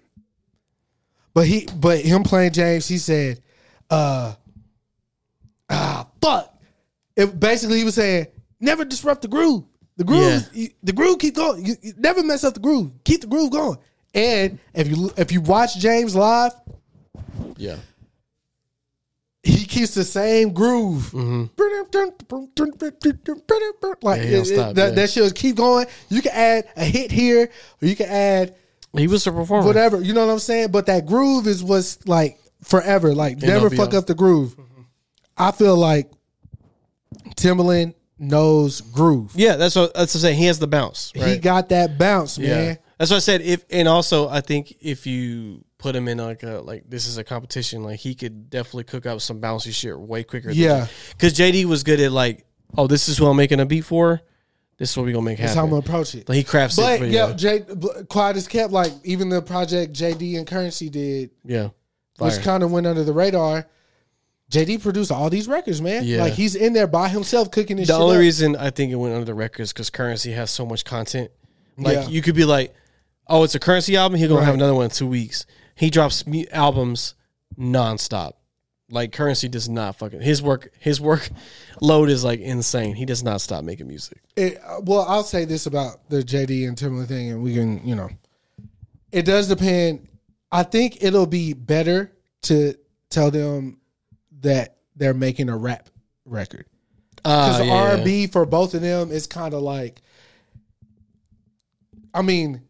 Speaker 3: but he but him playing James, he said, uh, ah, fuck. It basically he was saying, never disrupt the groove. The groove,
Speaker 2: Yeah.
Speaker 3: you- the groove keep going. You, you never mess up the groove. Keep the groove going. And if you if you watch James live,
Speaker 2: Yeah.
Speaker 3: he keeps the same groove. Like
Speaker 2: Mm-hmm. Yeah, he don't
Speaker 3: it-
Speaker 2: stop,
Speaker 3: it-
Speaker 2: yeah.
Speaker 3: that, that shit will keep going. You can add a hit here, or you can add
Speaker 2: He was a performer.
Speaker 3: whatever. You know what I'm saying? But that groove is what's like forever. Like
Speaker 2: don't
Speaker 3: never
Speaker 2: be Mm-hmm.
Speaker 3: fuck
Speaker 2: off.
Speaker 3: up the groove. I feel like Timbaland knows groove.
Speaker 2: Yeah, that's what that's what I'm saying. He has the bounce. Right?
Speaker 3: He got that bounce,
Speaker 2: yeah.
Speaker 3: man.
Speaker 2: That's what I said. If and also I think if you put him in like a like this is a competition, like he could definitely cook up some bouncy shit way quicker.
Speaker 3: Yeah.
Speaker 2: Because JD was good at like, oh, this is who I'm making a beat for. This is what we gonna make
Speaker 3: That's
Speaker 2: happen.
Speaker 3: how I'm gonna approach it.
Speaker 2: Like, he crafts it.
Speaker 3: But
Speaker 2: For you.
Speaker 3: yeah, J, Clyde has kept like even the project JD and Currency did
Speaker 2: yeah.
Speaker 3: which
Speaker 2: Fire.
Speaker 3: kind of went under the radar. JD produced all these records, man.
Speaker 2: Yeah.
Speaker 3: Like he's in there by himself cooking this.
Speaker 2: the
Speaker 3: shit
Speaker 2: only
Speaker 3: up.
Speaker 2: reason I think it went under the record is because currency has so much content. Like
Speaker 3: Yeah.
Speaker 2: you could be like, oh, it's a currency album. He's gonna
Speaker 3: Right.
Speaker 2: have another one in two weeks. He drops mu- albums nonstop. Like currency does not fucking his work. His work load is like insane. He does not stop making music.
Speaker 3: It, uh, well, I'll say this about the JD and Timberland thing, and we can, you know, it does depend. I think it'll be better to tell them that they're making a rap record because
Speaker 2: Uh, yeah,
Speaker 3: R
Speaker 2: yeah.
Speaker 3: and B for both of them is kind of like. I mean,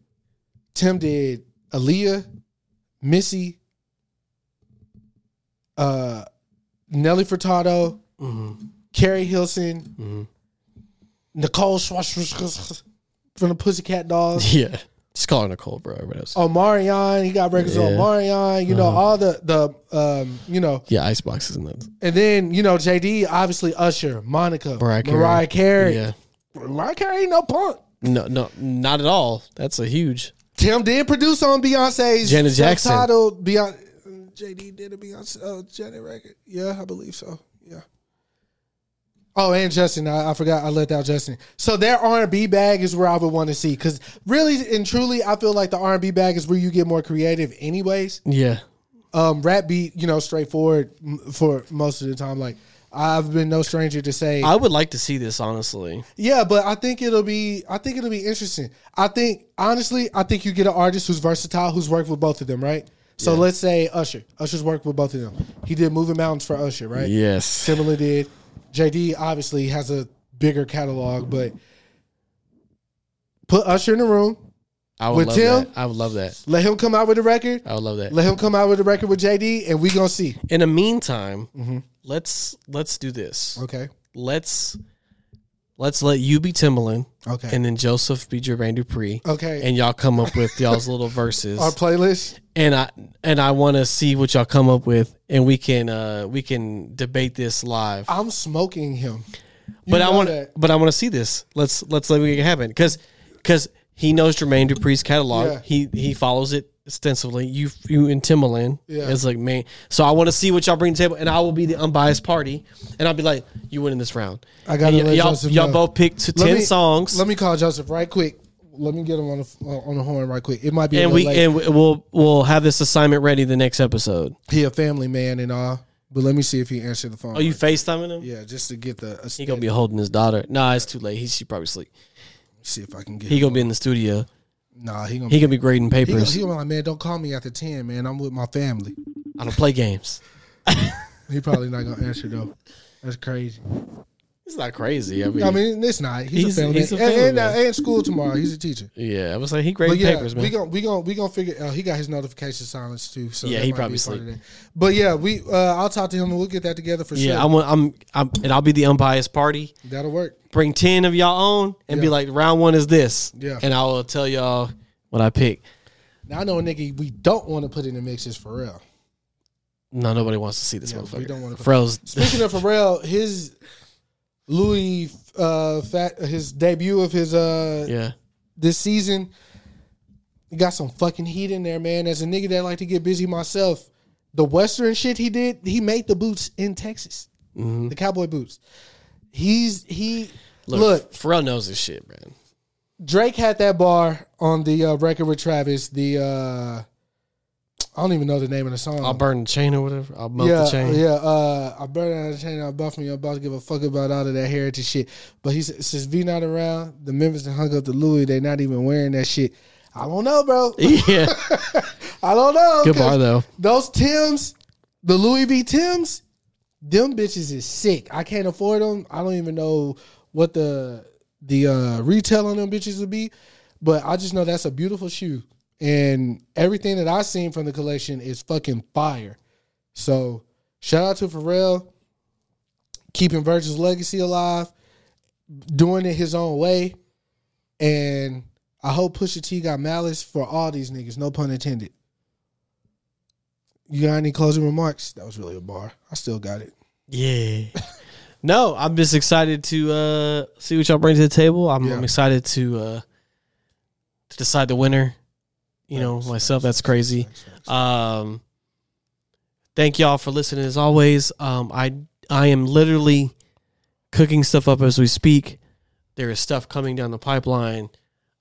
Speaker 3: Tim did Aaliyah, Missy, uh, Nelly Furtado,
Speaker 2: Mm-hmm.
Speaker 3: Carrie Hilson, Nicole Schwarzenegger from the Pussycat Dolls.
Speaker 2: yeah. Just call her Nicole, bro. Everybody
Speaker 3: Oh.
Speaker 2: else.
Speaker 3: Omarion, he got records on
Speaker 2: Yeah. Uh-huh.
Speaker 3: Omarion, you know, all the the um, you know,
Speaker 2: Yeah, Icebox is in that.
Speaker 3: and then, you know, JD, obviously Usher, Monica,
Speaker 2: Mariah Carey.
Speaker 3: Mariah Carey.
Speaker 2: Yeah.
Speaker 3: Mariah Carey ain't no punk.
Speaker 2: No, no, not at all. That's a huge.
Speaker 3: Tim did produce on Beyonce's
Speaker 2: Janet Jackson.
Speaker 3: Titled Beyonce. JD did a Beyonce uh, Janet record. Yeah, I believe so. Yeah. Oh, and Justin, I, I forgot I left out Justin. So their R and B bag is where I would want to see because really and truly, I feel like the R and B bag is where you get more creative, anyways.
Speaker 2: Yeah.
Speaker 3: Um, rap beat, you know, straightforward m- for most of the time. Like I've been no stranger to say
Speaker 2: I would like to see this honestly.
Speaker 3: yeah, but I think it'll be I think it'll be interesting. I think honestly, I think you get an artist who's versatile who's worked with both of them, right? So let's say Usher. Usher's worked with both of them. He did Moving Mountains for Usher, right?
Speaker 2: Yes.
Speaker 3: Timberland did. JD obviously has a bigger catalog, but put Usher in the room,
Speaker 2: I would
Speaker 3: With
Speaker 2: love
Speaker 3: Tim?
Speaker 2: that. I would love that.
Speaker 3: let him come out with a record.
Speaker 2: I would love that.
Speaker 3: Let him come out with a record with JD, and we gonna see.
Speaker 2: In the meantime,
Speaker 3: Mm-hmm.
Speaker 2: let's let's do this.
Speaker 3: Okay.
Speaker 2: Let's let's let you be Timbaland,
Speaker 3: Okay.
Speaker 2: and then Joseph be Jermaine Dupree,
Speaker 3: Okay.
Speaker 2: and y'all come up with y'all's little verses.
Speaker 3: Our playlist.
Speaker 2: and I and I want to see what y'all come up with, and we can uh we can debate this live.
Speaker 3: I'm smoking him. You
Speaker 2: but I
Speaker 3: know
Speaker 2: want
Speaker 3: that.
Speaker 2: but I want to see this. Let's let's let it happen because because he knows Jermaine Dupree's catalog.
Speaker 3: Yeah.
Speaker 2: He he follows it extensively. You you and Timbaland
Speaker 3: Yeah.
Speaker 2: is like man. So I want to see what y'all bring to the table, and I will be the unbiased party, and I'll be like, you winning this round.
Speaker 3: I
Speaker 2: And
Speaker 3: gotta
Speaker 2: y-
Speaker 3: let
Speaker 2: y'all
Speaker 3: Joseph
Speaker 2: y'all
Speaker 3: know.
Speaker 2: both picked t-
Speaker 3: Let
Speaker 2: ten
Speaker 3: me-
Speaker 2: songs,
Speaker 3: Let me call Joseph right quick. Let me get him on the on the horn right quick. It might be a
Speaker 2: and
Speaker 3: little
Speaker 2: we
Speaker 3: late.
Speaker 2: and we- we'll we'll have this assignment ready the next episode.
Speaker 3: he a family man and all, but let me see if he answered the phone.
Speaker 2: Oh, you facetiming him?
Speaker 3: yeah, just to get the
Speaker 2: He gonna be holding his daughter. Nah, it's too late. He she probably sleep.
Speaker 3: see if I can get.
Speaker 2: He gonna be in the studio.
Speaker 3: nah, he gonna
Speaker 2: He gonna be grading
Speaker 3: he gonna,
Speaker 2: papers.
Speaker 3: he gonna be like man, don't call me after ten, man. I'm with my family.
Speaker 2: I don't play games.
Speaker 3: He probably not gonna answer though. That's crazy.
Speaker 2: It's not crazy. I mean,
Speaker 3: I mean, it's not. He's,
Speaker 2: He's-
Speaker 3: a family.
Speaker 2: he's a
Speaker 3: man. And-
Speaker 2: family
Speaker 3: and,
Speaker 2: man.
Speaker 3: uh, and school tomorrow. He's a teacher.
Speaker 2: Yeah, I was like, he
Speaker 3: But
Speaker 2: graded
Speaker 3: yeah,
Speaker 2: papers, man.
Speaker 3: we gonna we gonna we gonna figure. Oh, he got his notification silenced too. So
Speaker 2: Yeah,
Speaker 3: that
Speaker 2: he
Speaker 3: might
Speaker 2: probably
Speaker 3: be part of
Speaker 2: sleep.
Speaker 3: that. But yeah, we uh, I'll talk to him and we'll get that together for
Speaker 2: yeah,
Speaker 3: sure.
Speaker 2: I'm, I'm, I'm, and I'll be the unbiased party.
Speaker 3: That'll work.
Speaker 2: Bring ten of y'all on and be
Speaker 3: Yeah.
Speaker 2: like, round one is this.
Speaker 3: Yeah.
Speaker 2: and I will tell y'all what I pick.
Speaker 3: Now I know a nigga we don't want to put in the mix is Pharrell.
Speaker 2: No, nobody wants to see this
Speaker 3: Yeah, we
Speaker 2: motherfucker.
Speaker 3: don't wanna-
Speaker 2: Froze.
Speaker 3: Speaking of Pharrell, his Louis uh, fat, his debut of his uh
Speaker 2: yeah,
Speaker 3: this season, he got some fucking heat in there, man. As a nigga that like to get busy myself, the Western shit he did, he made the boots in Texas, the cowboy boots. He's he
Speaker 2: look,
Speaker 3: look,
Speaker 2: Pharrell knows this shit, man.
Speaker 3: Drake had that bar on the uh, record with Travis. The uh I don't even know the name of the song.
Speaker 2: I'll burn the chain or whatever. I'll melt
Speaker 3: Mm. yeah,
Speaker 2: the chain.
Speaker 3: Yeah, uh, I burned out of chain. I buff me. I'm about to give a fuck about all of that heritage shit. But he says, since V not around, the members that hung up the Louis, they not even wearing that shit. I don't know, bro.
Speaker 2: Yeah.
Speaker 3: I don't know.
Speaker 2: Good
Speaker 3: 'cause
Speaker 2: bar, though.
Speaker 3: Those Tims, the Louis V Tims, them bitches is sick. I can't afford them. I don't even know what the the uh, retail on them bitches would be, but I just know that's a beautiful shoe, and everything that I've seen from the collection is fucking fire. So shout out to Pharrell, keeping Virgil's legacy alive, doing it his own way, and I hope Pusha T got malice for all these niggas. No pun intended. You got any closing remarks? That was really a bar. I still got it.
Speaker 2: Yeah. No, I'm just excited to uh, see what y'all bring to the table. I'm, I'm excited to uh, to decide the winner. You know, myself. That's crazy. Um, thank y'all for listening as always. Um, I I am literally cooking stuff up as we speak. There is stuff coming down the pipeline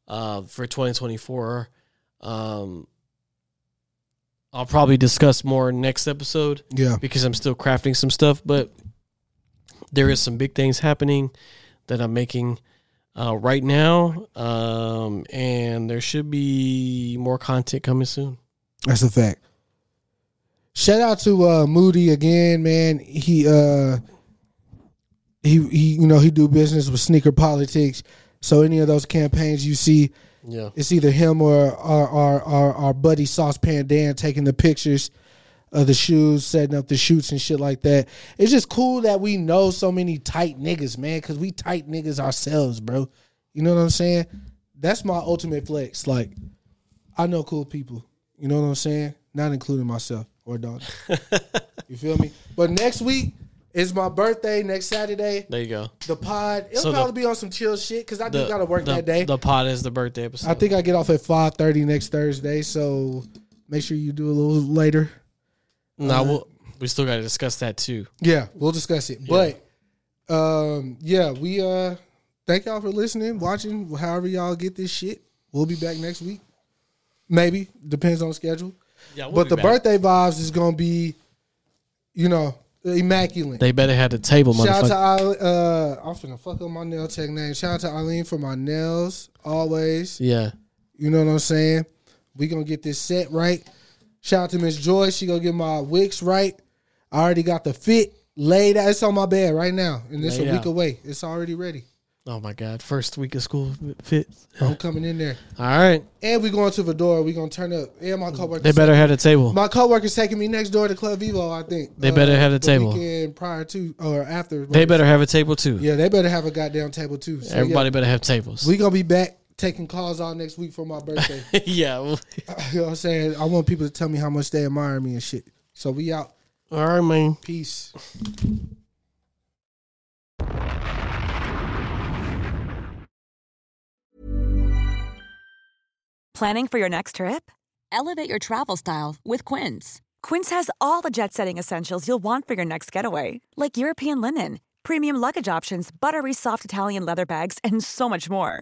Speaker 2: uh, for 2024. Um, I'll probably discuss more next episode
Speaker 3: Yeah.
Speaker 2: because I'm still crafting some stuff, but there is some big things happening that I'm making uh, right now, um, and there should be more content coming soon.
Speaker 3: That's a fact. Shout out to uh, Moody again, man. He uh he he you know, he do business with sneaker politics. So any of those campaigns you see,
Speaker 2: Yeah,
Speaker 3: it's either him or our our our, our buddy Saucepan Dan taking the pictures of the shoes, setting up the shoots and shit like that. It's just cool that we know so many tight niggas, man, because we tight niggas ourselves, bro. You know what I'm saying? That's my ultimate flex. Like, I know cool people. You know what I'm saying? Not including myself or daughter. you feel me? But next week is my birthday. Next Saturday,
Speaker 2: there you go.
Speaker 3: the pod. It'll
Speaker 2: So the-
Speaker 3: probably be on some chill shit because I do gotta work
Speaker 2: the,
Speaker 3: that day.
Speaker 2: The pod is the birthday episode.
Speaker 3: I think I get off at five thirty next Thursday, so make sure you do a little later.
Speaker 2: no, we'll, we still got to discuss that too.
Speaker 3: Yeah, we'll discuss it. But um, yeah, we uh thank y'all for listening, watching, however y'all get this shit. We'll be back next week. Maybe. Depends on schedule.
Speaker 2: Yeah, we'll
Speaker 3: but
Speaker 2: be
Speaker 3: the
Speaker 2: back.
Speaker 3: birthday vibes is gonna be, you know, immaculate.
Speaker 2: They better have the table,
Speaker 3: Shout out to
Speaker 2: motherfucker.
Speaker 3: Eileen. Uh, I'm finna fuck up my nail tech name. Shout out to Eileen for my nails always.
Speaker 2: Yeah,
Speaker 3: You know what I'm saying? We gonna get this set right. Shout out to Miss Joy. She gonna get my wicks right. I already got the fit laid out. It's on my bed right now, and it's
Speaker 2: Laid
Speaker 3: a week
Speaker 2: out.
Speaker 3: away. It's already ready.
Speaker 2: Oh my God! First week of school fit.
Speaker 3: I'm coming in there,
Speaker 2: All right,
Speaker 3: and we going to Fedora. We gonna turn up. And my coworker.
Speaker 2: they better have the table.
Speaker 3: My coworker's taking me next door to Club Vivo. I think Uh,
Speaker 2: They better have a
Speaker 3: the
Speaker 2: table.
Speaker 3: weekend prior to or after.
Speaker 2: they better have a table too.
Speaker 3: Yeah, they better have a goddamn table too. So, yeah,
Speaker 2: Everybody better have tables.
Speaker 3: we gonna be back taking calls all next week for my birthday.
Speaker 2: yeah. well-
Speaker 3: you know what I'm saying? I want people to tell me how much they admire me and shit. So we out.
Speaker 2: All right, man.
Speaker 3: Peace.
Speaker 10: Planning for your next trip? Elevate your travel style with Quince. Quince has all the jet setting essentials you'll want for your next getaway, like European linen, premium luggage options, buttery soft Italian leather bags, and so much more.